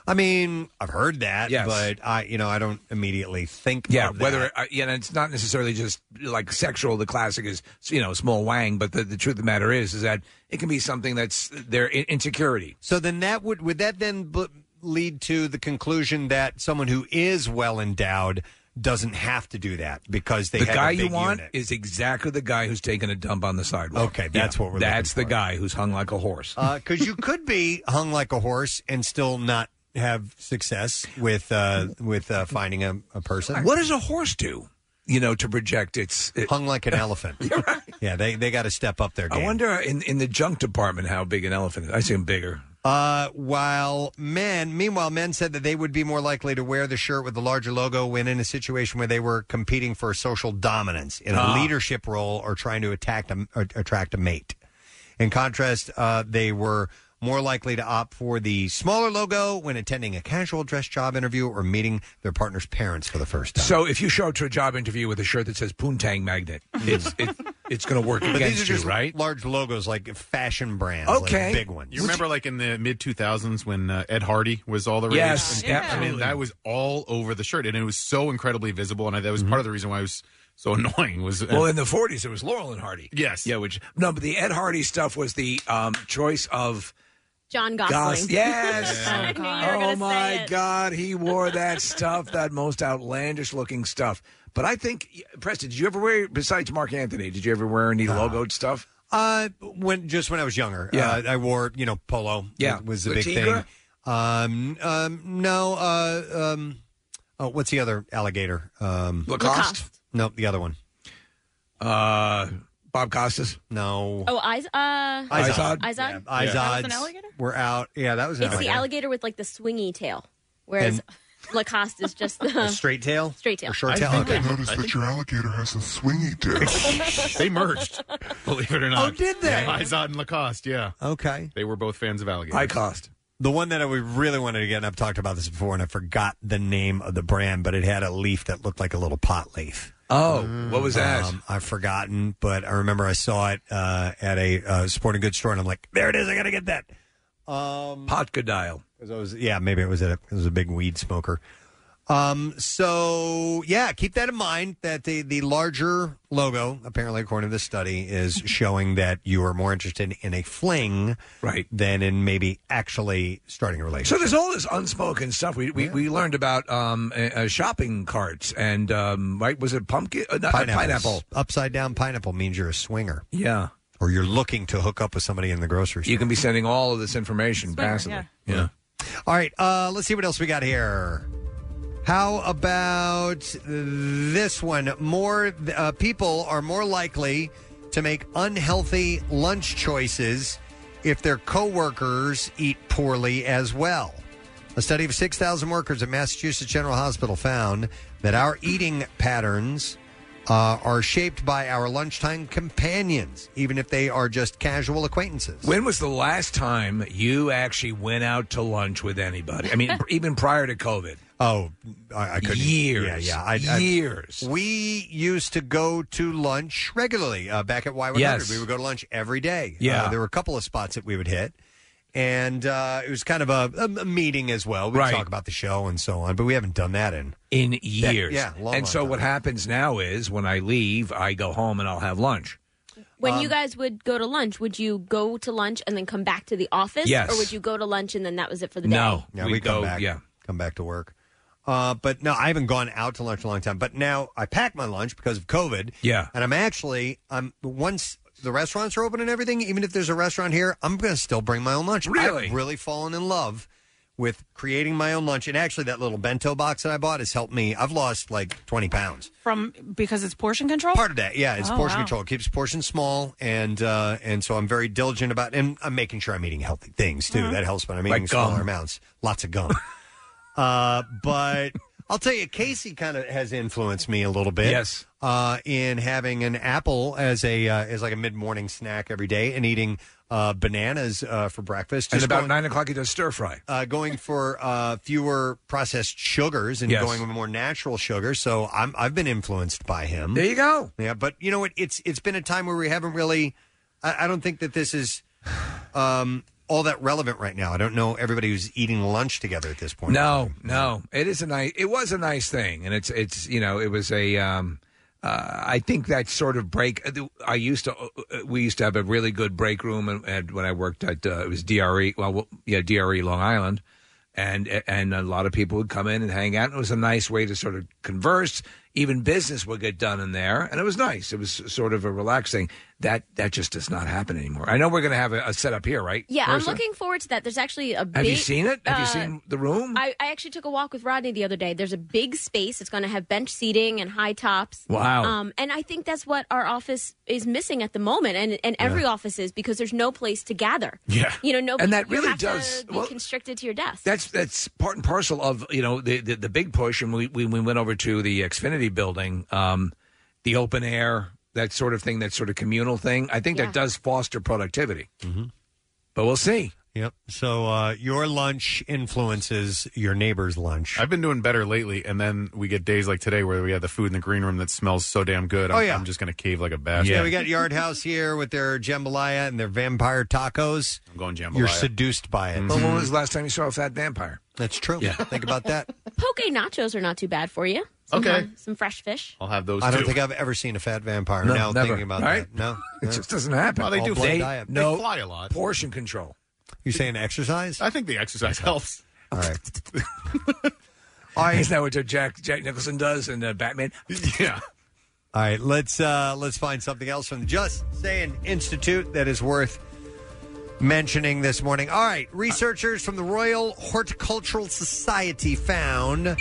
I mean, I've heard that, but I, you know, I don't immediately think.
Yeah,
of that.
whether uh, you know, it's not necessarily just like sexual. The classic is you know small wang, but the, the truth of the matter is is that it can be something that's their in- insecurity.
So then that would would that then b- lead to the conclusion that someone who is well endowed doesn't have to do that because they
the
have
guy
a big
you want
unit.
is exactly the guy who's taking a dump on the sidewalk.
Okay, that's what we're looking
That's the guy who's hung like a horse.
because Uh, you could be hung like a horse and still not have success with uh, with uh, finding a, a person.
what does a horse do? You know, to project its
hung like an elephant. Yeah, they they got to step up their game.
I wonder in in the junk department how big an elephant is. I assume bigger.
Uh, while men, meanwhile, men said that they would be more likely to wear the shirt with the larger logo when in a situation where they were competing for social dominance in a
Ah.
leadership role or trying to attack a, or attract a mate. In contrast, uh, they were more likely to opt for the smaller logo when attending a casual dress job interview or meeting their partner's parents for the first time.
So if you show up to a job interview with a shirt that says "Poontang Magnet," it's it, it's going to work
But
against
these are
you,
just
right?
large logos, like fashion brands, like big ones.
You remember, like in the mid 2000s when uh, Ed Hardy was all the rage?
Yes,
And- and-
absolutely.
I mean, that was all over the shirt, and it was so incredibly visible, and I, that was part of the reason why it was so annoying. Was
Mm-hmm. Well, in the 40s, it was Laurel and Hardy.
Yes.
Yeah, which no, but the Ed Hardy stuff was the um, choice of
John Gosling.
Gos- Yes.
I knew you were
oh
gonna say
my
it.
God, he wore that stuff, that most outlandish looking stuff. But I think, Preston, did you ever wear besides Mark Anthony? Did you ever wear any logoed stuff?
Uh-huh. Uh, when just when I was younger,
Yeah.
uh, I wore you know polo.
Yeah.
was- was the
With
big
Tigra?
thing. Um, um, no, uh, um, oh, what's the other alligator? Um,
Lacoste? Lacoste.
No, the other one.
Uh, Bob Costas.
No.
Oh, Iz- uh,
Izod.
Izod?
Izods
That was an alligator?
We're out. Yeah, that was
It's
an
the
alligator.
alligator with like the swingy tail, whereas Lacoste is just
A
the
straight tail.
Straight tail.
Or short
I
tail.
think I
Okay.
noticed that
Your alligator has a swingy tail.
they merged, believe it or not.
Oh, did they?
Yeah, Izod and Lacoste, yeah.
Uh,
Okay.
They were both fans of alligators.
cost.
The one that I really wanted to get, and I've talked about this before, and I forgot the name of the brand, but it had a leaf that looked like a little pot leaf.
Oh, what was that?
Um, I've forgotten, but I remember I saw it uh, at a uh, sporting goods store, and I'm like, there it is. I got to get that. Um,
Pot Godile.
yeah, maybe it was a it was a big weed smoker. Um, so yeah, keep that in mind that the, the larger logo, apparently according to this study, is showing that you are more interested in a fling right. than in maybe actually starting a
So
relationship.
there's all this unspoken stuff. We we, we learned about um, uh, uh, shopping carts and um, right was it pumpkin? Uh, not, uh,
Pineapples.
pineapple.
Upside down pineapple means you're a swinger.
Yeah.
Or you're looking to hook up with somebody in the grocery store.
You can be sending all of this information passively. yeah.
All right, uh, let's see what else we got here. How about this one? More uh, people are more likely to make unhealthy lunch choices if their coworkers eat poorly as well. A study of 6,000 workers at Massachusetts General Hospital found that our eating patterns uh, are shaped by our lunchtime companions, even if they are just casual acquaintances.
When was the last time you actually went out to lunch with anybody? I mean, even prior to COVID.
Oh, I, I couldn't.
Years.
Yeah, yeah.
Years.
we used to go to lunch regularly uh, back at Y100.
Yes.
We would go to lunch every day.
Yeah.
Uh, there were a couple of spots that we would hit. And uh, it was kind of a, a- a meeting as well. We would
Right.
talk about the show and so on, but we haven't done that in.
in years.
yeah, long,
and
long
so
time.
what happens now is when I leave, I go home and I'll have lunch.
When
Um,
you guys would go to lunch, would you go to lunch and then come back to the office?
Yes.
Or would you go to lunch and then that was it for the day?
Yeah, we, come back. Yeah. Come back to work. Uh, but no, I haven't gone out to lunch in a long time. But now I pack my lunch because of COVID.
Yeah.
And I'm actually, I'm once the restaurants are open and everything, even if there's a restaurant here, I'm going to still bring my own lunch.
Really?
I've really fallen in love with creating my own lunch. And actually, that little bento box that I bought has helped me. I've lost like 20 pounds.
from because it's portion control.
Part of that, yeah, it's
Oh,
portion
wow.
control. It keeps portions small, and uh, and so I'm very diligent about, and I'm making sure I'm eating healthy things too.
Mhm.
That helps when I'm
Like
eating smaller
gum.
amounts, lots of gum. uh, but I'll tell you, Casey kind of has influenced me a little bit.
Yes.
uh, in having an apple as a uh, as like a mid morning snack every day, and eating uh, bananas uh, for breakfast.
and
Just
about
going-
nine o'clock, he does stir fry.
uh, going for uh, fewer processed sugars and
Yes.
going with more natural sugar. So I'm I've been influenced by him.
There you go.
Yeah, but you know what? It's it's been a time where we haven't really. I, I don't think that this is. Um, all that relevant right now. I don't know everybody who's eating lunch together at this point.
No, no, it is a nice. It was a nice thing, and it's it's you know it was a. Um, uh, I think that sort of break. I used to. uh, We used to have a really good break room, and, and when I worked at uh, it was DRE. Well, yeah, DRE Long Island, and and a lot of people would come in and hang out. And it was a nice way to sort of converse. Even business would get done in there, and it was nice. It was sort of a relaxing. That that just does not happen anymore. I know we're going to have a, a setup here, right?
Yeah,
Marissa?
I'm looking forward to that. There's actually a big.
uh, Have you seen it? Have
uh,
you seen the room?
I, I actually took a walk with Rodney the other day. There's a big space. It's going to have bench seating and high tops.
Wow.
Um, and I think that's what our office is missing at the moment, and and every office is because there's no place to gather.
Yeah.
You know, no.
And that
you
really
have to
does-
be
well-
constricted to your desk.
That's that's part and parcel of you know the the, the big push, and we, we we went over to the Xfinity building, um, the open air, that sort of thing, that sort of communal thing. I think
Yeah.
that does foster productivity, Mm-hmm. but we'll see.
Yep. So uh, your lunch influences your neighbor's lunch.
I've been doing better lately, and then we get days like today where we have the food in the green room that smells so damn good. I'm,
Oh, yeah.
I'm just going to cave like a bastard.
Yeah, we got Yard House here with their jambalaya and their vampire tacos. I'm
going jambalaya.
You're seduced by it.
But when was the last time you saw a fat vampire?
That's true. Think about that.
Poke nachos are not too bad for you. Some,
Okay.
um, Some fresh fish.
I'll have those.
I don't
two.
think I've ever seen a fat vampire.
No,
now
never.
thinking about
Right?
that, no,
It just doesn't happen.
Well,
Well, they do.
Blood
They-
diet.
no.
They fly a lot.
Portion control.
You saying exercise?
I think the exercise helps.
All right.
All right. Isn't that what Jack Jack Nicholson does in uh, Batman?
Yeah.
All right, let's uh let's find something else from the Just Saying Institute that is worth mentioning this morning. All right, researchers from the Royal Horticultural Society found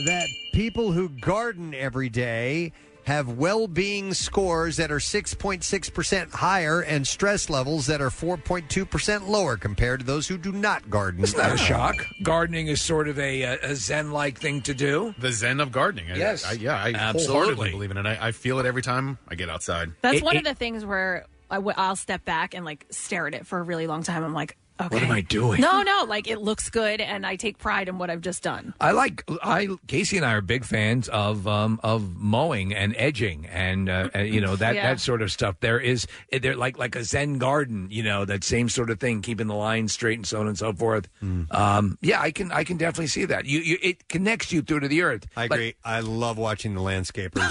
that people who garden every day have well-being scores that are 6.6% higher and stress levels that are 4.2% lower compared to those who do not garden.
It's not a
at all.
shock. Gardening is sort of a, uh, a Zen like thing to do.
The Zen of gardening. I-
Yes.
I, yeah, I
Absolutely.
wholeheartedly believe in it. I, I feel it every time I get outside.
That's one of the things where I w- I'll step back and like stare at it for a really long time. I'm like,
What am I doing?
No, no, like it looks good, and I take pride in what I've just done.
I like I Casey and I are big fans of um, of mowing and edging and uh, and, you know that
Yeah.
that sort of stuff. There is they're like like a Zen garden, you know, that same sort of thing, keeping the line straight and so on and so forth.
Mm.
Um, yeah, I can I can definitely see that. You, you it connects you through to the earth.
I
But-
agree. I love watching the landscapers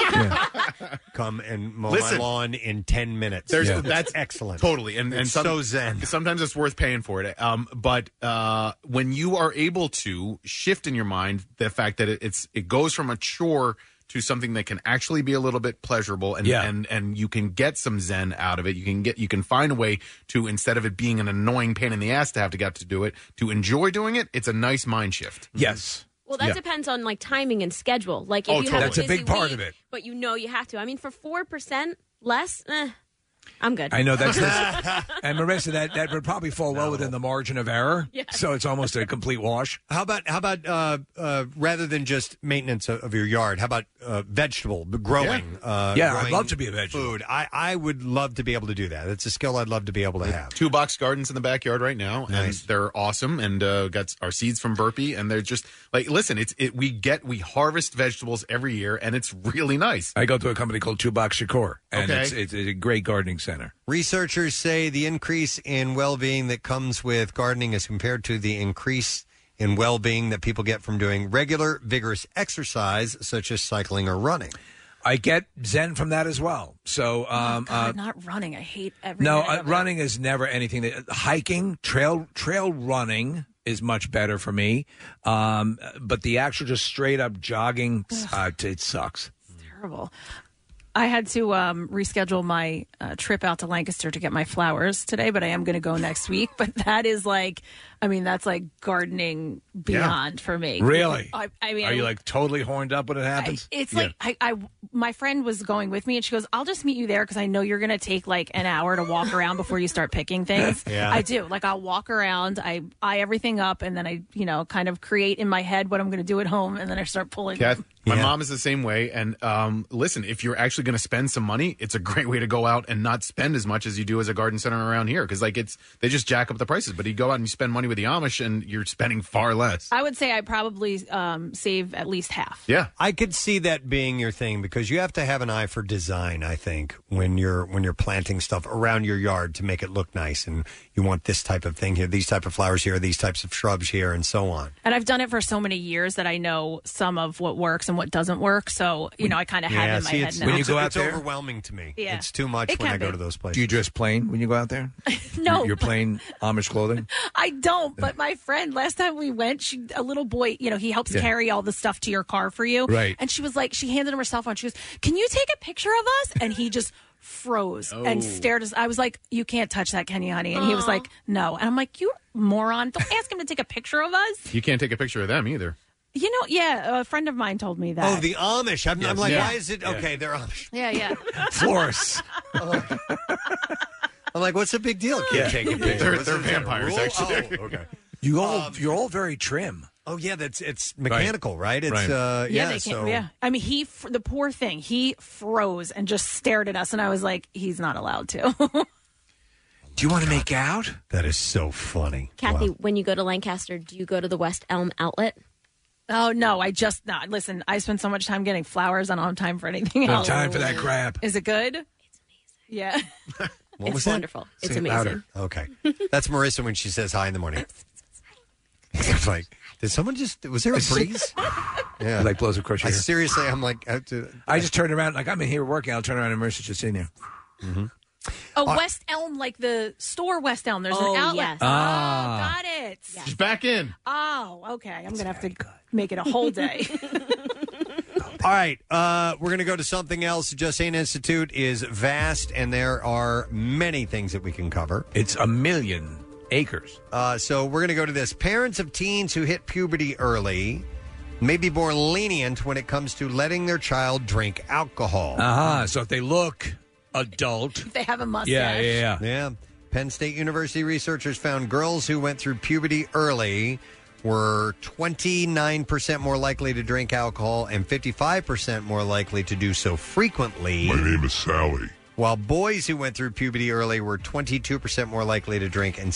come and mow
Listen.
my lawn in ten minutes.
There's,
Yeah.
That's
excellent.
Totally, and and
It's
some-
so zen.
Sometimes it's worth paying for it. Um, but uh, when you are able to shift in your mind the fact that it, it's it goes from a chore to something that can actually be a little bit pleasurable, and
Yeah.
and and you can get some zen out of it. You can get you can find a way to instead of it being an annoying pain in the ass to have to get to do it to enjoy doing it. It's a nice mind shift.
Yes.
Well, that depends on like timing and schedule. Like, if
Oh,
you
totally.
have
That's a
busy
big part
week,
of it.
But you know you have to. I mean, for four percent less, eh, I'm good.
I know that's and Marissa that that would probably fall well within the margin of error. So it's almost a complete wash.
How about how about uh, uh, rather than just maintenance of, of your yard? How about uh, vegetable b- growing?
Yeah.
Uh,
Yeah, I'd
growing
love to be a vegetable.
Food. I, I would love to be able to do that. It's a skill I'd love to be able to have.
Two box gardens in the backyard right now, and they're awesome. And uh, got our seeds from Burpee, and they're just like, listen, it's it. We get we harvest vegetables every year, and it's really nice.
I go to a company called Two Box Shakur, and
Okay.
it's, it's a great gardening center.
Researchers say the increase in well-being that comes with gardening is compared to the increase in well-being that people get from doing regular vigorous exercise such as cycling or running.
I get zen from that as well. So um, uh,
Oh God, not running. I hate every.
no,
minute
uh,
of it.
running is never anything. That, hiking, trail trail running is much better for me. Um, but the actual just straight up jogging, uh, t- it sucks.
terrible. I had to um, reschedule my uh, trip out to Lancaster to get my flowers today, but I am going to go next week. But that is like, I mean, that's like gardening beyond for me.
Really?
I, I mean,
are you like totally horned up when it happens?
It's like I, I, my friend was going with me, and she goes, "I'll just meet you there because I know you're going to take like an hour to walk around before you start picking things."
Yeah.
I do. Like I'll walk around, I eye everything up, and then I, you know, kind of create in my head what I'm going to do at home, and then I start pulling.
Kath, my mom is the same way. And um, listen, if you're actually going to spend some money, it's a great way to go out and not spend as much as you do as a garden center around here because like it's they just jack up the prices. But you go out and you spend money with the Amish, and you're spending far less.
I would say I probably um, save at least half.
Yeah,
I could see that being your thing because you have to have an eye for design. I think when you're when you're planting stuff around your yard to make it look nice, and you want this type of thing here, these type of flowers here, these types of shrubs here, and so on.
And I've done it for so many years that I know some of what works and what doesn't work. So, you know, I kind of have it in my
see,
head
it's,
now.
it's- it's overwhelming to me.
Yeah.
It's too much
It
when
can
I go
be.
to those places.
Do you dress plain when you go out there?
No.
You're, you're plain Amish clothing?
I don't, but my friend, last time we went, she, a little boy, you know, he helps
Yeah.
carry all the stuff to your car for you.
Right.
And she was like, she handed him her cell phone. She goes, Can you take a picture of us? And he just froze
Oh.
and stared at us. I was like, You can't touch that, Kenny, honey. And he was
Aw.
like, No. And I'm like, You moron. Don't ask him to take a picture of us.
You can't take a picture of them either.
You know, yeah, a friend of mine told me that.
Oh, the Amish. I'm, I'm like,
Yeah.
why is it
Yeah.
okay? They're Amish.
yeah, yeah.
Florists.
I'm like, what's the big deal? Kid
Yeah.
taking
They're-
pictures.
they're
What's the big
vampires,
rule?
actually.
Oh, okay.
You all, you're all very trim.
Oh yeah, that's it's mechanical, right? It's
Right.
uh, yeah.
yeah, they can't.
so
Yeah, I mean, he fr- the poor thing. He froze and just stared at us, and I was like, he's not allowed to.
Do you want to make out?
that is so funny.
Kathy, when you go to Lancaster, do you go to the West Elm Outlet?
oh no, I just not listen. I spend so much time getting flowers, and I don't have time for anything
No
else.
time for that crap.
Is it good? It's amazing. Yeah.
What
It's
was that?
wonderful. It's
Say it louder. Okay, that's Marissa when she says hi in the morning. it's like, did someone just? Was there a breeze? yeah,
like blows across your
I
hair.
seriously, I'm like, I, have to,
I just turned around, like I'm in here working. I'll turn around and Marissa's just sitting there.
Oh,
Uh,
West Elm, like the store West Elm. There's
Oh,
an outlet.
yes.
Oh,
Ah.
got it.
She's back in.
Oh, okay. I'm gonna have to make it a whole day.
All right, uh, we're going to go to something else. The Justine Institute is vast, and there are many things that we can cover.
It's a million acres.
Uh, so we're going to go to this. Parents of teens who hit puberty early may be more lenient when it comes to letting their child drink alcohol.
Uh-huh. So if they look adult,
they have a mustache.
Yeah, yeah,
yeah. Penn State University researchers found girls who went through puberty early were 29% more likely to drink alcohol and 55% more likely to do so frequently.
My name is Sally.
while boys who went through puberty early were 22% more likely to drink and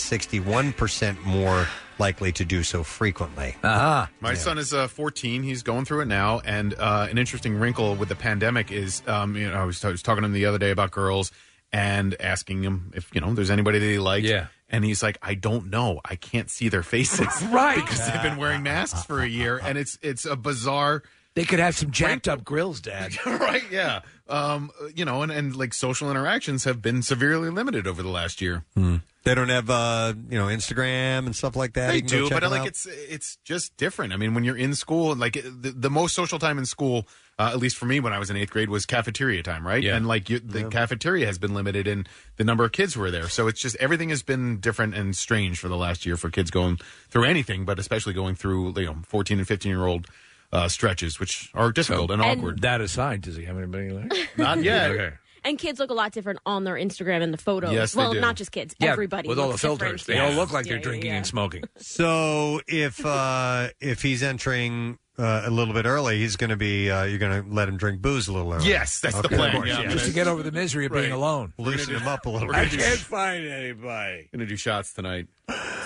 61% more likely to do so frequently.
Uh-huh.
My son is uh, 14. He's going through it now. And uh, an interesting wrinkle with the pandemic is, um, you know, I was, I was talking to him the other day about girls and asking him if, you know, there's anybody that he likes. Yeah. And he's like, I don't know. I can't see their faces.
Right.
Because they've been wearing masks for a year. And it's it's a bizarre.
They could have some jacked up grills, Dad.
right, yeah. Um, you know, and, and like social interactions have been severely limited over the last year.
Hmm. They don't have, uh, you know, Instagram and stuff like that.
They
You can go
do,
check
but
them
like
out.
it's it's just different. I mean, when you're in school, like it- the, the most social time in school, uh, at least for me when I was in eighth grade, was cafeteria time, right?
Yeah.
And like you, the
Yeah.
cafeteria has been limited in the number of kids who are there, so it's just everything has been different and strange for the last year for kids going through anything, but especially going through you know 14 and 15 year old uh, stretches, which are difficult and,
And-
awkward.
That aside, does he have anybody like?
Not yet.
And kids look a lot different on their Instagram and the photos.
Yes, they
well,
do.
not just kids.
Yeah,
everybody
with all
looks
the filters.
different.
They all look
like
Yeah,
they're
yeah,
drinking
yeah.
and smoking.
So if uh, if he's entering uh, a little bit early, he's going to be uh, you're going to let him drink booze a little early.
Yes, that's the plan, yeah. Just to get over the misery of being alone.
loosen him up a little
I
bit.
can't find anybody.
Gonna do shots tonight,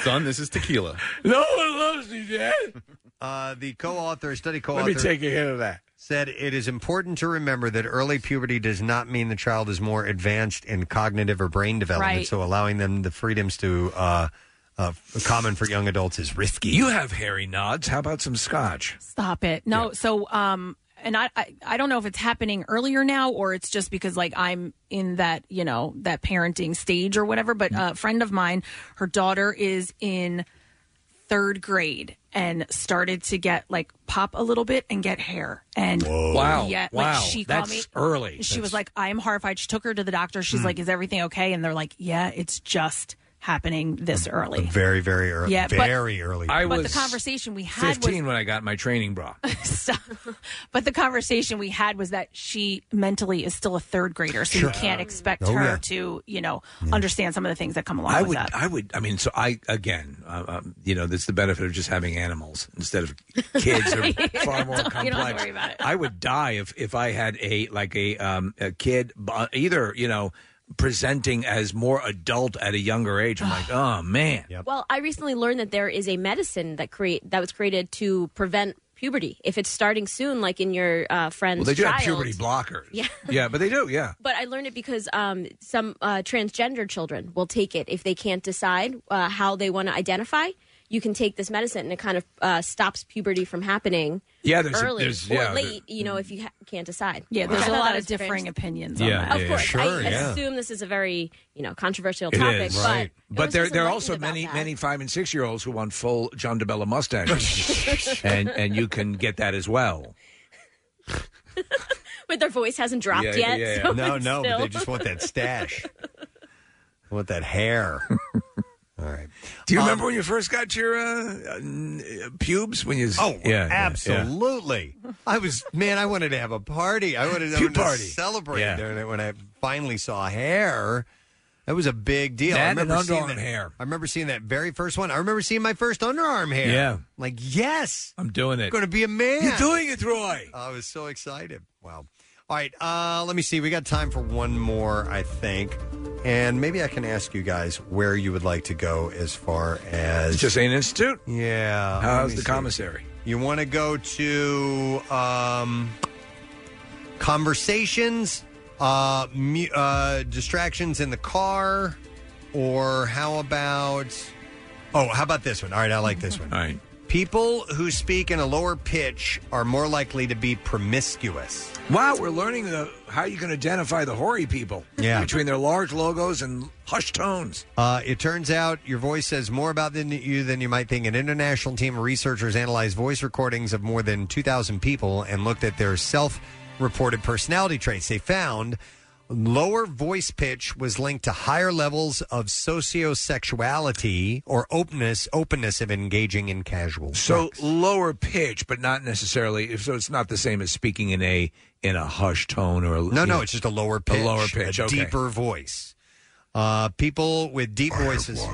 son. This is tequila.
No one loves me, Dad.
Uh, the co-author, study co-author,
Let me take a hit of that.
Said it is important to remember that early puberty does not mean the child is more advanced in cognitive or brain development.
Right.
So allowing them the freedoms to uh, uh, common for young adults is risky.
You have hairy nods. How about some scotch?
Stop it. No. So, um, and I, I, I don't know if it's happening earlier now or it's just because like I'm in that, you know, that parenting stage or whatever. But
Mm-hmm.
a friend of mine, her daughter is in third grade and started to get like pop a little bit and get hair. And
Wow.
yeah,
wow.
like she
That's
called me
early.
She
That's-
was like, I'm horrified. She took her to the doctor. She's
Hmm.
like, is everything okay? And they're like, yeah, it's just happening this
Hmm.
early.
Very, very early.
Yeah, but-
very early.
I
but
was
the conversation we had was
15 when I got my training bra.
Stop. But the conversation we had was that she mentally is still a third grader, so
Sure.
you can't expect
Oh,
her
yeah.
to, you know, understand some of the things that come along
I
with
would,
that.
I would, I mean, so I, again, uh, um, you know, that's the benefit of just having animals instead of kids are far more
Don't-
complex.
You don't have to worry about it.
I would die if if I had a like a um a kid bu- either you know presenting as more adult at a younger age. I'm like, oh man.
Well, I recently learned that there is a medicine that create that was created to prevent puberty if it's starting soon, like in your uh, friend's
Well, they do
child.
have puberty blockers.
Yeah.
yeah, but they do. Yeah.
But I learned it because um, some uh, transgender children will take it if they can't decide uh, how they want to identify. You can take this medicine, and it kind of uh, stops puberty from happening.
Yeah, there's a-
early
there's-
or
yeah, mm.
late. You know, if you ha- can't decide.
Yeah,
I
there's a
thought
lot
that
of
was very
differing
interesting.
opinions
Yeah,
on that.
yeah,
Of course,
Sure,
I
yeah.
assume this is a very you know controversial
It is
topic, but
But, there there are also many many five and six year olds who want full John DeBella mustaches, and and you can get that as well.
but their voice hasn't dropped
Yeah,
yet.
yeah, yeah.
so
no,
it's
no, but
still-
they just want that stash. they want that hair. Um, All right.
Do you remember when you first got your uh, uh, pubes? When you
Oh,
yeah,
absolutely. I was man. I wanted to have a party. I wanted to,
Pube
wanted to
party.
celebrate
Yeah.
during it when I finally saw hair. That was a big deal. I
That and
remember seeing
underarm
that,
hair.
I remember seeing that very first one. I remember seeing my first underarm hair.
Yeah.
I'm like yes,
I'm doing it.
I'm going to be a man.
You're doing it, Roy.
I was so excited. Wow. All right. Uh, let me see. We got time for one more, I think, and maybe I can ask you guys where you would like to go as far as
just an institute.
Yeah. let
How's
me
the
see.
commissary?
You want to go to um, conversations, uh, mu- uh, distractions in the car, or how about? Oh, how about this one? All right, I like this one. All
right.
People who speak in a lower pitch are more likely to be promiscuous.
Wow, we're learning the, how you can identify the hoary people.
Yeah.
between their large logos and hushed tones.
Uh, it turns out your voice says more about than you than you might think. An international team of researchers analyzed voice recordings of more than 2,000 people and looked at their self-reported personality traits. They found lower voice pitch was linked to higher levels of sociosexuality or openness openness of engaging in casual.
So lower pitch, but not necessarily. So it's not the same as speaking in a in a hushed tone or
No, no, it's just a lower pitch,
a lower pitch,
a
okay.
deeper voice. Uh, people with deep voices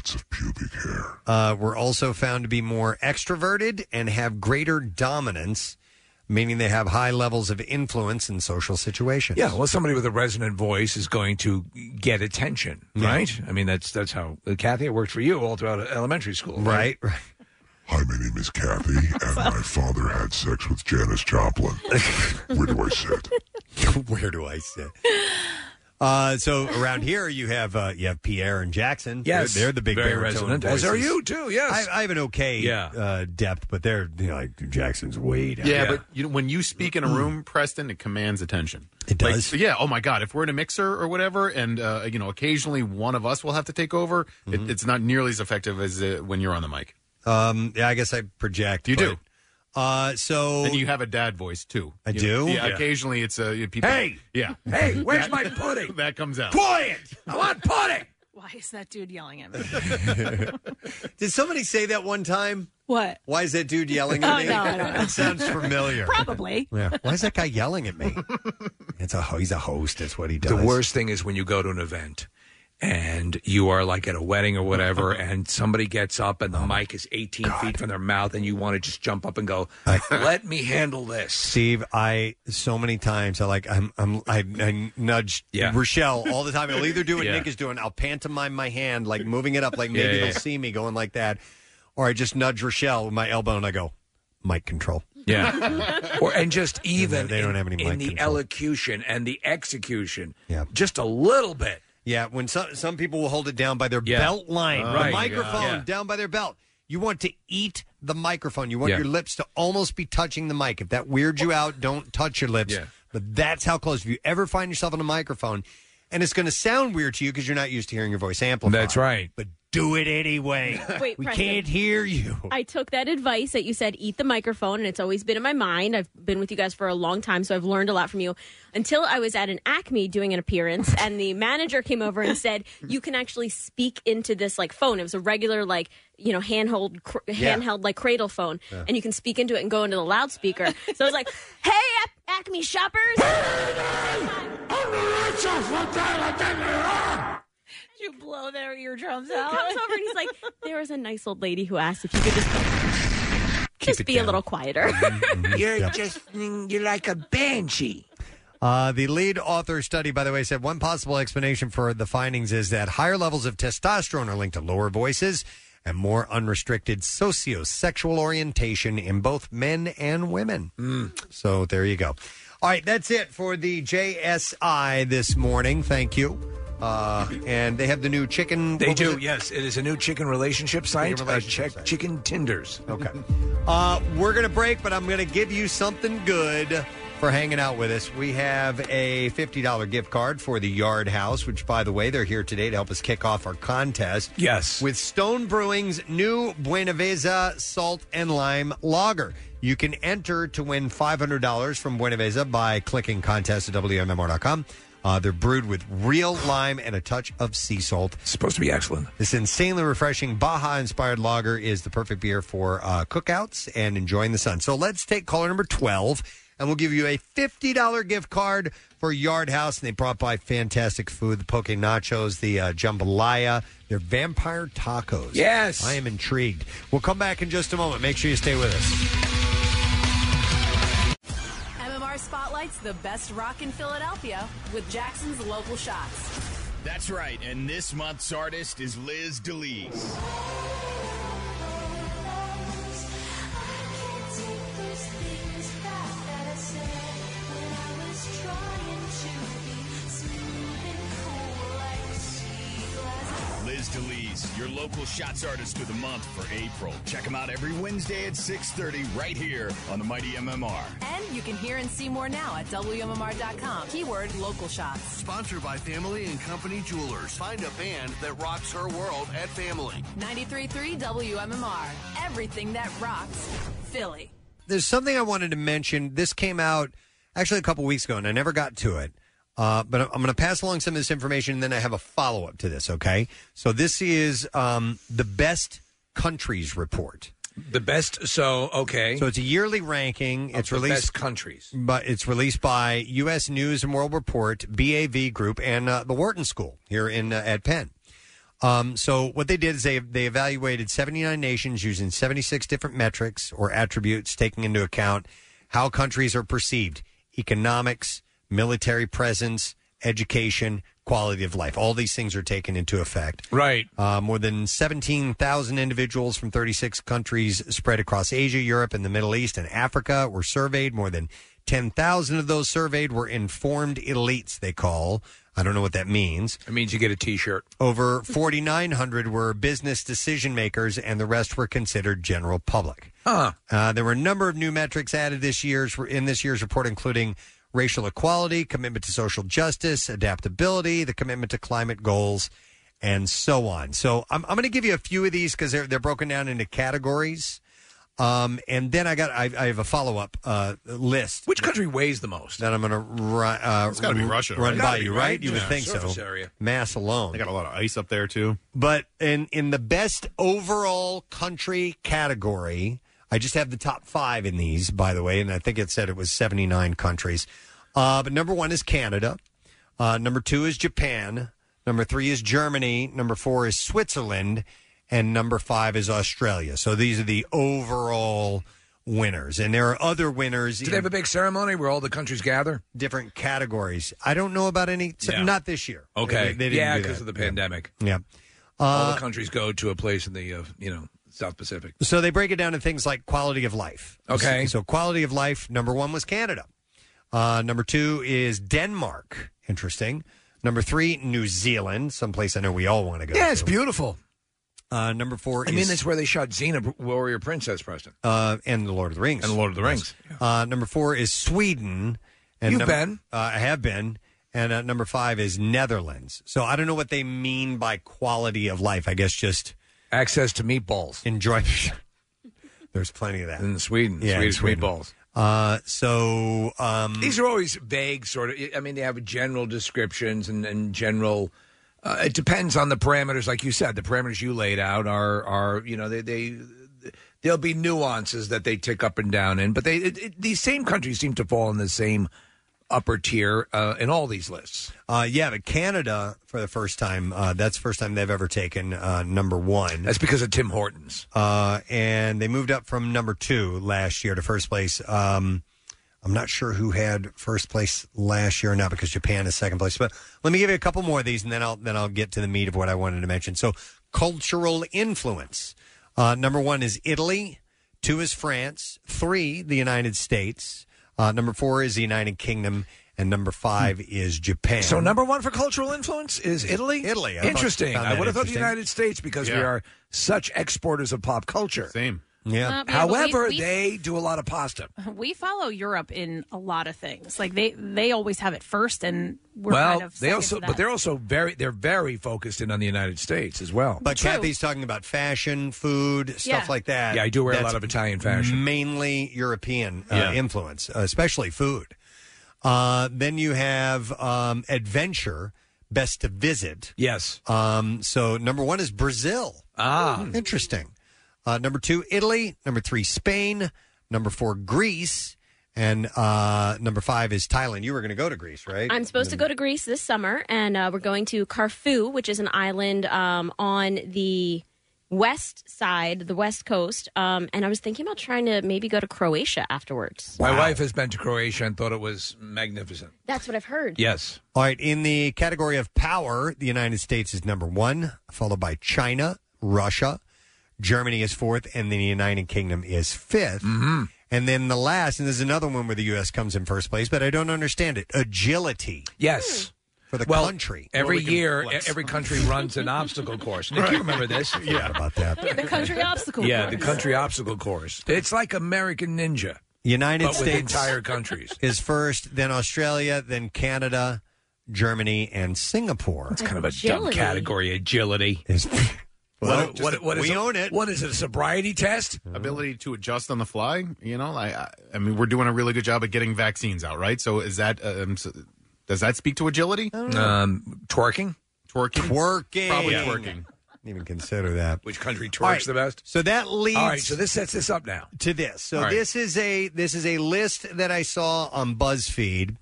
uh, were also found to be more extroverted and have greater dominance. meaning they have high levels of influence in social situations.
Yeah, well, somebody with a resonant voice is going to get attention,
Yeah.
right? I mean, that's that's how Kathy. It worked for you all throughout elementary school,
right? Right.
Hi, my name is Kathy, and my father had sex with Janice Joplin. Where do I sit?
Where do I sit? Uh, so around here you have uh, you have Pierre and Jackson.
Yes.
they're, they're the big
Very
baritone
resonant, as are
voices.
you, too, yes.
I, I have an okay
Yeah.
uh, depth, but they're you know, like Jackson's way
Yeah,
down.
but you know, when you speak in a room, Preston, it commands attention.
It does.
yeah. Oh my God! If we're in a mixer or whatever, and uh, you know, occasionally one of us will have to take over.
Mm-hmm.
It, it's not nearly as effective as uh, when you're on the mic.
Um, yeah, I guess I project.
You
but-
do.
Uh, so
and you have a dad voice too.
I
You-
do?
Yeah,
Yeah.
Occasionally, it's uh, you- people.
Hey!
Yeah.
Hey, where's
That-
my pudding?
that comes out.
Quiet! I want pudding.
Why is that dude yelling at me?
Did somebody say that one time?
What?
Why is that dude yelling at
Oh,
me?
no, I don't know.
It sounds familiar.
Probably.
Yeah. Why is that guy yelling at me? It's a he's a host. That's what he does.
The worst thing is when you go to an event and you are like at a wedding or whatever, and somebody gets up
Oh
and the mic is 18 feet from their mouth, and you want to just jump up and go, "Let me handle this."
Steve, I so many times I like I'm I'm I, I nudge
Yeah.
Rochelle all the time. I'll either do what
Yeah.
Nick is doing. I'll pantomime my hand, like moving it up, like maybe
Yeah, yeah,
they'll
yeah.
see me going like that, or I just nudge Rochelle with my elbow and I go mic control.
Yeah. or and just even
they don't
in,
have any
in
mic
the
control.
elocution and the execution.
Yeah.
Just a little bit.
Yeah, when some some people will hold it down by their
Yeah.
belt line,
Oh,
the
right.
microphone
Yeah.
down by their belt. You want to eat the microphone. You want
Yeah.
your lips to almost be touching the mic. If that weirds you out, don't touch your lips.
Yeah.
But that's how close. If you ever find yourself on a microphone, and it's going to sound weird to you because you're not used to hearing your voice amplified.
That's right.
But do it anyway.
Wait,
we
Preston.
can't hear you.
I took that advice that you said eat the microphone, and it's always been in my mind. I've been with you guys for a long time, so I've learned a lot from you. Until I was at an Acme doing an appearance, and the manager came over and said, "You can actually speak into this like phone. It was a regular like." You know, handheld, cr-
Yeah.
handheld like cradle phone,
Yeah.
and you can speak into it and go into the loudspeaker. So I was like, "Hey, Ac- Acme shoppers!"
You blow their eardrums
He
out.
comes over and he's like, "There was a nice old lady who asked if you could just just be a little quieter."
Mm-hmm.
You're just you're like a banshee.
Uh, the lead author study, by the way, said one possible explanation for the findings is that higher levels of testosterone are linked to lower voices and more unrestricted sociosexual orientation in both men and women. So there you go. All right, that's it for the JSI this morning. Thank you. Uh, and they have the new chicken.
They
what was
do,
it?
yes. It is a new chicken relationship site.
Chicken relationship
uh, check chicken tenders.
Okay. Uh, we're going to break, but I'm going to give you something good for hanging out with us. We have a $50 gift card for the Yard House, which, by the way, they're here today to help us kick off our contest.
Yes.
With Stone Brewing's new Buena Vista Salt and Lime Lager. You can enter to win $500 from Buena Vista by clicking contest at WMMR.com. Uh, they're brewed with real lime and a touch of sea salt.
Supposed to be excellent.
This insanely refreshing Baja inspired lager is the perfect beer for uh, cookouts and enjoying the sun. So let's take caller number 12 and we'll give you a $50 gift card for Yard House. And they brought by fantastic food the poke nachos, the uh, jambalaya, their vampire tacos.
Yes.
I am intrigued. We'll come back in just a moment. Make sure you stay with us.
MMR spotlights the best rock in Philadelphia with Jackson's local shots.
That's right, and this month's artist is Liz DeLees. Liz DeLees, your local shots artist of the month for April. Check him out every Wednesday at 6.30 right here on the Mighty MMR.
And you can hear and see more now at WMMR.com. Keyword local shots.
Sponsored by Family and Company Jewelers.
Find a band that rocks her world at family. 93.3 WMMR. Everything that rocks. Philly.
there's something I wanted to mention. This came out actually a couple weeks ago, and I never got to it. Uh, but I'm going to pass along some of this information, and then I have a follow up to this. Okay, so this is um, the best countries report.
The best so okay.
So it's a yearly ranking.
Of
it's
the
released
best countries,
but it's released by U.S. News and World Report, BAV Group, and uh, the Wharton School here in uh, at Penn. Um, so what they did is they they evaluated 79 nations using 76 different metrics or attributes, taking into account how countries are perceived economics, military presence, education, quality of life. All these things are taken into effect.
Right.
Uh, more than 17,000 individuals from 36 countries spread across Asia, Europe, and the Middle East and Africa were surveyed. More than 10,000 of those surveyed were informed elites, they call. I don't know what that means.
It means you get a T-shirt.
Over 4,900 were business decision makers, and the rest were considered general public.
Huh.
Uh, there were a number of new metrics added this year's in this year's report, including racial equality, commitment to social justice, adaptability, the commitment to climate goals, and so on. So I'm, I'm going to give you a few of these because they're they're broken down into categories. Um, and then I got I, I have a follow up uh, list.
Which country weighs the most?
That I'm going to ru- uh,
It's gotta be Russia,
Run
right?
by
Gotta be,
you,
right?
right? You
Yeah,
would think so.
surface area.
Mass alone.
They got a lot of ice up there too.
But in in the best overall country category, I just have the top five in these, by the way, and I think it said it was seventy nine countries. Uh, but number one is Canada. Uh, number two is Japan. Number three is Germany. Number four is Switzerland, and number five is Australia. So these are the overall winners, and there are other winners.
Do they have a big ceremony where all the countries gather?
Different categories. I don't know about any. so-
Yeah.
Not this year.
Okay.
They- they didn't
yeah,
do that.
because of the pandemic.
Yeah.
all
Uh,
the countries go to a place in the uh, you know South Pacific.
So they break it down to things like quality of life.
Okay.
So, so quality of life, number one was Canada. Uh, number two is Denmark. Interesting. Number three, New Zealand, someplace I know we all want to go.
Yeah, it's beautiful.
Uh, number four
I
is.
mean, that's where they shot Xena Warrior Princess Preston.
uh, and the Lord of the Rings.
And The Lord of the Rings.
Uh, number four is Sweden. And
You've
number-
been.
Uh, I have been. And uh, number five is Netherlands. So I don't know what they mean by quality of life. I guess just
access to meatballs.
Enjoy. There's plenty of that
in Sweden.
Yeah, in
Swedish
Sweden.
meatballs.
Uh, so um,
These are always vague, sort of. I mean, they have general descriptions and, and general. Uh, it depends on the parameters, like you said. The parameters you laid out are are you know they they there'll be nuances that they tick up and down in, but they it, it, these same countries seem to fall in the same upper tier uh, in all these lists.
Uh, yeah, but Canada for the first time. Uh, that's the first time they've ever taken uh, number one.
That's because of Tim Hortons.
Uh, and they moved up from number two last year to first place. Um, I'm not sure who had first place last year or not because Japan is second place. But let me give you a couple more of these, and then I'll then I'll get to the meat of what I wanted to mention. So cultural influence. Uh, number one is Italy. Two is France. Three, the United States. Uh, number four is the United Kingdom, and number five is Japan.
Hmm. So number one for cultural influence is Italy.
Italy. I thought-
interesting.
found
I
that
would have thought the
interesting.
United States because we
Yeah.
are such exporters of pop culture.
Same.
Yeah.
Uh, yeah, but
However,
we- we-
they do a lot of pasta.
We follow Europe in a lot of things. Like they they always have it first, and we're
well,
kind of
they
second
also,
to
but
that.
they're also very, they're very focused in on the United States as well.
But Kathy's talking about fashion, food,
Yeah.
stuff like that.
Yeah, I do wear a
That's
lot of Italian fashion.
Mainly European uh,
Yeah.
influence, uh, especially food. Uh, then you have um, adventure, best to visit.
Yes.
Um, so number one is Brazil. Hmm.
Ah.
Interesting. Uh, number two, Italy. Number three, Spain. Number four, Greece. And uh, number five is Thailand. You were going to go to Greece, right?
I'm supposed to go to Greece this summer, and uh, we're going to Corfu, which is an island um, on the west side, the west coast. Um, and I was thinking about trying to maybe go to Croatia afterwards.
My wife has been to Croatia and thought it was magnificent.
That's what I've heard.
Yes.
All right. In the category of power, the United States is number one, followed by China, Russia, Germany is fourth, and then the United Kingdom is 5th
Mm-hmm.
And then the last, and there's another one where the U.S. comes in first place, but I don't understand it. Agility.
Yes.
For the
well,
country.
Every year, e- every country runs an obstacle course. Nick, you remember this?
Yeah, about that.
Yeah, the country obstacle.
yeah, the
course.
country obstacle course. It's like American Ninja.
United
but with
States
entire countries.
is first, then Australia, then Canada, Germany, and Singapore. It's
kind of a dumb category. Agility
is.
What- what- what is
we
a-
own it.
What is it? A sobriety test?
Ability to adjust on the fly. You know, I, I, I mean, we're doing a really good job at getting vaccines out, right? So is that um, s does that speak to agility?
Um, twerking,
twerking,
twerking,
probably
Yeah.
twerking.
Didn't even consider that.
Which country twerks
All right,
the best?
So that leads.
All right, so this sets this up now.
to this. So
All right.
this is a this is a list that I saw on BuzzFeed,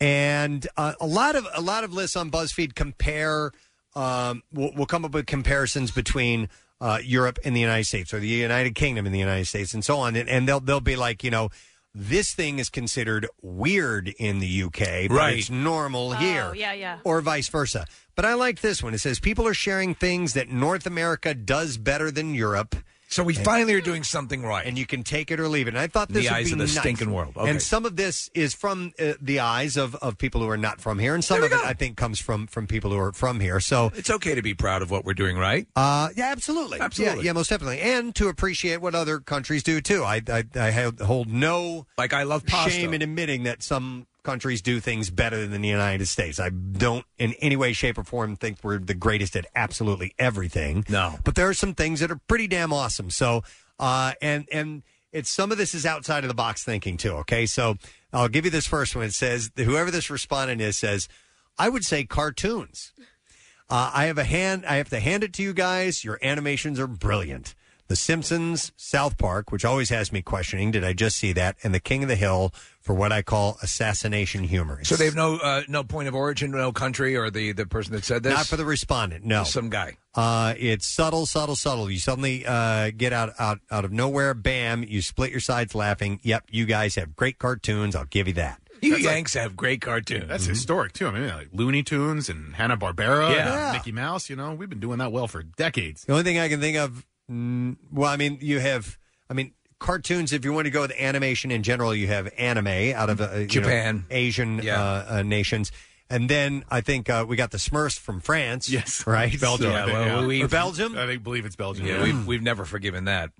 and uh, a lot of a lot of lists on BuzzFeed compare. Um, we'll, we'll come up with comparisons between uh, Europe and the United States, or the United Kingdom and the United States, and so on. And, and they'll they'll be like, you know, this thing is considered weird in the UK, but
Right.
it's normal
Oh,
here.
yeah, yeah.
Or vice versa. But I like this one. It says people are sharing things that North America does better than Europe.
So we finally are doing something right.
And you can take it or leave it. And I thought
In
this
the
would
eyes
be
of the
nice.
stinking world. Okay.
And some of this is from uh, the eyes of, of people who are not from here, and some of it I think comes from from people who are from here. So
it's okay to be proud of what we're doing right.
Uh, yeah, absolutely.
Absolutely.
Yeah, yeah, most definitely. And to appreciate what other countries do too. I I, I have- hold no
like I love
pasta.
shame in admitting that some countries do things better than the United States. I don't in any way shape or form think we're the greatest at absolutely everything. No. But there are some things that are pretty damn awesome. So uh and and it's some of this is outside of the box thinking too, okay? So I'll give you this first one. It says whoever this respondent is says, I would say cartoons. Uh, I have a hand. I have to hand it to you guys. Your animations are brilliant. The Simpsons, South Park, which always has me questioning, did I just see that? And The King of the Hill for what I call assassination humor.
So they have no uh, no point of origin, no country, or the, the person that said this.
Not for the respondent. No,
some guy.
Uh, it's subtle, subtle, subtle. You suddenly uh, get out, out, out of nowhere. Bam! You split your sides laughing. Yep, you guys have great cartoons. I'll give you that.
You Yanks have great cartoons.
That's historic too. I mean, like Looney Tunes and Hanna Barbera,
Yeah.
Mickey Mouse. You know, we've been doing that well for decades.
The only thing I can think of, mm, well, I mean, you have, I mean, cartoons. If you want to go with animation in general, you have anime out of uh, you know,
Japan.
Asian uh, uh, nations. And then I think uh, we got the Smurfs from France. Yes, right.
Belgium. Yeah, well, we-
Or Belgium.
I think, believe it's Belgium.
Yeah, we've, we've never forgiven that.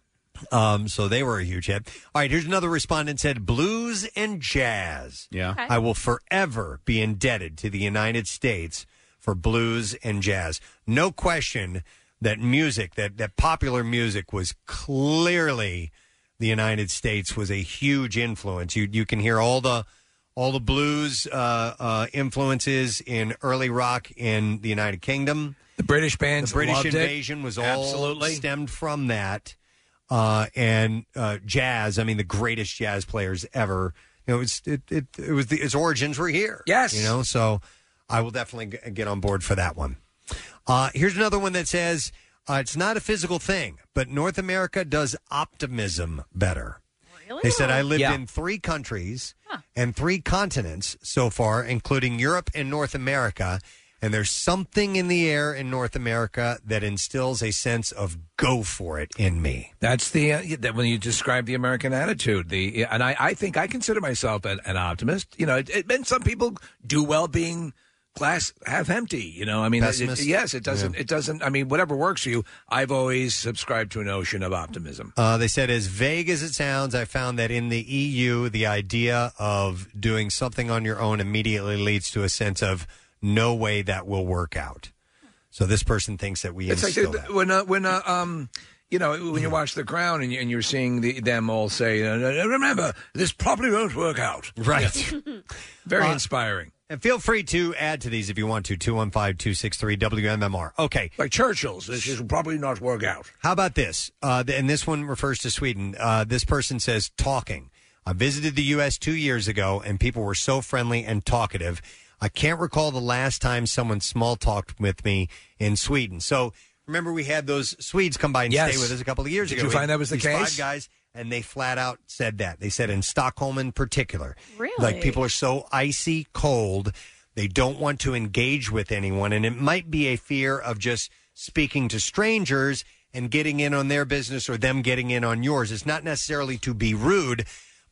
Um, so they were a huge hit. All right, here's another respondent said blues and jazz.
Yeah.
Okay.
I will forever be indebted to the United States for blues and jazz. No question that music, that, that popular music was clearly the United States was a huge influence. You you can hear all the all the blues uh, uh, influences in early rock in the United Kingdom.
The British bands,
the British
loved it.
invasion was all
Absolutely.
stemmed from that. Uh, and uh, jazz, I mean, the greatest jazz players ever. You know, it's it it, it was the, its origins were here.
Yes.
you know. So I will definitely g- get on board for that one. Uh, here's another one that says uh, it's not a physical thing, but North America does optimism better. They said I lived
Yeah.
in three countries and three continents so far, including Europe and North America. And there's something in the air in North America that instills a sense of go for it in me.
That's the uh, that when you describe the American attitude. The and I, I think I consider myself an, an optimist. You know, it, it and some people do well being glass half empty. You know, I mean, it- it,
Pessimist?
yes, it doesn't.
Yeah.
It doesn't. I mean, whatever works for you. I've always subscribed to an ocean of optimism.
Uh, they said, as vague as it sounds, I found that in the EU, the idea of doing something on your own immediately leads to a sense of no way that will work out. So this person thinks that we
It's like
instill
the-
that.
when uh, when uh, um. You know, when you watch The Crown and, you, and you're seeing the, them all say, "Uh, uh, "Remember, this probably won't work out."
Right.
Very
Uh,
inspiring.
And feel free to add to these if you want to. 215 263 WMMR. Okay.
Like Churchill's, this is probably not work out.
How about this? Uh, th- and this one refers to Sweden. Uh, this person says, talking. I visited the U.S. two years ago, and people were so friendly and talkative. I can't recall the last time someone small talked with me in Sweden. So remember, we had those Swedes come by and
Yes.
stay with us a couple of years
Did
ago.
you
We-
find that was the
these five
case?
guys, and they flat out said that. They said in Stockholm in particular.
Really?
Like people are so icy cold, they don't want to engage with anyone. And it might be a fear of just speaking to strangers and getting in on their business or them getting in on yours. It's not necessarily to be rude,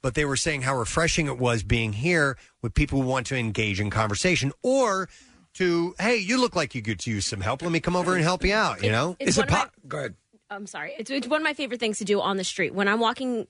but they were saying how refreshing it was being here with people who want to engage in conversation or to, hey, you look like you could use some help. Let me come over and help you out, you know?
It's Is it one of my- po-
Go ahead.
I'm sorry. It's, it's one of my favorite things to do on the street. When I'm walking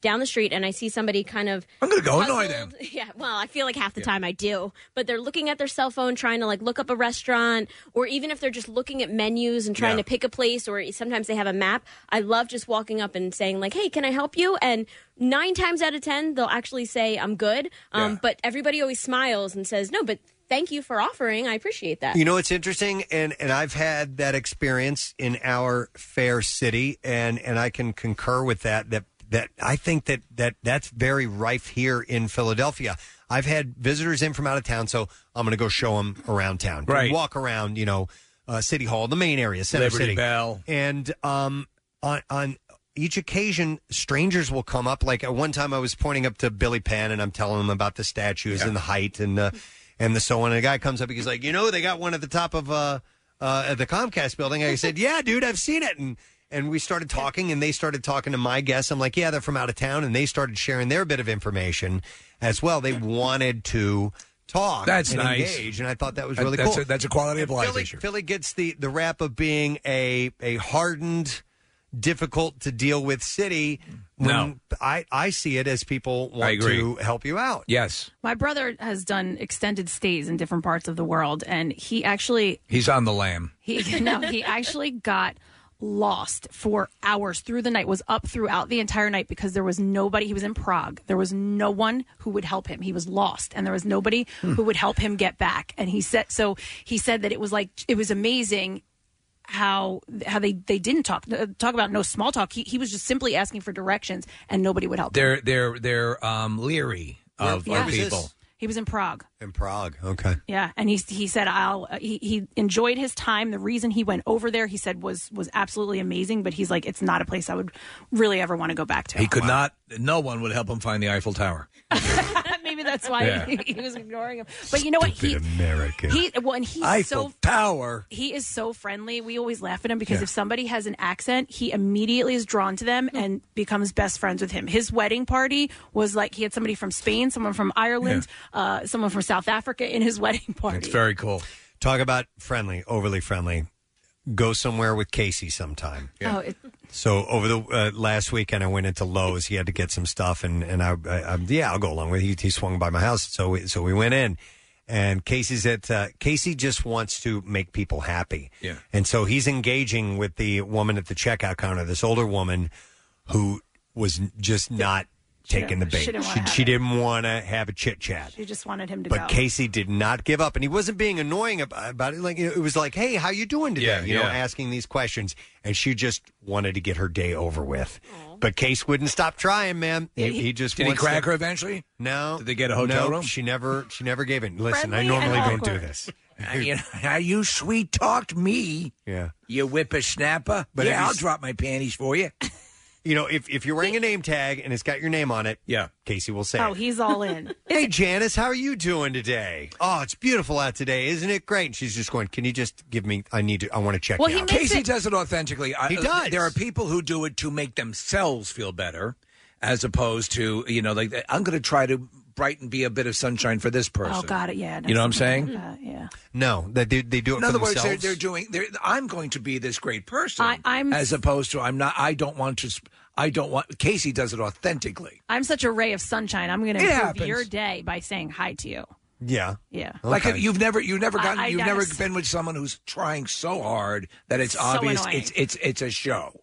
down the street and I see somebody kind of.
I'm going to go annoy
them. Yeah, well, I feel like half the time I do. But they're looking at their cell phone, trying to like look up a restaurant, or even if they're just looking at menus and trying
Yeah.
to pick a place, or sometimes they have a map. I love just walking up and saying, like, hey, can I help you? And nine times out of 10, they'll actually say, I'm good. Um,
Yeah.
But everybody always smiles and says, no, but thank you for offering. I appreciate that.
You know, it's interesting, and and I've had that experience in our fair city, and and I can concur with that. That that I think that that that's very rife here in Philadelphia. I've had visitors in from out of town, so I'm going to go show them around town.
Right.
walk around, you know, uh, City Hall, the main area, Center
Liberty
City,
Bell.
and um, on on each occasion, strangers will come up. Like at one time, I was pointing up to Billy Penn, and I'm telling him about the statues and the height and uh, and the so on. And a guy comes up, he's like, "You know, they got one at the top of uh, uh, at the Comcast building." I said, "Yeah, dude, I've seen it." And and we started talking, and they started talking to my guests. I'm like, "Yeah, they're from out of town," and they started sharing their bit of information as well. They wanted to talk
That's
and
nice.
engage, and I thought that was
That-
really
that's
cool.
a- that's a quality of
And
life
Philly,
issue.
Philly gets the the rap of being a a hardened, difficult to deal with city. When
No.
I I see it as people
I
want
agree.
to help you out.
Yes,
My brother has done extended stays in different parts of the world, and he actually
he's on the lamb.
he no he actually got lost for hours through the night. Was up throughout the entire night because there was nobody. He was in Prague. There was no one who would help him. He was lost, and there was nobody who would help him get back. And he said so. He said that it was like it was amazing how how they they didn't talk uh, talk about no small talk. He he was just simply asking for directions, and nobody would help. him.
They're they're they're um, leery of,
Yeah.
of people.
He was in Prague.
In Prague, okay.
Yeah, and he he said I'll uh, he he enjoyed his time. The reason he went over there, he said, was was absolutely amazing. But he's like, it's not a place I would really ever want to go back to.
He could not. No one would help him find the Eiffel Tower.
Maybe that's why
Yeah.
he, he was ignoring him. But you know what? He
American.
he well, and he's
Eiffel
so
Tower.
he is so friendly. We always laugh at him because
Yeah.
if somebody has an accent, he immediately is drawn to them and becomes best friends with him. His wedding party was like he had somebody from Spain, someone from Ireland, uh, someone from South Africa in his wedding party.
very cool.
Talk about friendly, overly friendly. Go somewhere with Casey sometime.
Oh, it,
So over the uh, last weekend, I went into Lowe's. He had to get some stuff, and and I, I, I yeah, I'll go along with. It. He he swung by my house, so we, so we went in, and Casey's at uh, Casey just wants to make people happy,
Yeah.
and so he's engaging with the woman at the checkout counter, this older woman who was just not taking the bait.
didn't- she didn't wanna have
she, she didn't want to have a chit chat.
she just wanted him to go.
But Casey did not give up, and he wasn't being annoying ab- about it. Like you know, it was like, "Hey, how you doing today?"
Yeah,
you know,
yeah.
asking these questions, and she just wanted to get her day over with. But Case wouldn't stop trying, man. He, he, just
did he
wants
crack
to-
her eventually?
No.
Did they get a hotel
No,
room?
She never. She never gave in. Listen, I
Friendly
normally
and
don't do
awkward.
this.
Uh, you, know, you sweet talked me.
Yeah.
You whippersnapper.
But
But
if
yeah,
you
I'll
s-
drop my panties for you.
You know, if if you're wearing a name tag and it's got your name on it, yeah, Casey will say,
oh, he's all in.
"Hey, Janice, how are you doing today? Oh, it's beautiful out today, isn't it great?" And she's just going, "Can you just give me? I need to. I want to check." you out.
Casey does it authentically. I- uh,
He does.
There are people who do it to make themselves feel better, as opposed to you know, like I'm going to try to brighten, be a bit of sunshine for this person.
Oh, got it. Yeah.
You know what I'm saying?
Uh, yeah.
No, that they, they do it
In
for
other words, they're,
themselves.
they're doing. They're, I'm going to be this great person,
I- I'm-
as opposed to I'm not. I don't want to. sp- I don't want. Casey does it authentically.
I'm such a ray of sunshine. I'm going
It
to improve
happens.
your day by saying hi to you.
Yeah.
Yeah.
Like if you've never you've never
I-
gotten
I
you've
gotta
never
s-
been with someone who's trying so hard that it's
So
obvious
annoying.
it's it's it's a show.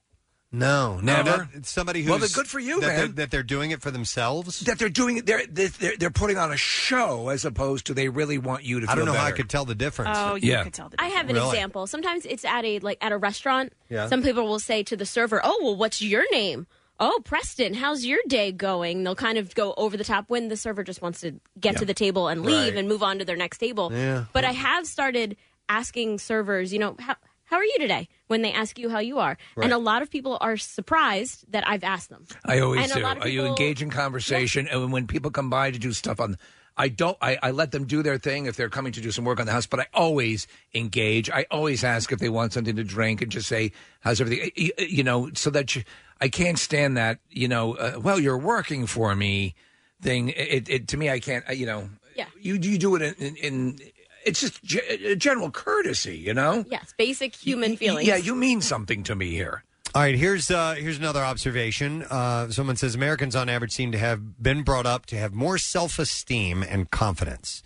No, no,
Never?
that- it's somebody who's
Well, then good for you,
that They're,
man.
that they're doing it for themselves.
That they're doing they're they're they're putting on a show as opposed to they really want you to. Feel
I don't know how I
better.
could tell the difference.
Oh, you Yeah. could
tell
I have an
Really?
example. Sometimes it's at a like at a restaurant.
Yeah.
Some people will say to the server, "Oh, well, what's your name?" "Oh, Preston, how's your day going?" They'll kind of go over the top when the server just wants to get to the table and leave
Right.
and move on to their next table.
Yeah.
But I have started asking servers, you know, how how are you today? When they ask you how you are,
Right.
and a lot of people are surprised that I've asked them.
I always
and
do. Uh,
A lot of
you
people-
engage in conversation, and when people come by to do stuff on, I don't. I, I let them do their thing if they're coming to do some work on the house. But I always engage. I always ask if they want something to drink, and just say, "How's everything?" You, you know, so that you, I can't stand that. You know, uh, well, you're working for me. Thing. It, it to me, I can't. uh, You know.
Yeah.
You you do it in. in, in it's just ge- general courtesy, you know.
Yes, basic human feelings.
Yeah, you mean something to me here.
All right, here's uh, here's another observation. Uh, someone says Americans on average seem to have been brought up to have more self esteem and confidence.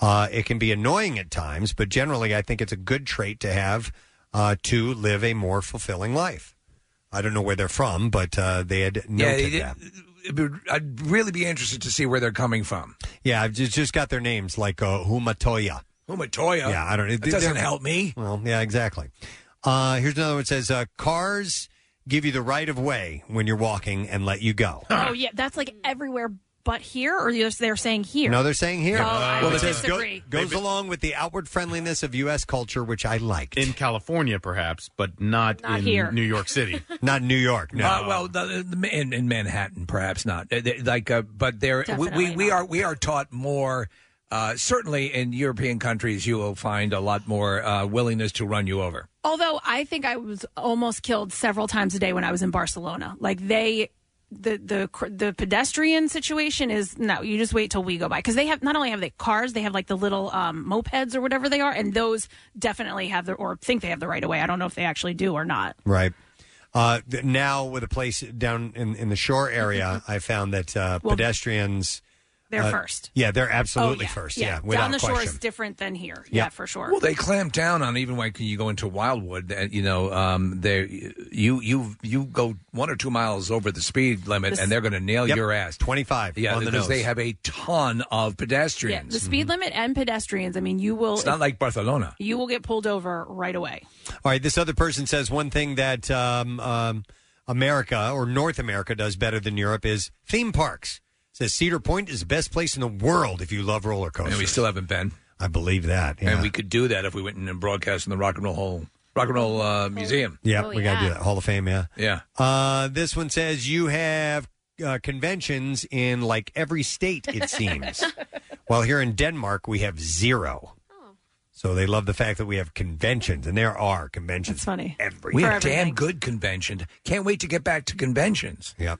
Uh, it can be annoying at times, but generally, I think it's a good trait to have uh, to live a more fulfilling life. I don't know where they're from, but uh, they had noted
it-
that.
it would- I'd really be interested to see where they're coming from.
Yeah, I've just, just got their names like uh, Humatoya.
Oh, Matoya.
Yeah, I don't.
It,
they're-
doesn't help me.
Well, yeah, exactly. Uh, here's another one. It says uh, cars give you the right of way when you're walking and let you go.
Uh-huh.
Oh yeah, that's like everywhere but here, or they're they're saying here?
No, they're saying here.
Oh, I
Well,
would
it says go-
disagree.
goes along with the outward friendliness of U.S. culture, which I liked.
In California, perhaps, but not,
Not
in
here.
New York City.
not New York.
no.
Uh, well, the, the, in, in Manhattan, perhaps not. Uh, they- Like, uh, but there we, we, we are we are taught more. Uh, certainly, in European countries, you will find a lot more uh, willingness to run you over.
Although I think I was almost killed several times a day when I was in Barcelona. Like they the the cr- the pedestrian situation is no, you just wait till we go by because they have not only have they cars, they have like the little um, mopeds or whatever they are, and those definitely have the or think they have the right of way. I don't know if they actually do or not.
Right. Uh, th- now, with a place down in, in the shore area, I found that uh, pedestrians.
They're
uh,
first.
Yeah, they're absolutely
Oh, yeah.
first. Yeah, without
down the
question.
shore is different than here.
Yeah.
Yeah, for sure.
Well, they clamp down on even when you go into Wildwood. uh, You know, um, they you you you go one or two miles over the speed limit,
This-
and they're going to nail
Yep.
your ass.
Twenty five.
Yeah,
on the nose.
because they have a ton of
yeah,
pedestrians. Mm-hmm.
the
Mm-hmm.
speed limit and pedestrians. I mean, you will
It's not like Barcelona.
You will get pulled over right away.
All right, this other person says one thing that um, um, America or North America does better than Europe is theme parks. Says Cedar Point is the best place in the world if you love roller coasters.
And we still haven't been.
I believe that. Yeah,
And we could do that if we went in and broadcast in the Rock and Roll Hall, Rock and Roll
Oh.
uh, Museum.
Oh, yeah we got to do that. Hall of Fame, yeah.
Yeah.
Uh, this one says you have uh, conventions in like every state, it seems. While here in Denmark, we have zero. So they love the fact that we have conventions, and there are conventions. That's
funny.
Every
We have damn good convention. Can't wait to get back to conventions.
Yep.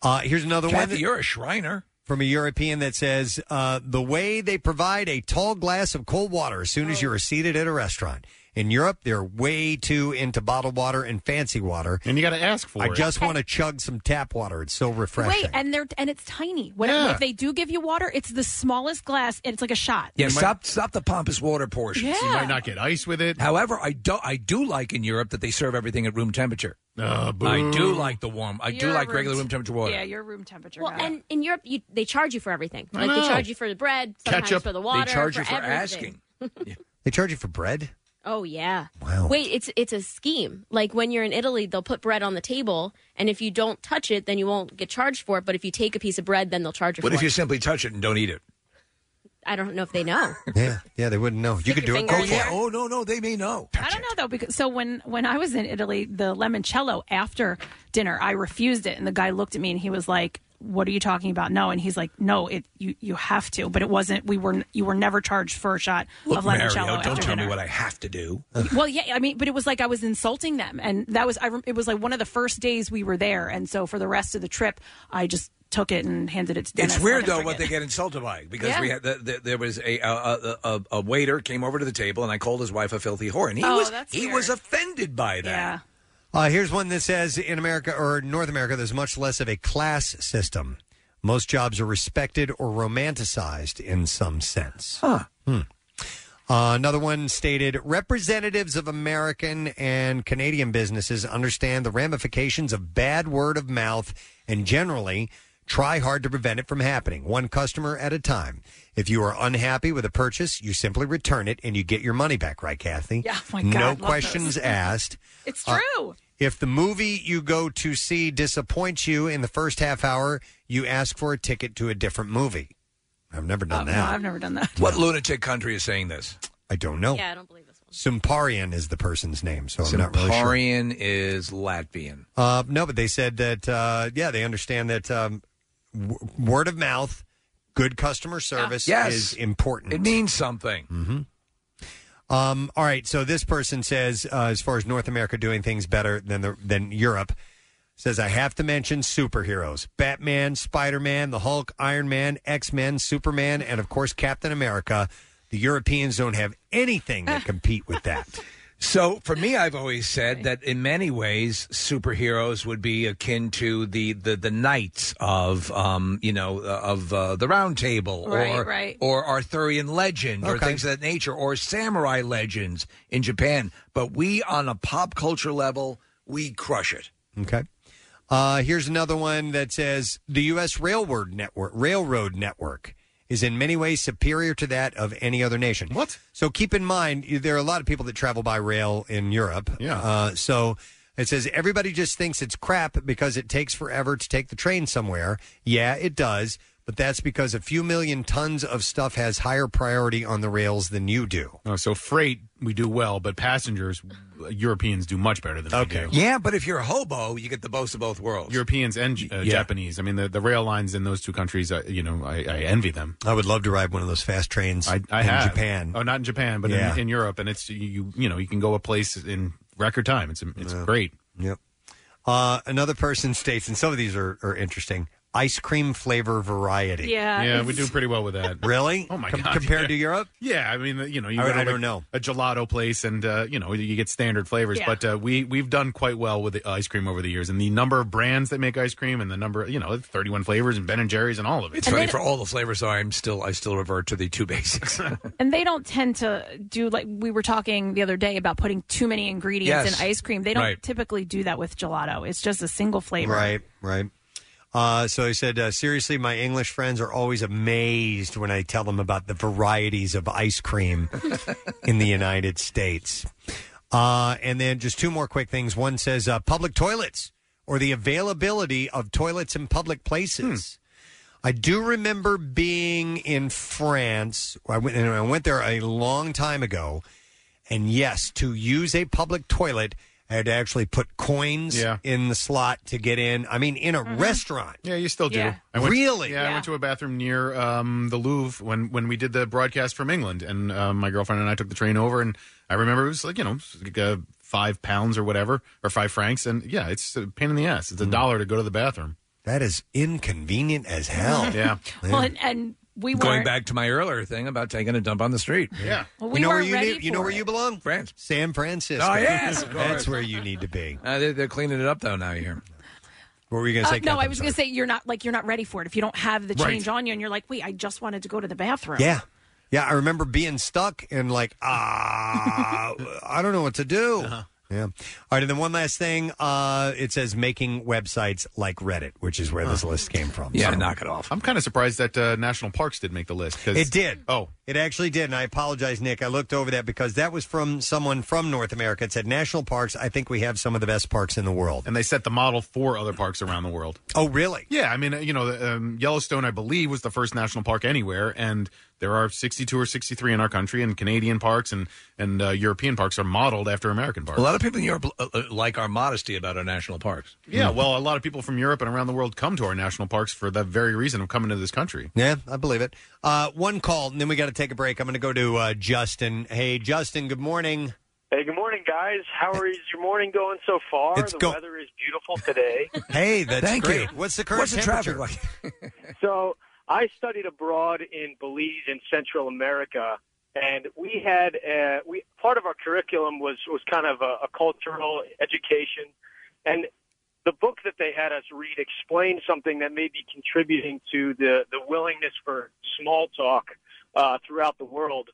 Uh, here's another one.
Kathy, you're a Shriner.
From a European that says uh, the way they provide a tall glass of cold water as
Oh.
soon as you are seated at a restaurant. In Europe, they're way too into bottled water and fancy water, and
you got to ask for
I
it.
just want to chug some tap water. It's so refreshing.
Wait, and they're and it's tiny. When
Yeah.
if they do give you water, it's the smallest glass and it's like a shot.
Yeah, stop stop the pompous water portions.
Yeah. You might
not get ice with it.
However, I do I do like in Europe that they serve everything at room temperature.
Uh, boo.
I do like the warm. I do
You're a
like regular
room
room temperature water.
Yeah, your room temperature.
Well, and in Europe, you, they charge you for everything.
I
Like they
know.
charge you for the bread, sometimes
Ketchup.
for the
They
water.
charge you for
everything.
asking.
They charge you for bread.
Oh yeah.
Wow.
Wait, it's it's a scheme. Like when you're in Italy, they'll put bread on the table, and if you don't touch it, then you won't get charged for it. But if you take a piece of bread, then they'll charge you.
What
for
if
it.
you simply touch it and don't eat it?
I don't know if they know.
Yeah, yeah, they wouldn't know. You could do
your
it.
finger
Go
in
for
there.
it.
Oh no, no, they may know.
I don't know though because so when when I was in Italy, the limoncello after dinner, I refused it, and the guy looked at me and he was like, "What are you talking about? No!" And he's like, "No, it you you have to." But it wasn't. We were you were never charged for a shot
Look,
of
Mario,
limoncello
don't tell
after dinner.
me what I have to do.
well, yeah, I mean, but it was like I was insulting them, and that was I. rem- It was like one of the first days we were there, and so for the rest of the trip, I just took it and handed it to. Dennis.
It's
Like,
weird
I
though
forget.
what they get insulted by because
Yeah.
we had the, the, there was a a, a a a waiter came over to the table and I called his wife a filthy whore and he
Oh,
was
that's
he
weird.
was offended by that.
Uh, here's one that says in America or North America, there's much less of a class system. Most jobs are respected or romanticized in some sense.
Huh.
Hmm. Uh, another one stated representatives of American and Canadian businesses understand the ramifications of bad word of mouth and generally try hard to prevent it from happening, one customer at a time. If you are unhappy with a purchase, you simply return it and you get your money back, right, Kathy?
Yeah, oh my God,
No
love
questions
those.
asked.
It's
Uh,
true.
if the movie you go to see disappoints you in the first half hour, you ask for a ticket to a different movie. I've never done
no,
that.
Um, I've never done that.
What lunatic country is saying this?
I don't know.
Yeah, I
don't believe
this one. Sumparian is the person's name, so I'm not really sure.
Simparian is Latvian.
Uh, no, but they said that, uh, yeah, they understand that um, w- word of mouth, good customer service
Yes.
is important.
It means something.
Mm-hmm. Um, all right, so this person says, uh, as far as North America doing things better than the, than Europe, says I have to mention superheroes: Batman, Spider Man, the Hulk, Iron Man, X Men, Superman, and of course Captain America. The Europeans don't have anything that compete with that.
So for me, I've always said that in many ways, superheroes would be akin to the the, the knights of um you know uh, of uh, the Round Table
Right,
or
right.
or Arthurian legend or
Okay.
things of that nature or samurai legends in Japan. But we, on a pop culture level, we crush it.
Okay. Uh, here's another one that says the U.S. railroad network railroad network is in many ways superior to that of any other nation. What? So keep in mind you- there are a lot of people that travel by rail in Europe. Yeah. Uh, so it says everybody just thinks it's crap because it takes forever to take the train somewhere. Yeah, it does. but that's because a few million tons of stuff has higher priority on the rails than you do.
Oh, so freight we do well, but passengers, uh, Europeans do much better than we do.
Yeah, but if you're a hobo, you get the most of both worlds.
Europeans and uh, Japanese. I mean, the, the rail lines in those two countries, uh, you know, I, I envy them.
I would love to ride one of those fast trains
I, I
in
have.
Japan.
Oh, not in Japan, but
Yeah.
in, in Europe. And it's, you you know, you can go a place in record time. It's, it's
Yeah.
great.
Yep. Uh, another person states, and some of these are, are interesting ice cream flavor variety.
Yeah, we do pretty well with that.
Really?
Oh my
Com-
god!
compared
yeah.
to Europe?
Yeah, I mean, you know, you
I-
go to
I don't
like
know.
a gelato place, and uh, you know, you get standard flavors.
Yeah.
But uh, we we've done quite well with the ice cream over the years, and the number of brands that make ice cream, and the number, you know, thirty-one flavors, and Ben and Jerry's, and all of it.
It's
And
funny
then-
for all the flavors. I'm still I still revert to the two basics.
And they don't tend to do like we were talking the other day about putting too many ingredients
Yes.
in ice cream. They don't
Right.
typically do that with gelato. It's just a single flavor.
Right, right. Uh, so he said, uh, seriously, my English friends are always amazed when I tell them about the varieties of ice cream in the United States. Uh, and then just two more quick things. One says uh, public toilets or the availability of toilets in public places. I do remember being in France. I went, and I went there a long time ago. And yes, to use a public toilet, I had to actually put coins
Yeah.
in the slot to get in. I mean, in a restaurant.
Yeah, you still do.
Yeah.
I went,
Really?
Yeah, I
Yeah.
went to a bathroom near um, the Louvre when, when we did the broadcast from England, and um, my girlfriend and I took the train over, and I remember it was like you know like, uh, five pounds or whatever, or five francs, and yeah, it's a pain in the ass. It's a dollar to go to the bathroom.
Mm. That is inconvenient as hell.
yeah.
Well, and, and we
Going
weren't.
back to my earlier thing about taking a dump on the street.
Yeah.
Well,
you
we
know where
weren't
you
ready
need, you know
for
where
it. Uh,
you belong? France. San Francisco.
Oh, yes, of course.
That's where you need to be.
Uh, they're, they're cleaning it up though now. You hear?
What were you
Uh, no, I was going to say you're not like you're not ready for it if you don't have the
Right.
change on you and you're like, wait, I just wanted to go to the bathroom.
Yeah. Yeah, I remember being stuck and like, ah, I don't know what to do.
Uh-huh.
Yeah. All right, and then one last thing. Uh, it says making websites like Reddit, which is where this list came from.
Yeah,
So-
knock it off. I'm kind of surprised that uh, National Parks did make the list. 'cause-
It did.
Oh.
It actually did. And I apologize, Nick. I looked over that because that was from someone from North America. It said national parks. I think we have some of the best parks in the world.
And they set the model for other parks around the world.
Oh, really?
Yeah, I mean, uh, you know, um, Yellowstone, I believe, was the first national park anywhere, and there are 62 or 63 in our country, and Canadian parks and and uh, European parks are modeled after American parks.
A lot of people in Europe uh, uh, like our modesty about our national parks.
Yeah, well, a lot of people from Europe and around the world come to our national parks for that very reason of coming to this country.
Yeah, I believe it. Uh, one call, and then we got to take a break. I'm going to go to uh, Justin. Hey, Justin, good morning.
Hey, good morning, guys. How is your morning going so far?
It's
the
go-
weather is beautiful today.
Hey, that's
Thank
great.
you.
What's the current
What's the
temperature?
traffic so, I studied abroad in Belize in Central America, and we had uh, we part of our curriculum was was kind of a, a cultural education, and the book that they had us read explained something that may be contributing to the the willingness for small talk uh, throughout the world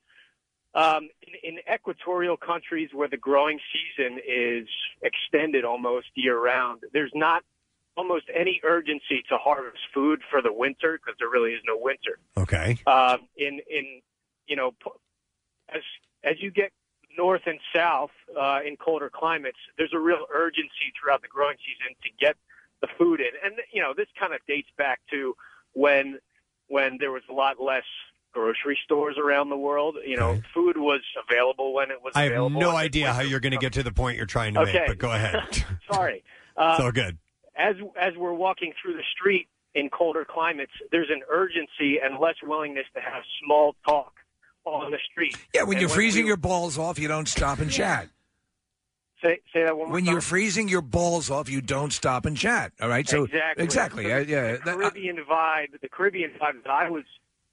um, in, in equatorial countries where the growing season is extended almost year round, there's not almost any urgency to harvest food for the winter because there really is no winter.
Okay.
Um, in in you know p- as as you get north and south uh, in colder climates, there's a real urgency throughout the growing season to get the food in, and you know this kind of dates back to when when there was a lot less grocery stores around the world. You know, food was available when it was
I have
available.
no idea how you're going to get to the point you're trying to
Okay.
make, but go ahead.
Sorry. Uh,
it's all good.
as as we're walking through the street in colder climates, there's an urgency and less willingness to have small talk on the street.
Yeah, when
And
you're freezing
we-
your balls off, you don't stop and chat.
say, say that one more
When
time.
you're freezing your balls off, you don't stop and chat. All right, so
exactly,
exactly,
So
yeah,
the-
yeah.
The Caribbean vibe, the Caribbean vibe that I was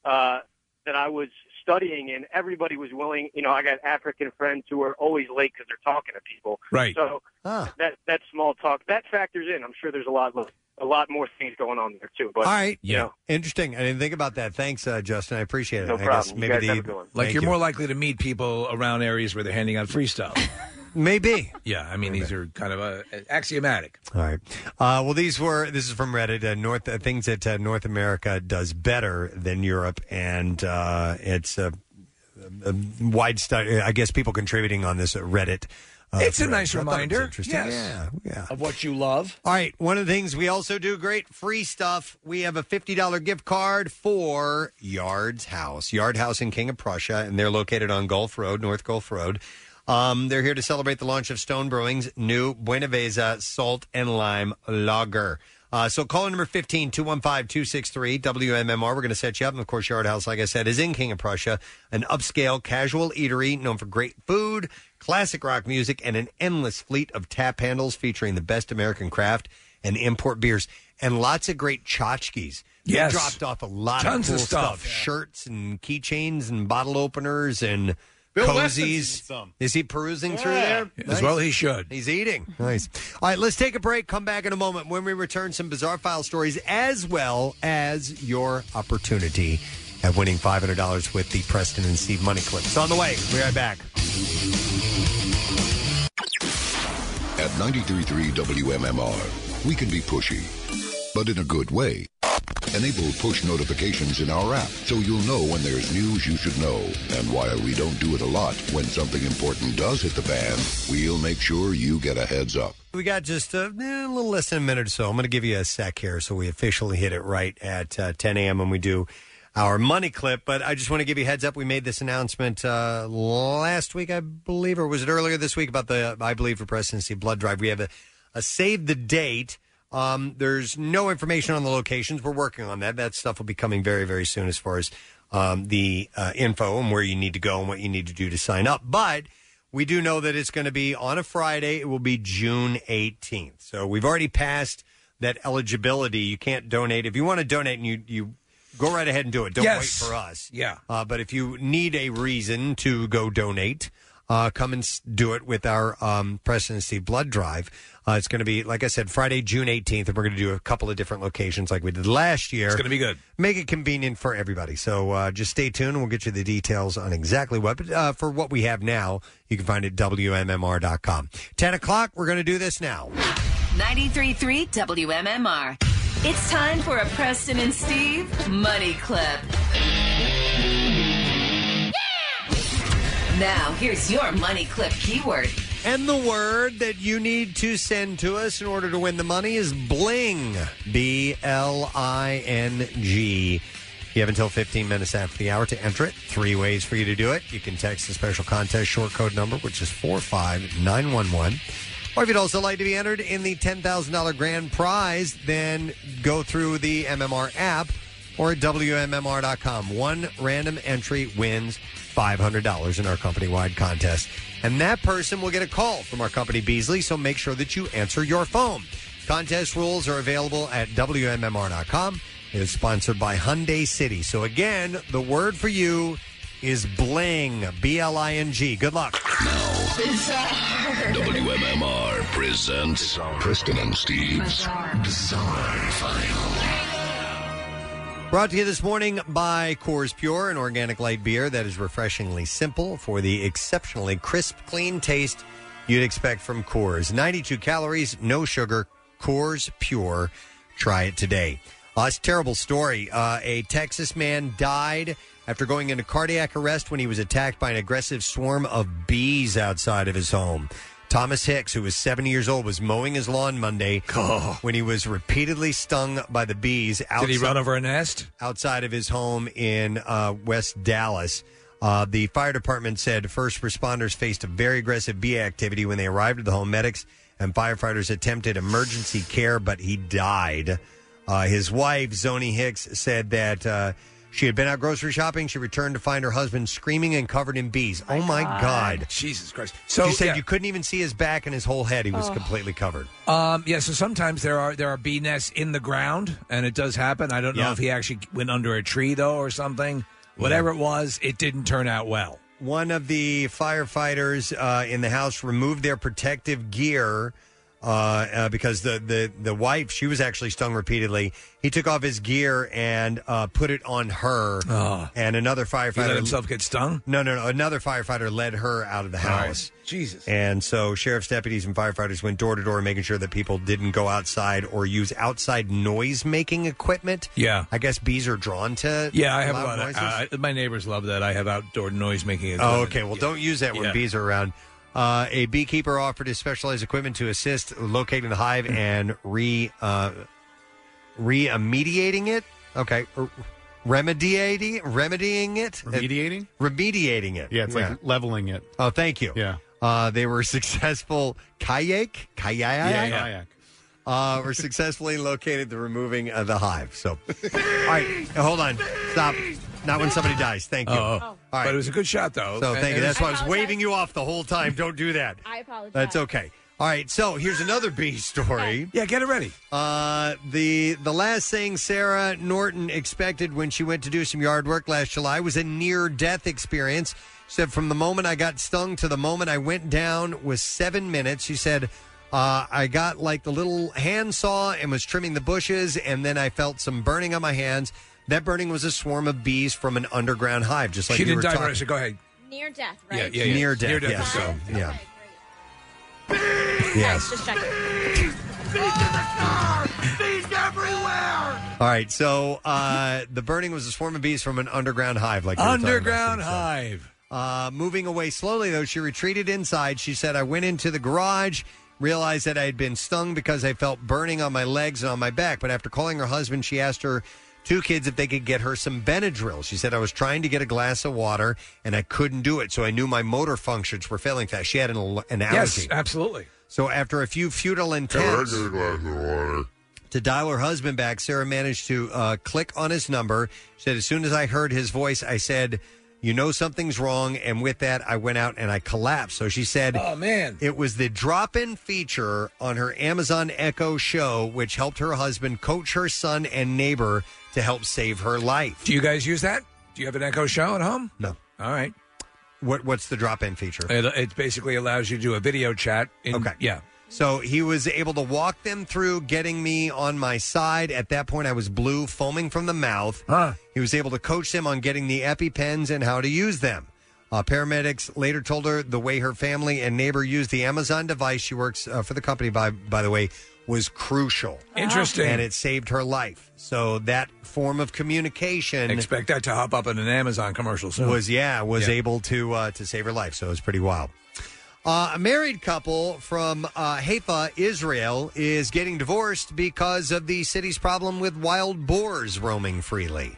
uh, that I was studying in, everybody was willing. You know, I got African friends who are always late because they're talking to people.
Right.
So
Ah.
that that small talk that factors in. I'm sure there's a lot lo- a lot more things going on there too. But
All right.
you know,
Interesting. I didn't think about that. Thanks, uh, Justin. I appreciate it.
No
I guess
problem. You
maybe
guys
the,
have a good one.
Like
Thank
you're
you.
more likely to meet people around areas where they're handing out free stuff.
Maybe.
Yeah, I mean these are kind of uh, axiomatic.
All right. Uh, well, these were this is from Reddit. Uh, North uh, things that uh, North America does better than Europe, and uh, it's a, a wide study. I guess people contributing on this at Reddit
It's a
thread. I
nice
thought it was
reminder.
interesting.
Yes.
Yeah, yeah.
Of what you love.
All right. One of the things we also do great free stuff. We have a $50 gift card for Yard's House. Yard House in King of Prussia, and they're located on Gulf Road, North Gulf Road. Um, they're here to celebrate the launch of Stone Brewing's new Buena Vesa Salt and Lime Lager. Uh, so call number 15 215 263 WMMR. We're going to set you up. And of course, Yard House, like I said, is in King of Prussia, an upscale casual eatery known for great food, classic rock music, and an endless fleet of tap handles featuring the best American craft and import beers and lots of great tchotchkes. They
Yes.
dropped off a lot
Tons
of
of
cool
stuff.
shirts and keychains and bottle openers and
Bill Weston's eating
cozies.
some.
Is he perusing through
Yeah.
there?
As well he should.
He's eating. Nice. All right, let's take a break. Come back in a moment when we return some bizarre file stories as well as your opportunity at winning $500 with the Preston and Steve Money Clips. On the way. We'll be right back.
At 93.3 WMMR, we can be pushy, but in a good way. Enable push notifications in our app so you'll know when there's news you should know. And while we don't do it a lot, when something important does hit the fan, we'll make sure you get a heads up.
We got just a, eh, a little less than a minute or so. I'm going to give you a sec here so we officially hit it right at uh, 10 a.m. when we do our money clip. But I just want to give you a heads up. We made this announcement uh, last week, I believe, or was it earlier this week about the I Believe for Presidency blood drive? We have a, a save the date. Um, there's no information on the locations. We're working on that. That stuff will be coming very, very soon as far as um, the uh, info and where you need to go and what you need to do to sign up. But we do know that it's going to be on a Friday. It will be June 18th. So we've already passed that eligibility. You can't donate. If you want to donate and you, you go right ahead and do it, don't
Yes.
wait for us.
Yeah.
Uh, but if you need a reason to go donate, uh, come and s- do it with our um, Presidency Blood Drive. Uh, it's going to be, like I said, Friday, June 18th, and we're going to do a couple of different locations like we did last year.
It's going to be good.
Make it convenient for everybody. So uh, just stay tuned, and we'll get you the details on exactly what. But uh, for what we have now, you can find it at WMMR.com. 10 o'clock, we're going to do this now.
93.3 WMMR. It's time for a Preston and Steve money clip. Now, here's your money clip keyword.
And the word that you need to send to us in order to win the money is bling. B L I N G. You have until 15 minutes after the hour to enter it. Three ways for you to do it. You can text the special contest short code number, which is 45911. Or if you'd also like to be entered in the $10,000 grand prize, then go through the MMR app or at WMMR.com. One random entry wins $500 in our company wide contest. And that person will get a call from our company, Beasley, so make sure that you answer your phone. Contest rules are available at WMMR.com. It is sponsored by Hyundai City. So again, the word for you is bling, B L I N G. Good luck.
WMMR presents Preston and Steve's Bizarre File.
Brought to you this morning by Coors Pure, an organic light beer that is refreshingly simple for the exceptionally crisp, clean taste you'd expect from Coors. 92 calories, no sugar. Coors Pure. Try it today. Uh, it's a terrible story. Uh, a Texas man died after going into cardiac arrest when he was attacked by an aggressive swarm of bees outside of his home. Thomas Hicks, who was 70 years old, was mowing his lawn Monday when he was repeatedly stung by the bees.
Oh. Did he
outside-
run over a nest?
outside of his home in uh, West Dallas. Uh, the fire department said first responders faced a very aggressive bee activity when they arrived at the home. Medics and firefighters attempted emergency care, but he died. Uh, his wife, Zoni Hicks, said that uh, she had been out grocery shopping. She returned to find her husband screaming and covered in bees. oh my God.
Ah. Jesus Christ.
So
So,
she said
yeah.
you couldn't even see his back and his whole head. He was
Oh.
completely covered.
Um, yeah, so sometimes there are there are bee nests in the ground, and it does happen. I don't know if he actually went under a tree though, or something. Whatever it was, it didn't turn out well.
one of the firefighters uh, in the house removed their protective gear uh, uh, because the, the, the wife, she was actually stung repeatedly. He took off his gear and uh, put it on her.
Oh.
And another
He
firefighter.
let himself get stung.
no, no, no. Another firefighter led her out of the house.
Jesus.
And so sheriff's deputies and firefighters went door to door making sure that people didn't go outside or use outside noise making equipment.
Yeah.
I guess bees are drawn to
Yeah, I have a
loud
lot of
noises.
uh, my neighbors love that. I have outdoor noise making.
Oh, okay. Well, don't use that when
Yeah.
bees are around. Uh, a beekeeper offered his specialized equipment to assist locating the hive and re uh, remediating it. Okay, er, remediating remedying it, Uh,
Remediating?
remediating it.
Yeah, it's like leveling it.
Oh, thank you. Yeah. Uh, they were successful kayak, kayak,
Yeah, kayak.
Uh, were successfully located the removing of the hive. So, all right, hold on, stop. Not when somebody dies. Thank you.
Oh, oh.
All right,
But it was a good shot, though.
So
And-
thank you.
and
That's
it
why I
was-
was waving you off the whole time. Don't do that.
I apologize.
That's okay. All right, so here's another bee story.
Yeah, get it ready.
Uh, the the last thing Sarah Norton expected when she went to do some yard work last July was a near death experience. She said, "From the moment I got stung to the moment I went down was seven minutes." She said, uh, "I got like the little handsaw and was trimming the bushes, and then I felt some burning on my hands. That burning was a swarm of bees from an underground hive, just like
she
you
didn't
were
die
talking.
right, so go ahead.
Near death, right?
Yeah, yeah, yeah.
Near death.
Near death
yes.
is go.
Yeah.
Guys,
Yes.
just checking.
Bees everywhere!
All right. So uh, the burning was a swarm of bees from an underground hive, like you were talking about,
Underground
Steve, so.
hive.
Uh, moving away slowly, though, she retreated inside. She said, I went into the garage, realized that I had been stung because I felt burning on my legs and on my back. But after calling her husband, she asked her two kids if they could get her some Benadryl. She said, I was trying to get a glass of water and I couldn't do it. So I knew my motor functions were failing fast. She had an, al- an allergy.
Yes, absolutely.
So after a few futile attempts to dial her husband back, Sarah managed to uh, click on his number. She said, "As soon as I heard his voice, I said." You know something's wrong, and with that, I went out and I collapsed. So she said,
"Oh man!"
It was the drop-in feature on her Amazon Echo show, which helped her husband coach her son and neighbor to help save her life.
Do you guys use that? Do you have an Echo Show at home?
No.
All right.
What What's the drop-in feature?
It, it basically allows you to do a video chat. In, okay. Yeah.
So he was able to walk them through getting me on my side. At that point, I was blue, foaming from the mouth. He was able to coach them on getting the EpiPens and how to use them. Uh, paramedics later told her the way her family and neighbor used the Amazon device she works uh, for the company by, by the way, was crucial.
Interesting.
And it saved her life. So that form of communication
Expect that to hop up in an Amazon commercial soon.
was yeah was
Yeah.
able to uh, to save her life. So it was pretty wild. Uh, a married couple from uh, Haifa, Israel, is getting divorced because of the city's problem with wild boars roaming freely.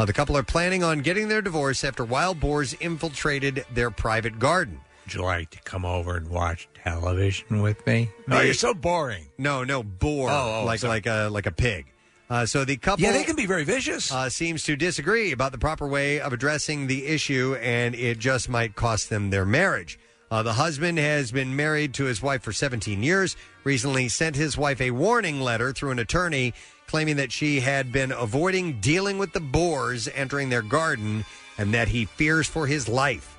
Uh, the couple are planning on getting their divorce after wild boars infiltrated their private garden.
Would you like to come over and watch television with me? oh,
They-
you're so boring.
No, no, boar.
Oh, oh,
like
sorry.
like a like a pig. Uh, so the couple,
Yeah, they can be very vicious.
Uh, seems to disagree about the proper way of addressing the issue, and it just might cost them their marriage. Uh, the husband has been married to his wife for 17 years. Recently, sent his wife a warning letter through an attorney, claiming that she had been avoiding dealing with the boars entering their garden, and that he fears for his life.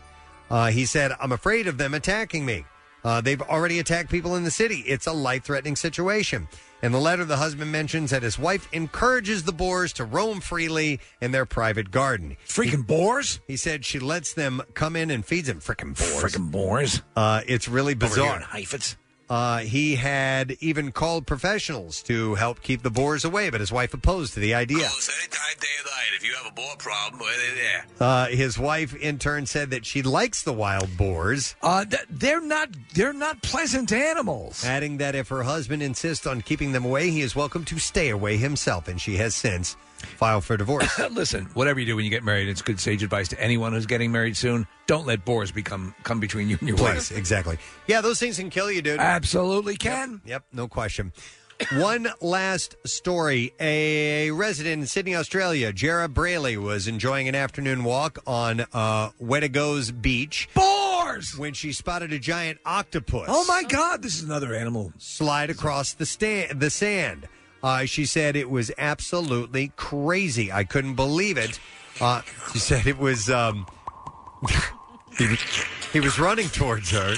Uh, he said, I'm afraid of them attacking me. Uh, they've already attacked people in the city. It's a life threatening situation. In the letter, the husband mentions that his wife encourages the boars to roam freely in their private garden.
Freaking boars?
He said she lets them come in and feeds them. Freaking boars.
Freaking boars.
Uh, it's really
Over here
bizarre.
in Heifetz.
Uh, he had even called professionals to help keep the boars away, but his wife opposed to the
Oh,
idea.
If you have a boar problem, well, they're there.
Uh, his wife, in turn, said that she likes the wild boars.
Uh, th- they're not they're not pleasant animals.
Adding that if her husband insists on keeping them away, he is welcome to stay away himself, and she has since filed for divorce.
Listen, whatever you do when you get married, it's good sage advice to anyone who's getting married soon. Don't let boars become come between you and your
Please,
wife.
Exactly. Yeah, those things can kill you, dude.
Absolutely can.
Yep, yep, no question. One last story. A resident in Sydney, Australia, Jara Brayley, was enjoying an afternoon walk on uh, Wetago's beach.
Boars!
When she spotted a giant octopus.
Oh my God! This is another animal.
slide across the stand, the sand. Uh, she said it was absolutely crazy. I couldn't believe it. Uh, she said it was. Um, he, was he was running towards her.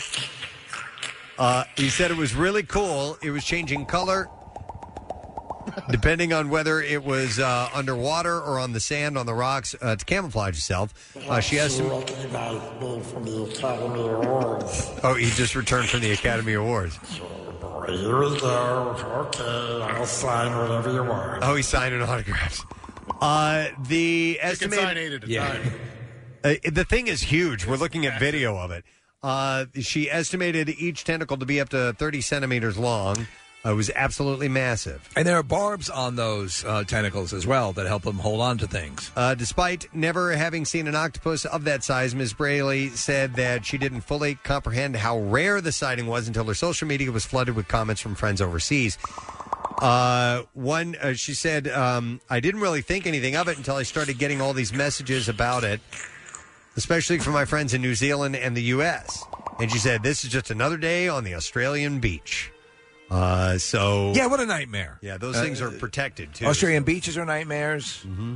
Uh, he said it was really cool. It was changing color depending on whether it was uh, underwater or on the sand on the rocks uh, to camouflage itself. Uh, she has some. Oh, he just returned from the Academy Awards.
Here we go. Okay, I'll sign whatever you want.
Oh, he's signing autographs. Uh, the
You can
estimated
sign eight at a Yeah. time.
Uh, the thing is huge. We're looking at video of it. Uh, she estimated each tentacle to be up to 30 centimeters long. Uh, it was absolutely massive.
And there are barbs on those uh, tentacles as well that help them hold on to things.
Uh, despite never having seen an octopus of that size, Ms. Braley said that she didn't fully comprehend how rare the sighting was until her social media was flooded with comments from friends overseas. Uh, one, uh, she said, um, I didn't really think anything of it until I started getting all these messages about it, especially from my friends in New Zealand and the U.S. And she said, This is just another day on the Australian beach. Uh, so.
Yeah, what a nightmare.
Yeah, those
Uh,
things are protected, too.
Australian beaches are nightmares. Mm-hmm.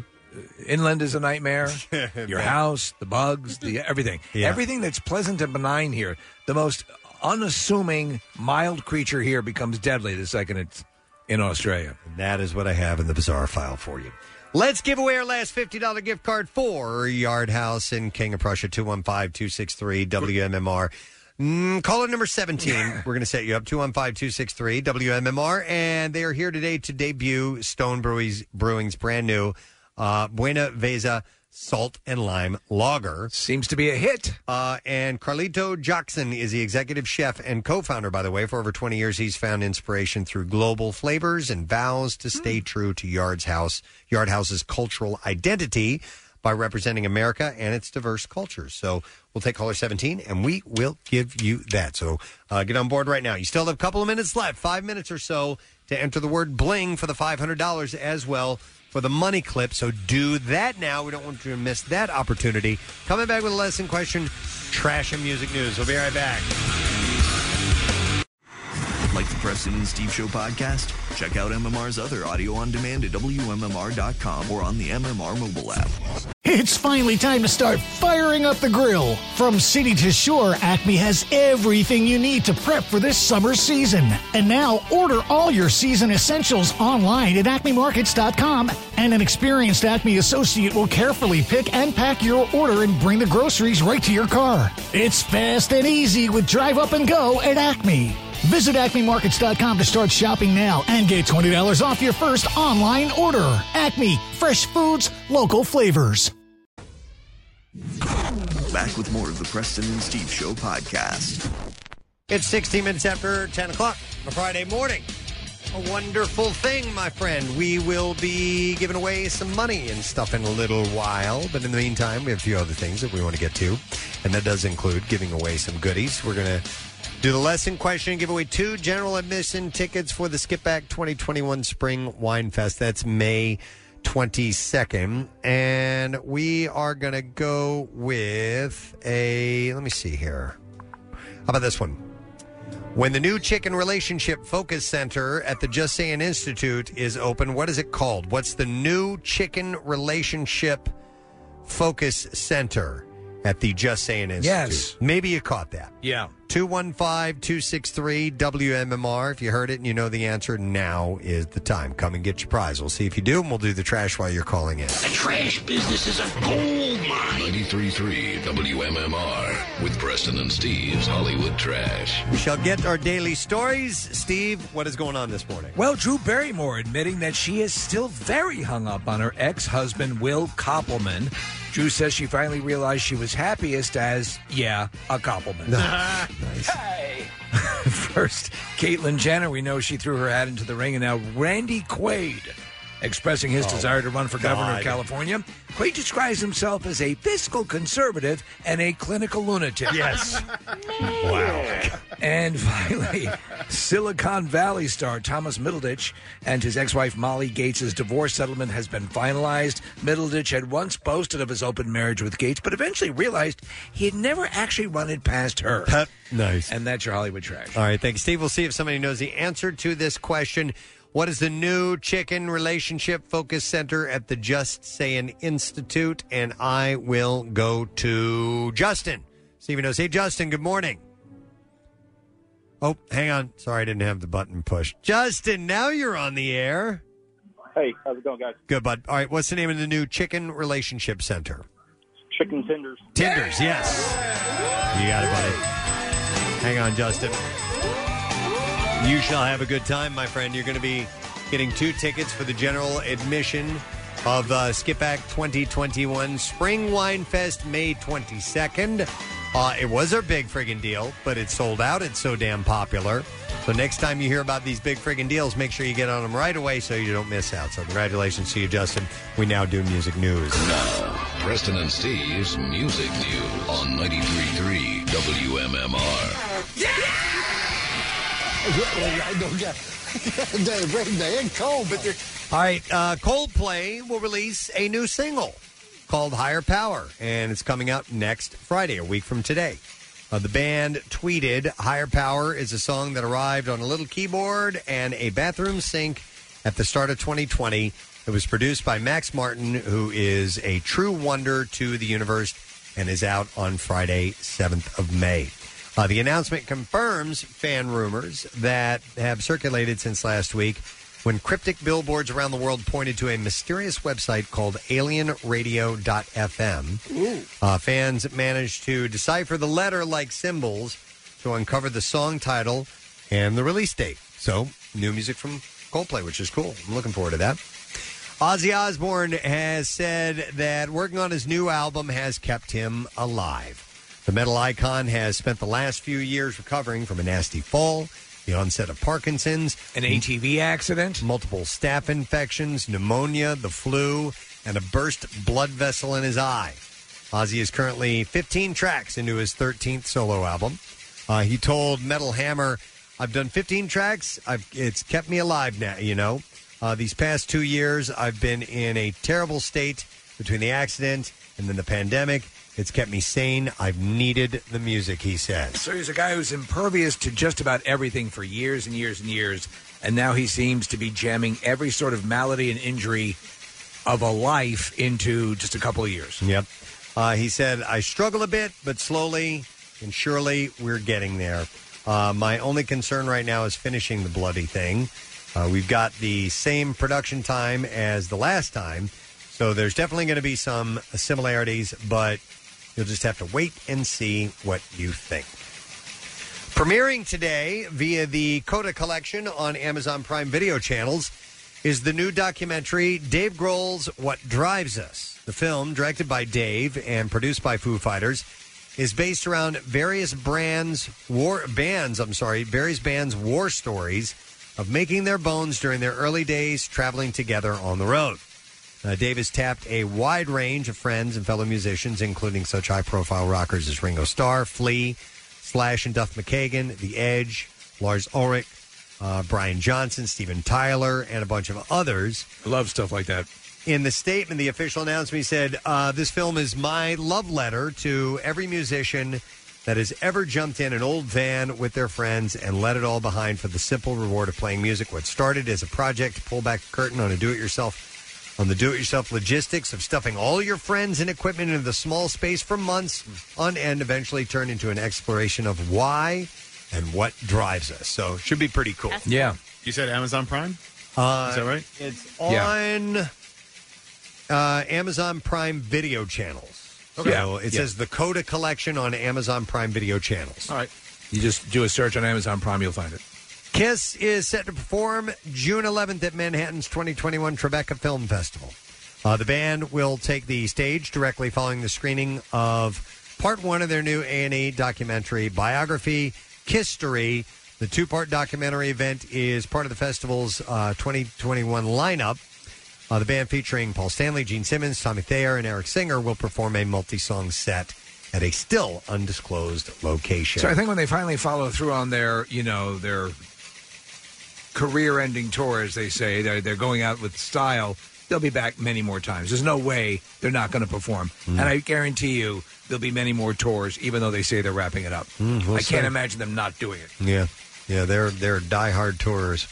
Inland is a nightmare. Your house, the bugs, the everything.
Yeah.
Everything that's pleasant and benign here. The most unassuming, mild creature here becomes deadly the second it's in Australia.
And that is what I have in the bizarre file for you. Let's give away our last $50 gift card for Yard House in King of Prussia, 215 263 WMMR. Mm, caller number 17. We're going to set you up 215 263 WMMR. And they are here today to debut Stone Brewing's, Brewing's brand new uh, Buena Vesa Salt and Lime Lager.
Seems to be a hit.
Uh, and Carlito Jackson is the executive chef and co founder, by the way. For over 20 years, he's found inspiration through global flavors and vows to
Hmm.
stay true to Yard's House, Yard House's cultural identity by representing America and its diverse cultures. So we'll take caller 17 and we will give you that. So uh, get on board right now. You still have a couple of minutes left, five minutes or so, to enter the word bling for the $500 as well for the money clip. So do that now. We don't want you to miss that opportunity. Coming back with a lesson question, trash and music news. We'll be right back.
Like the Preston and Steve Show podcast? Check out MMR's other audio on demand at WMMR.com or on the MMR mobile app.
It's finally time to start firing up the grill. From city to shore, Acme has everything you need to prep for this summer season. And now order all your season essentials online at acmemarkets.com, and an experienced Acme associate will carefully pick and pack your order and bring the groceries right to your car. It's fast and easy with Drive Up and Go at Acme. Visit acmemarkets.com to start shopping now and get $20 off your first online order. Acme, fresh foods, local flavors.
Back with more of the Preston and Steve Show podcast.
It's 16 minutes after 10 o'clock on Friday morning. A wonderful thing, my friend. We will be giving away some money and stuff in a little while. But in the meantime, we have a few other things that we want to get to. And that does include giving away some goodies. We're going to do the lesson question and give away two general admission tickets for the Skip Back 2021 Spring Wine Fest. That's May 22nd. And we are going to go with a, let me see here. How about this one? When the new Chicken Relationship Focus Center at the Just Saying Institute is open, what is it called? What's the new Chicken Relationship Focus Center at the Just Saying Institute?
Yes.
Maybe you caught that.
Yeah.
215 263 WMMR. If you heard it and you know the answer, now is the time. Come and get your prize. We'll see if you do, and we'll do the trash while you're calling in.
The trash business is a gold mine. 93.3 WMMR with Preston and Steve's Hollywood Trash.
We shall get our daily stories. Steve, what is going on this morning?
Well, Drew Barrymore admitting that she is still very hung up on her ex husband, Will Koppelman. Drew says she finally realized she was happiest as, yeah, a Koppelman. First, Caitlyn Jenner, we know she threw her hat into the ring, and now Randy Quaid expressing his
Oh,
desire to run for governor
God.
of California. Quaid describes himself as a fiscal conservative and a clinical lunatic. Yes. Wow. And finally, Silicon Valley star Thomas Middleditch and his ex wife Molly Gates' divorce settlement has been finalized. Middleditch had once boasted of his open marriage with Gates, but eventually realized he had never actually run it past her.
nice.
And that's your Hollywood trash.
All right, thanks, Steve. We'll see if somebody knows the answer to this question. What is the new Chicken Relationship Focus Center at the Just Saying Institute? And I will go to Justin. See if he knows. Hey, Justin, good morning. Oh, hang on. Sorry, I didn't have the button pushed. Justin, now you're on the air.
Hey, how's it going, guys?
Good, bud. All right, what's the name of the new Chicken Relationship Center?
Chicken tenders.
Tinders, yes. You got it, buddy. Hang on, Justin. You shall have a good time, my friend. You're going to be getting two tickets for the general admission of uh, Skip Act 2021 Spring Wine Fest, May 22nd. Uh, it was our big friggin' deal, but it sold out. It's so damn popular. So next time you hear about these big friggin' deals, make sure you get on them right away so you don't miss out. So congratulations to you, Justin. We now do music news.
Preston and Steve's Music News on 93.3 WMMR.
All right, uh, Coldplay will release a new single called Higher Power, and it's coming out next Friday, a week from today. Uh, the band tweeted Higher Power is a song that arrived on a little keyboard and a bathroom sink at the start of 2020. It was produced by Max Martin, who is a true wonder to the universe and is out on Friday, 7th of May. Uh, the announcement confirms fan rumors that have circulated since last week when cryptic billboards around the world pointed to a mysterious website called alienradio.fm. Uh, fans managed to decipher the letter like symbols to uncover the song title and the release date. So, new music from Coldplay, which is cool. I'm looking forward to that. Ozzy Osbourne has said that working on his new album has kept him alive. The metal icon has spent the last few years recovering from a nasty fall, the onset of Parkinson's, an ATV accident, multiple staph infections, pneumonia, the flu, and a burst blood vessel in his eye. Ozzy is currently 15 tracks into his 13th solo album. Uh, he told Metal Hammer, "I've done 15 tracks. I've it's kept me alive now. You know, uh, these past two years I've been in a terrible state between the accident and then the pandemic. It's kept me sane. I've needed the music." He says.
So he's a guy who's impervious to just about everything for years and years and years, and now he seems to be jamming every sort of malady and injury of a life into just a couple of years.
Yep. Uh, he said, I struggle a bit, but slowly and surely we're getting there. Uh, my only concern right now is finishing the bloody thing. Uh, we've got the same production time as the last time, so there's definitely going to be some similarities, but you'll just have to wait and see what you think. Premiering today via the Coda Collection on Amazon Prime Video channels is the new documentary Dave Grohl's What Drives Us. The film, directed by Dave and produced by Foo Fighters, is based around various brands war bands, I'm sorry, various bands war stories of making their bones during their early days traveling together on the road. Uh, Dave has tapped a wide range of friends and fellow musicians, including such high profile rockers as Ringo Starr, Flea, Slash and Duff McKagan, The Edge, Lars Ulrich, uh, Brian Johnson, Steven Tyler, and a bunch of others.
I love stuff like that.
In the statement, the official announcement he said, uh, This film is my love letter to every musician that has ever jumped in an old van with their friends and let it all behind for the simple reward of playing music. What started as a project to pull back the curtain on a do it yourself on the do-it-yourself logistics of stuffing all your friends and equipment into the small space for months on end eventually turned into an exploration of why and what drives us. So should be pretty cool.
Yeah.
You said Amazon Prime?
Uh,
Is that right?
It's
Yeah.
on uh, Amazon Prime Video channels.
Okay.
So it
Yeah.
says the Coda Collection on Amazon Prime Video channels.
All right. You just do a search on Amazon Prime, you'll find it.
Kiss is set to perform June 11th at Manhattan's 2021 Tribeca Film Festival. Uh, the band will take the stage directly following the screening of part one of their new A&E documentary biography, Kistory. The two-part documentary event is part of the festival's uh, 2021 lineup. Uh, the band featuring Paul Stanley, Gene Simmons, Tommy Thayer, and Eric Singer will perform a multi-song set at a still undisclosed location.
So I think when they finally follow through on their, you know, their career-ending tour, as they say, they're they're going out with style. They'll be back many more times. There's no way they're not going to perform,
Mm.
Hmm.
and I guarantee you there'll be many more tours, even though they say they're wrapping it up.
Mm, we'll
I can't
see.
imagine them not doing it.
Yeah, yeah, they're they're diehard tourers.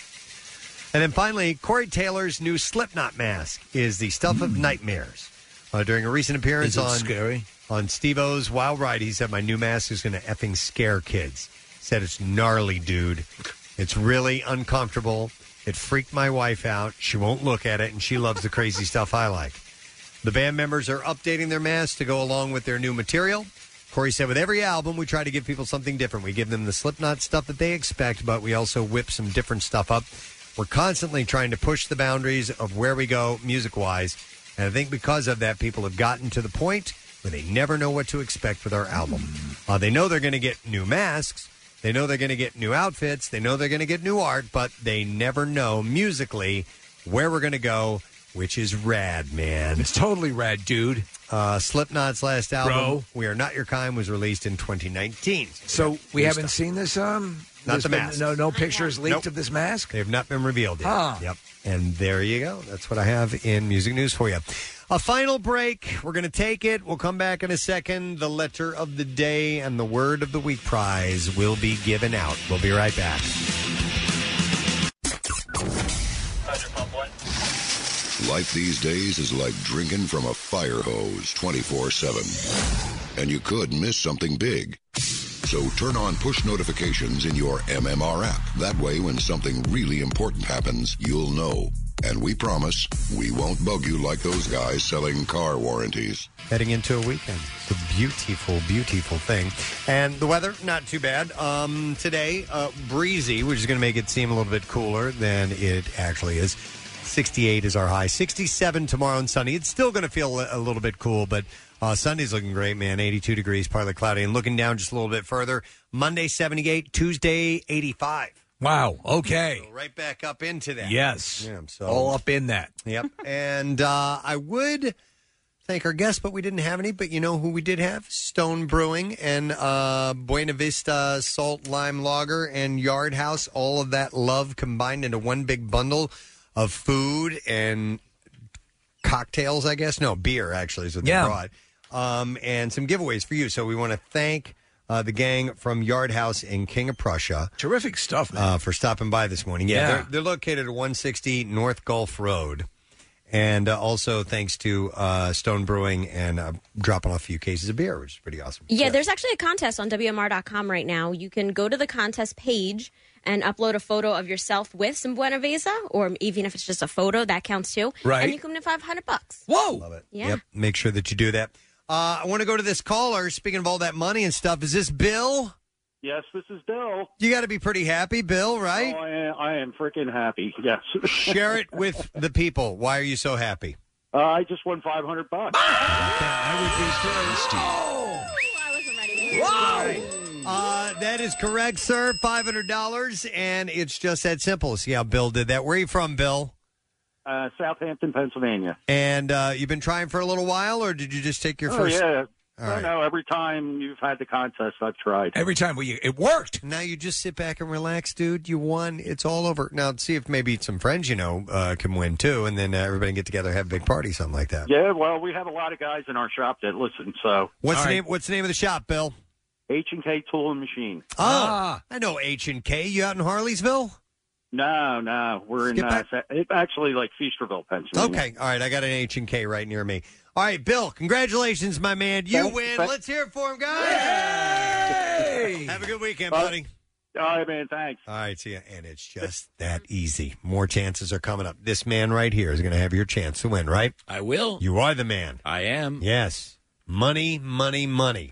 And then finally, Corey Taylor's new Slipknot mask is the stuff of nightmares. Uh, during a recent appearance
Hmm. Is it
on
scary?
on Steve O's Wild Ride, he said, "My new mask is going to effing scare kids." Said it's gnarly, dude. It's really uncomfortable. It freaked my wife out. She won't look at it, and she loves the crazy stuff I like. The band members are updating their masks to go along with their new material. Corey said, with every album, we try to give people something different. We give them the Slipknot stuff that they expect, but we also whip some different stuff up. We're constantly trying to push the boundaries of where we go music wise. And I think because of that, people have gotten to the point where they never know what to expect with our album. Uh, they know they're going to get new masks. They know they're going to get new outfits. They know they're going to get new art, but they never know musically where we're going to go, which is rad, man. It's
totally rad, dude.
Uh, Slipknot's last album,
Bro.
We Are Not Your Kind, was released in 2019.
So we
New
haven't
stuff.
seen this. Um,
Not
there's
the
been
mask.
No, no pictures leaked
Nope.
of this mask.
They have not been revealed yet.
Huh.
Yep. And there you go. That's what I have in music news for you. A final break. We're going to take it. We'll come back in a second. The letter of the day and the word of the week prize will be given out. We'll be right back.
Life these days is like drinking from a fire hose 24 7. And you could miss something big. So turn on push notifications in your MMR app. That way, when something really important happens, you'll know. And we promise we won't bug you like those guys selling car warranties.
Heading into a weekend. It's a beautiful, beautiful thing. And the weather, not too bad. Um, today, uh, breezy, which is going to make it seem a little bit cooler than it actually is. 68 is our high. 67 tomorrow and sunny. It's still going to feel a a little bit cool, but uh, Sunday's looking great, man. 82 degrees, partly cloudy. And looking down just a little bit further, Monday 78, Tuesday 85.
Wow. Okay.
So right back up into that.
Yes.
Yeah, so
All up in that.
Yep. and uh, I would thank our guests, but we didn't have any. But you know who we did have? Stone Brewing and uh, Buena Vista Salt Lime Lager and Yard House. All of that love combined into one big bundle of food and cocktails, I guess. No, beer actually is what they
Yeah.
brought. Um, and some giveaways for you. So we want to thank uh, the gang from Yard House in King of Prussia.
Terrific stuff, man.
Uh, for stopping by this morning. Yeah,
Yeah.
They're, they're located at 160 North Gulf Road. And uh, also thanks to uh, Stone Brewing and uh, dropping off a few cases of beer, which is pretty awesome.
Yeah, there's actually a contest on WMR.com right now. You can go to the contest page and upload a photo of yourself with some Buena Vista, or even if it's just a photo, that counts too.
Right.
And you can win 500 bucks.
Whoa!
Love it.
Yeah.
Yep. Make sure that you do that. Uh, I want to go to this caller. Speaking of all that money and stuff, is this Bill?
Yes, this is Bill.
You got to be pretty happy, Bill, right?
Oh, I am, I am freaking happy. Yes.
Share it with the people. Why are you so happy?
Uh, I just won 500 bucks.
Uh, that is correct, sir. Five hundred dollars, and it's just that simple. See how Bill did that. Where are you from, Bill?
Uh, Southampton, Pennsylvania.
And uh, you've been trying for a little while, or did you just take your
oh,
first?
yeah.
All
I
right.
know. Every time you've had the contest, I've tried.
Every time we, it worked.
Now you just sit back and relax, dude. You won. It's all over. Now see if maybe some friends you know uh, can win too, and then uh, everybody get together, have a big party, something like that.
Yeah, well, we have a lot of guys in our shop that listen, so.
What's the name? What's the name of the shop, Bill?
H&K Tool and Machine.
Oh, I know H and K. You out in Harleysville?
No, no. We're in, uh, Sa- it- actually, like Feasterville, Pennsylvania.
Okay, all right. I got an H and K right near me. All right, Bill. Congratulations, my man. You
Thank-
win.
thank-
Let's hear it for him, guys. Have a good weekend, buddy.
All right, man. Thanks.
All right, see ya. And it's just that easy. More chances are coming up. This man right here is going to have your chance to win, right?
I will.
You are the man.
I am.
Yes. Money, money, money.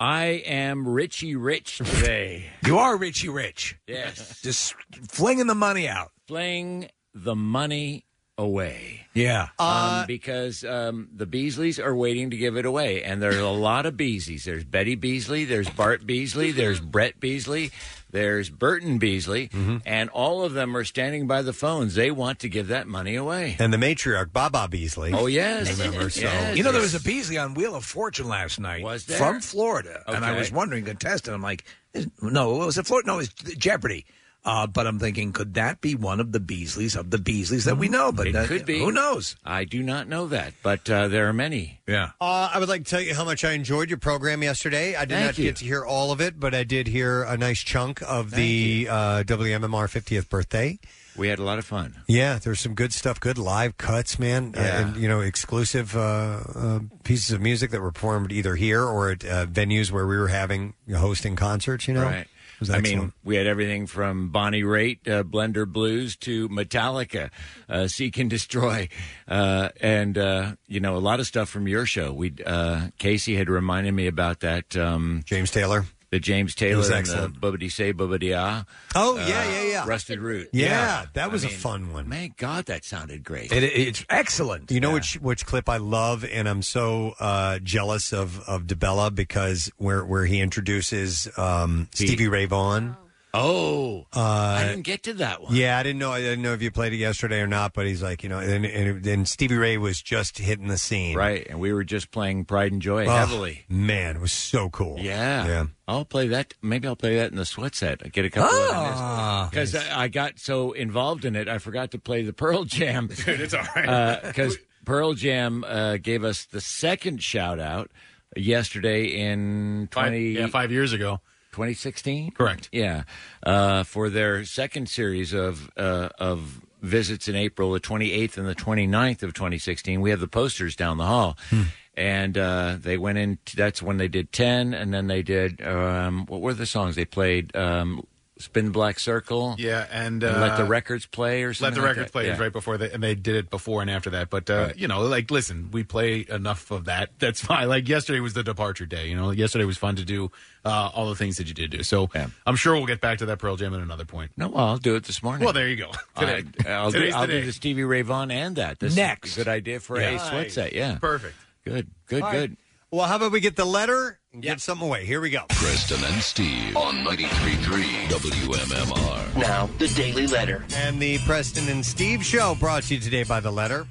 I am Richie Rich today.
You are Richie Rich.
Yes.
Just flinging the money out.
Fling the money away.
Yeah.
um, because um, the Beasleys are waiting to give it away, and there's a lot of Beasleys. There's Betty Beasley, there's Bart Beasley, there's Brett Beasley, there's Burton Beasley,
Mm-hmm.
and all of them are standing by the phones. They want to give that money away.
And the matriarch, Baba Beasley.
Oh yes,
Remember, so-
Yes.
You know, there was a Beasley on Wheel of Fortune last night. Was
there?
From Florida. And I
Okay.
was wondering, contestant, I'm like, is- no, it was a Florida. No, it's Jeopardy. Uh, but I'm thinking, could that be one of the Beasleys of the Beasleys that we know? But
Hmm. It
that-
could be.
Who knows?
I do not know that, but uh, there are many.
Yeah.
Uh, I would like to tell you how much I enjoyed your program yesterday. I did
Thank
not
you.
get to hear all of it, but I did hear a nice chunk of the uh, WMMR 50th birthday.
We had a lot of fun.
Yeah, there's some good stuff, good live cuts, man. Uh,
Yeah.
and, you know, exclusive uh, uh, pieces of music that were performed either here or at uh, venues where we were having hosting concerts, you know.
Right.
It was
I
excellent.
mean, we had everything from Bonnie Raitt, uh, Blender Blues, to Metallica, uh, Seek and Destroy, uh, and uh, you know a lot of stuff from your show. We uh, Casey had reminded me about that. Um,
James Taylor.
the James Taylor
was
and the
excellent.
Bubbity Say Bubbity Ah.
Oh, yeah, yeah, yeah.
Rusted Root.
Yeah, that was a
fun one. Man, God, that sounded great.
it's excellent. You know which which clip I love, and I'm so uh, jealous of of DeBella because where where he introduces um, Stevie Ray Vaughan.
Oh,
uh,
I didn't get to that one.
Yeah, I didn't know. I didn't know if you played it yesterday or not. But he's like, you know, and and, and Stevie Ray was just hitting the scene, Oh,
right? And we were just playing Pride and Joy heavily.
Man, it was so cool.
Yeah.
yeah.
I'll play that. Maybe I'll play that in the sweat set. I get a couple
Ah.
of because I, I got so involved in it, I forgot to play the Pearl Jam.
Dude, it's all right.
Because Pearl Jam uh, gave us the second shout out yesterday in
Five-
20,
yeah, five years ago.
2016?
Correct.
Yeah. Uh, for their second series of, uh, of visits in April, the 28th and the 29th of 2016. We have the posters down the hall.
Hmm.
And uh, they went in, that's when they did 10, and then they did, um, what were the songs they played? Um, Spin Black Circle.
Yeah, and,
Let the
uh,
Records Play or something.
Let the
like
record
that.
play
Yeah.
right before that, and they did it before and after that. But uh,
Right.
you know, like, listen, we play enough of that. That's fine. Like yesterday was the departure day. You know, yesterday was fun to do uh, all the things that you did do. So I'm sure we'll get back to that Pearl Jam at another point.
No, well, I'll do it this morning.
Well, there you go. Today.
I, I'll, do,
Today's
I'll
the
do
day.
the Stevie Ray Vaughan and that. This is a
Next.
good idea for a
Nice.
sweat set. Yeah.
Perfect.
Good, good,
All right.
good.
Well, how about we get the letter and give something away? Here we go.
Preston and Steve on 93.3 WMMR.
Now,
the Daily Letter.
And the Preston and Steve show brought to you today by the letter.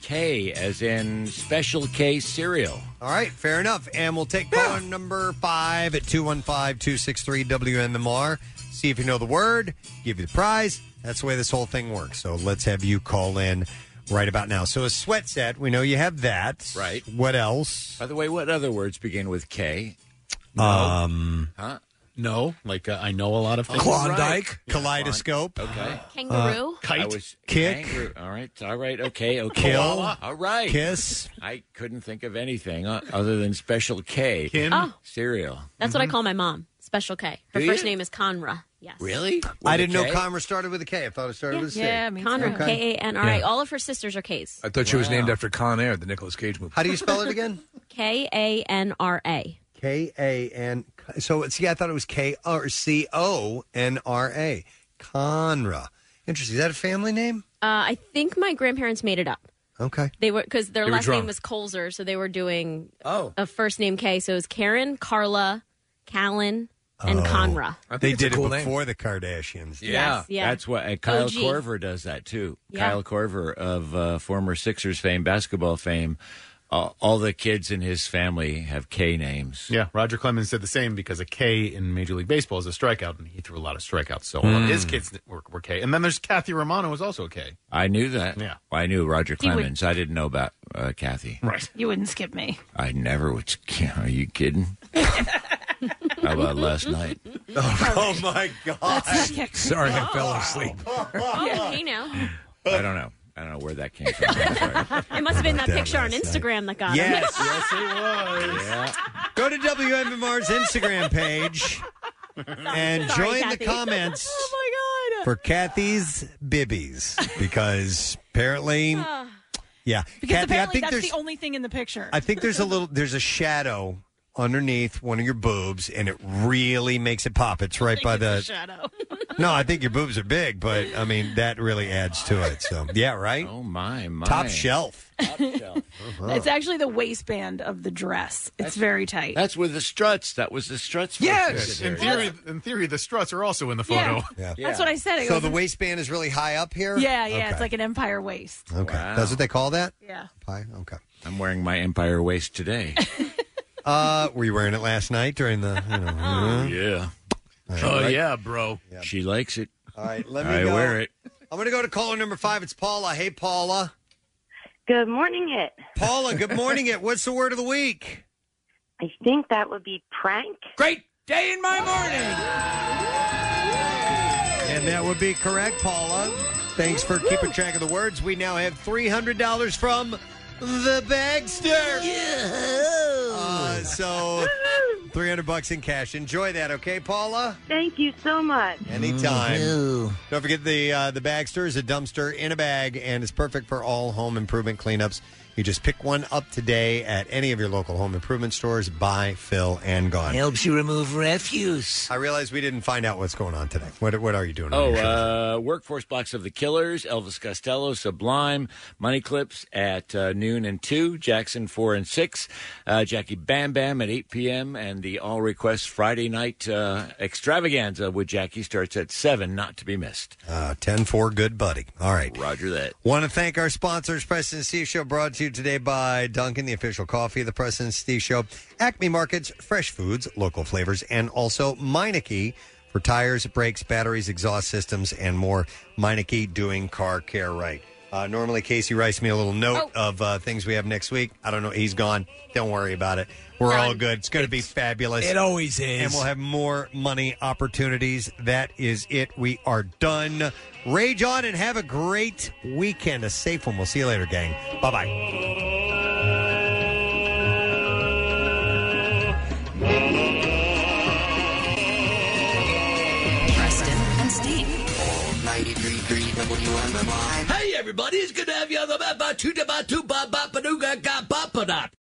K as in special K cereal.
All right, fair enough. And we'll take caller number five at 215 263 WMMR. See if you know the word, give you the prize. That's the way this whole thing works. So let's have you call in right about now. So a sweat set, we know you have that. Right. What else?
By the way, what other words begin with K?
Um,
Huh?
No, like uh, I know a lot of things.
Klondike.
Yeah.
Kaleidoscope.
Okay.
Kangaroo? Uh, kite.
I was-
Kick.
kangaroo. All right. All right. Okay. Okay.
Kill.
Koala. All right.
Kiss.
I couldn't think of anything uh, other than special K.
Kin. Oh.
Cereal.
That's
Mm-hmm.
what I call my mom, Special K. Her
Do
first
you?
name is Conra. Yes.
Really?
I didn't know Conra started with a K. I thought it started with a C.
Conra. K A N R I.
Yeah.
All of her sisters are Ks.
I thought she was named after Con Air, the Nicolas Cage movie.
How do you spell it again?
K A N R A.
K A N. So see, I thought it was K R C O N R A. Conra. Interesting. Is that a family name?
Uh, I think my grandparents made it up.
Okay.
They were because their
They were
last
drunk. Oh.
name was Colzer, so they were doing a first name K. So it was Karen, Carla, Callan, and
Oh.
Conra.
They did it before the Kardashians.
Yeah,
Yes, yeah.
that's what uh, Kyle
OG.
Corver does that too.
Yeah.
Kyle Corver of uh, former Sixers fame, basketball fame. Uh, all the kids in his family have K names.
Yeah, Roger Clemens said the same because a K in Major League Baseball is a strikeout, and he threw a lot of strikeouts, so all of his
Mm.
kids were, were K. And then there's Kathy Romano is also a K.
I knew that.
Yeah.
Well, I knew Roger
You would-
Clemens. I didn't know about uh, Kathy.
Right.
You wouldn't skip me.
I never would. Are you kidding? How about last night?
Oh, my
Let's not get-
Sorry, I fell asleep.
Oh, okay, now
I don't know. I don't know where that came from.
it must have been that
That
picture on
last night.
Instagram that got him.
Yes, yes,
it was.
Yeah.
Go to WMMR's Instagram page and
Sorry,
join
Kathy.
the comments
oh my god!
for Kathy's bibbies because apparently,
Oh.
yeah,
Because
Kathy, I
apparently
think
that's
there's
the only thing in the picture.
I think there's a little there's a shadow underneath one of your boobs, and it really makes it pop. It's right by the
shadow.
No, I think your boobs are big, but I mean that really adds to it. So yeah, right.
Oh my, my
top shelf. Oh.
It's actually the waistband of the dress. It's very tight.
That's with the struts. That was the struts.
Yes, in theory, in theory, the struts are also in the photo.
Yeah.
That's what I said. It
So
was-
the waistband is really high up here.
Yeah, yeah. It's
Okay.
like an empire waist.
okay. That's what they call that.
Yeah.
Pie. Okay.
I'm wearing my Empire waist today.
Uh, were you wearing it last night during the? You know,
yeah.
Oh, yeah, bro.
She likes it.
All right, let me
I
go.
wear it.
I'm going to go to caller number five. It's Paula. Hey, Paula.
Good morning, it.
Paula, good morning. It. What's the word of the week?
I think that would be prank.
Great day in my morning.
And that would be correct, Paula. Thanks for keeping track of the words. We now have three hundred dollars from the Bagster. Uh, so three hundred bucks in cash. Enjoy that, okay, Paula?
Thank you so much.
Anytime.
Mm-hmm.
Don't forget the uh, the Bagster is a dumpster in a bag and it's perfect for all home improvement cleanups. You just pick one up today at any of your local home improvement stores. Buy, fill, and gone.
Helps you remove refuse.
I realize we didn't find out what's going on today. What What are you doing? on
Oh,
your show?
uh, workforce blocks of the Killers, Elvis Costello, Sublime, Money Clips at uh, noon and 2, Jackson 4 and 6, uh, Jackie Bam Bam at 8 p.m., and the All Requests Friday Night uh, Extravaganza with Jackie starts at 7, not to be missed.
Uh, 10 4, good buddy. All right.
Roger that.
Want to thank our sponsors, President Steve Show, brought to you today by Duncan, the official coffee of the President Steve Show, Acme Markets, fresh foods, local flavors, and also Meineke for tires, brakes, batteries, exhaust systems, and more. Meineke doing car care right. Uh, normally, Casey writes me a little note of uh, things we have next week. I don't know. He's gone. Don't worry about it. We're all good. It's going to be fabulous.
it always is.
And we'll have more money opportunities. That is it. We are done. Rage on and have a great weekend. A safe one. We'll see you later, gang. Bye bye.
Preston and Steve.
93.3 WMMR.
Hey, everybody, it's good to have you on the map. Ba- Two da- ba- two ba- ba- ba- doo- ga- ga- ba- ba- da.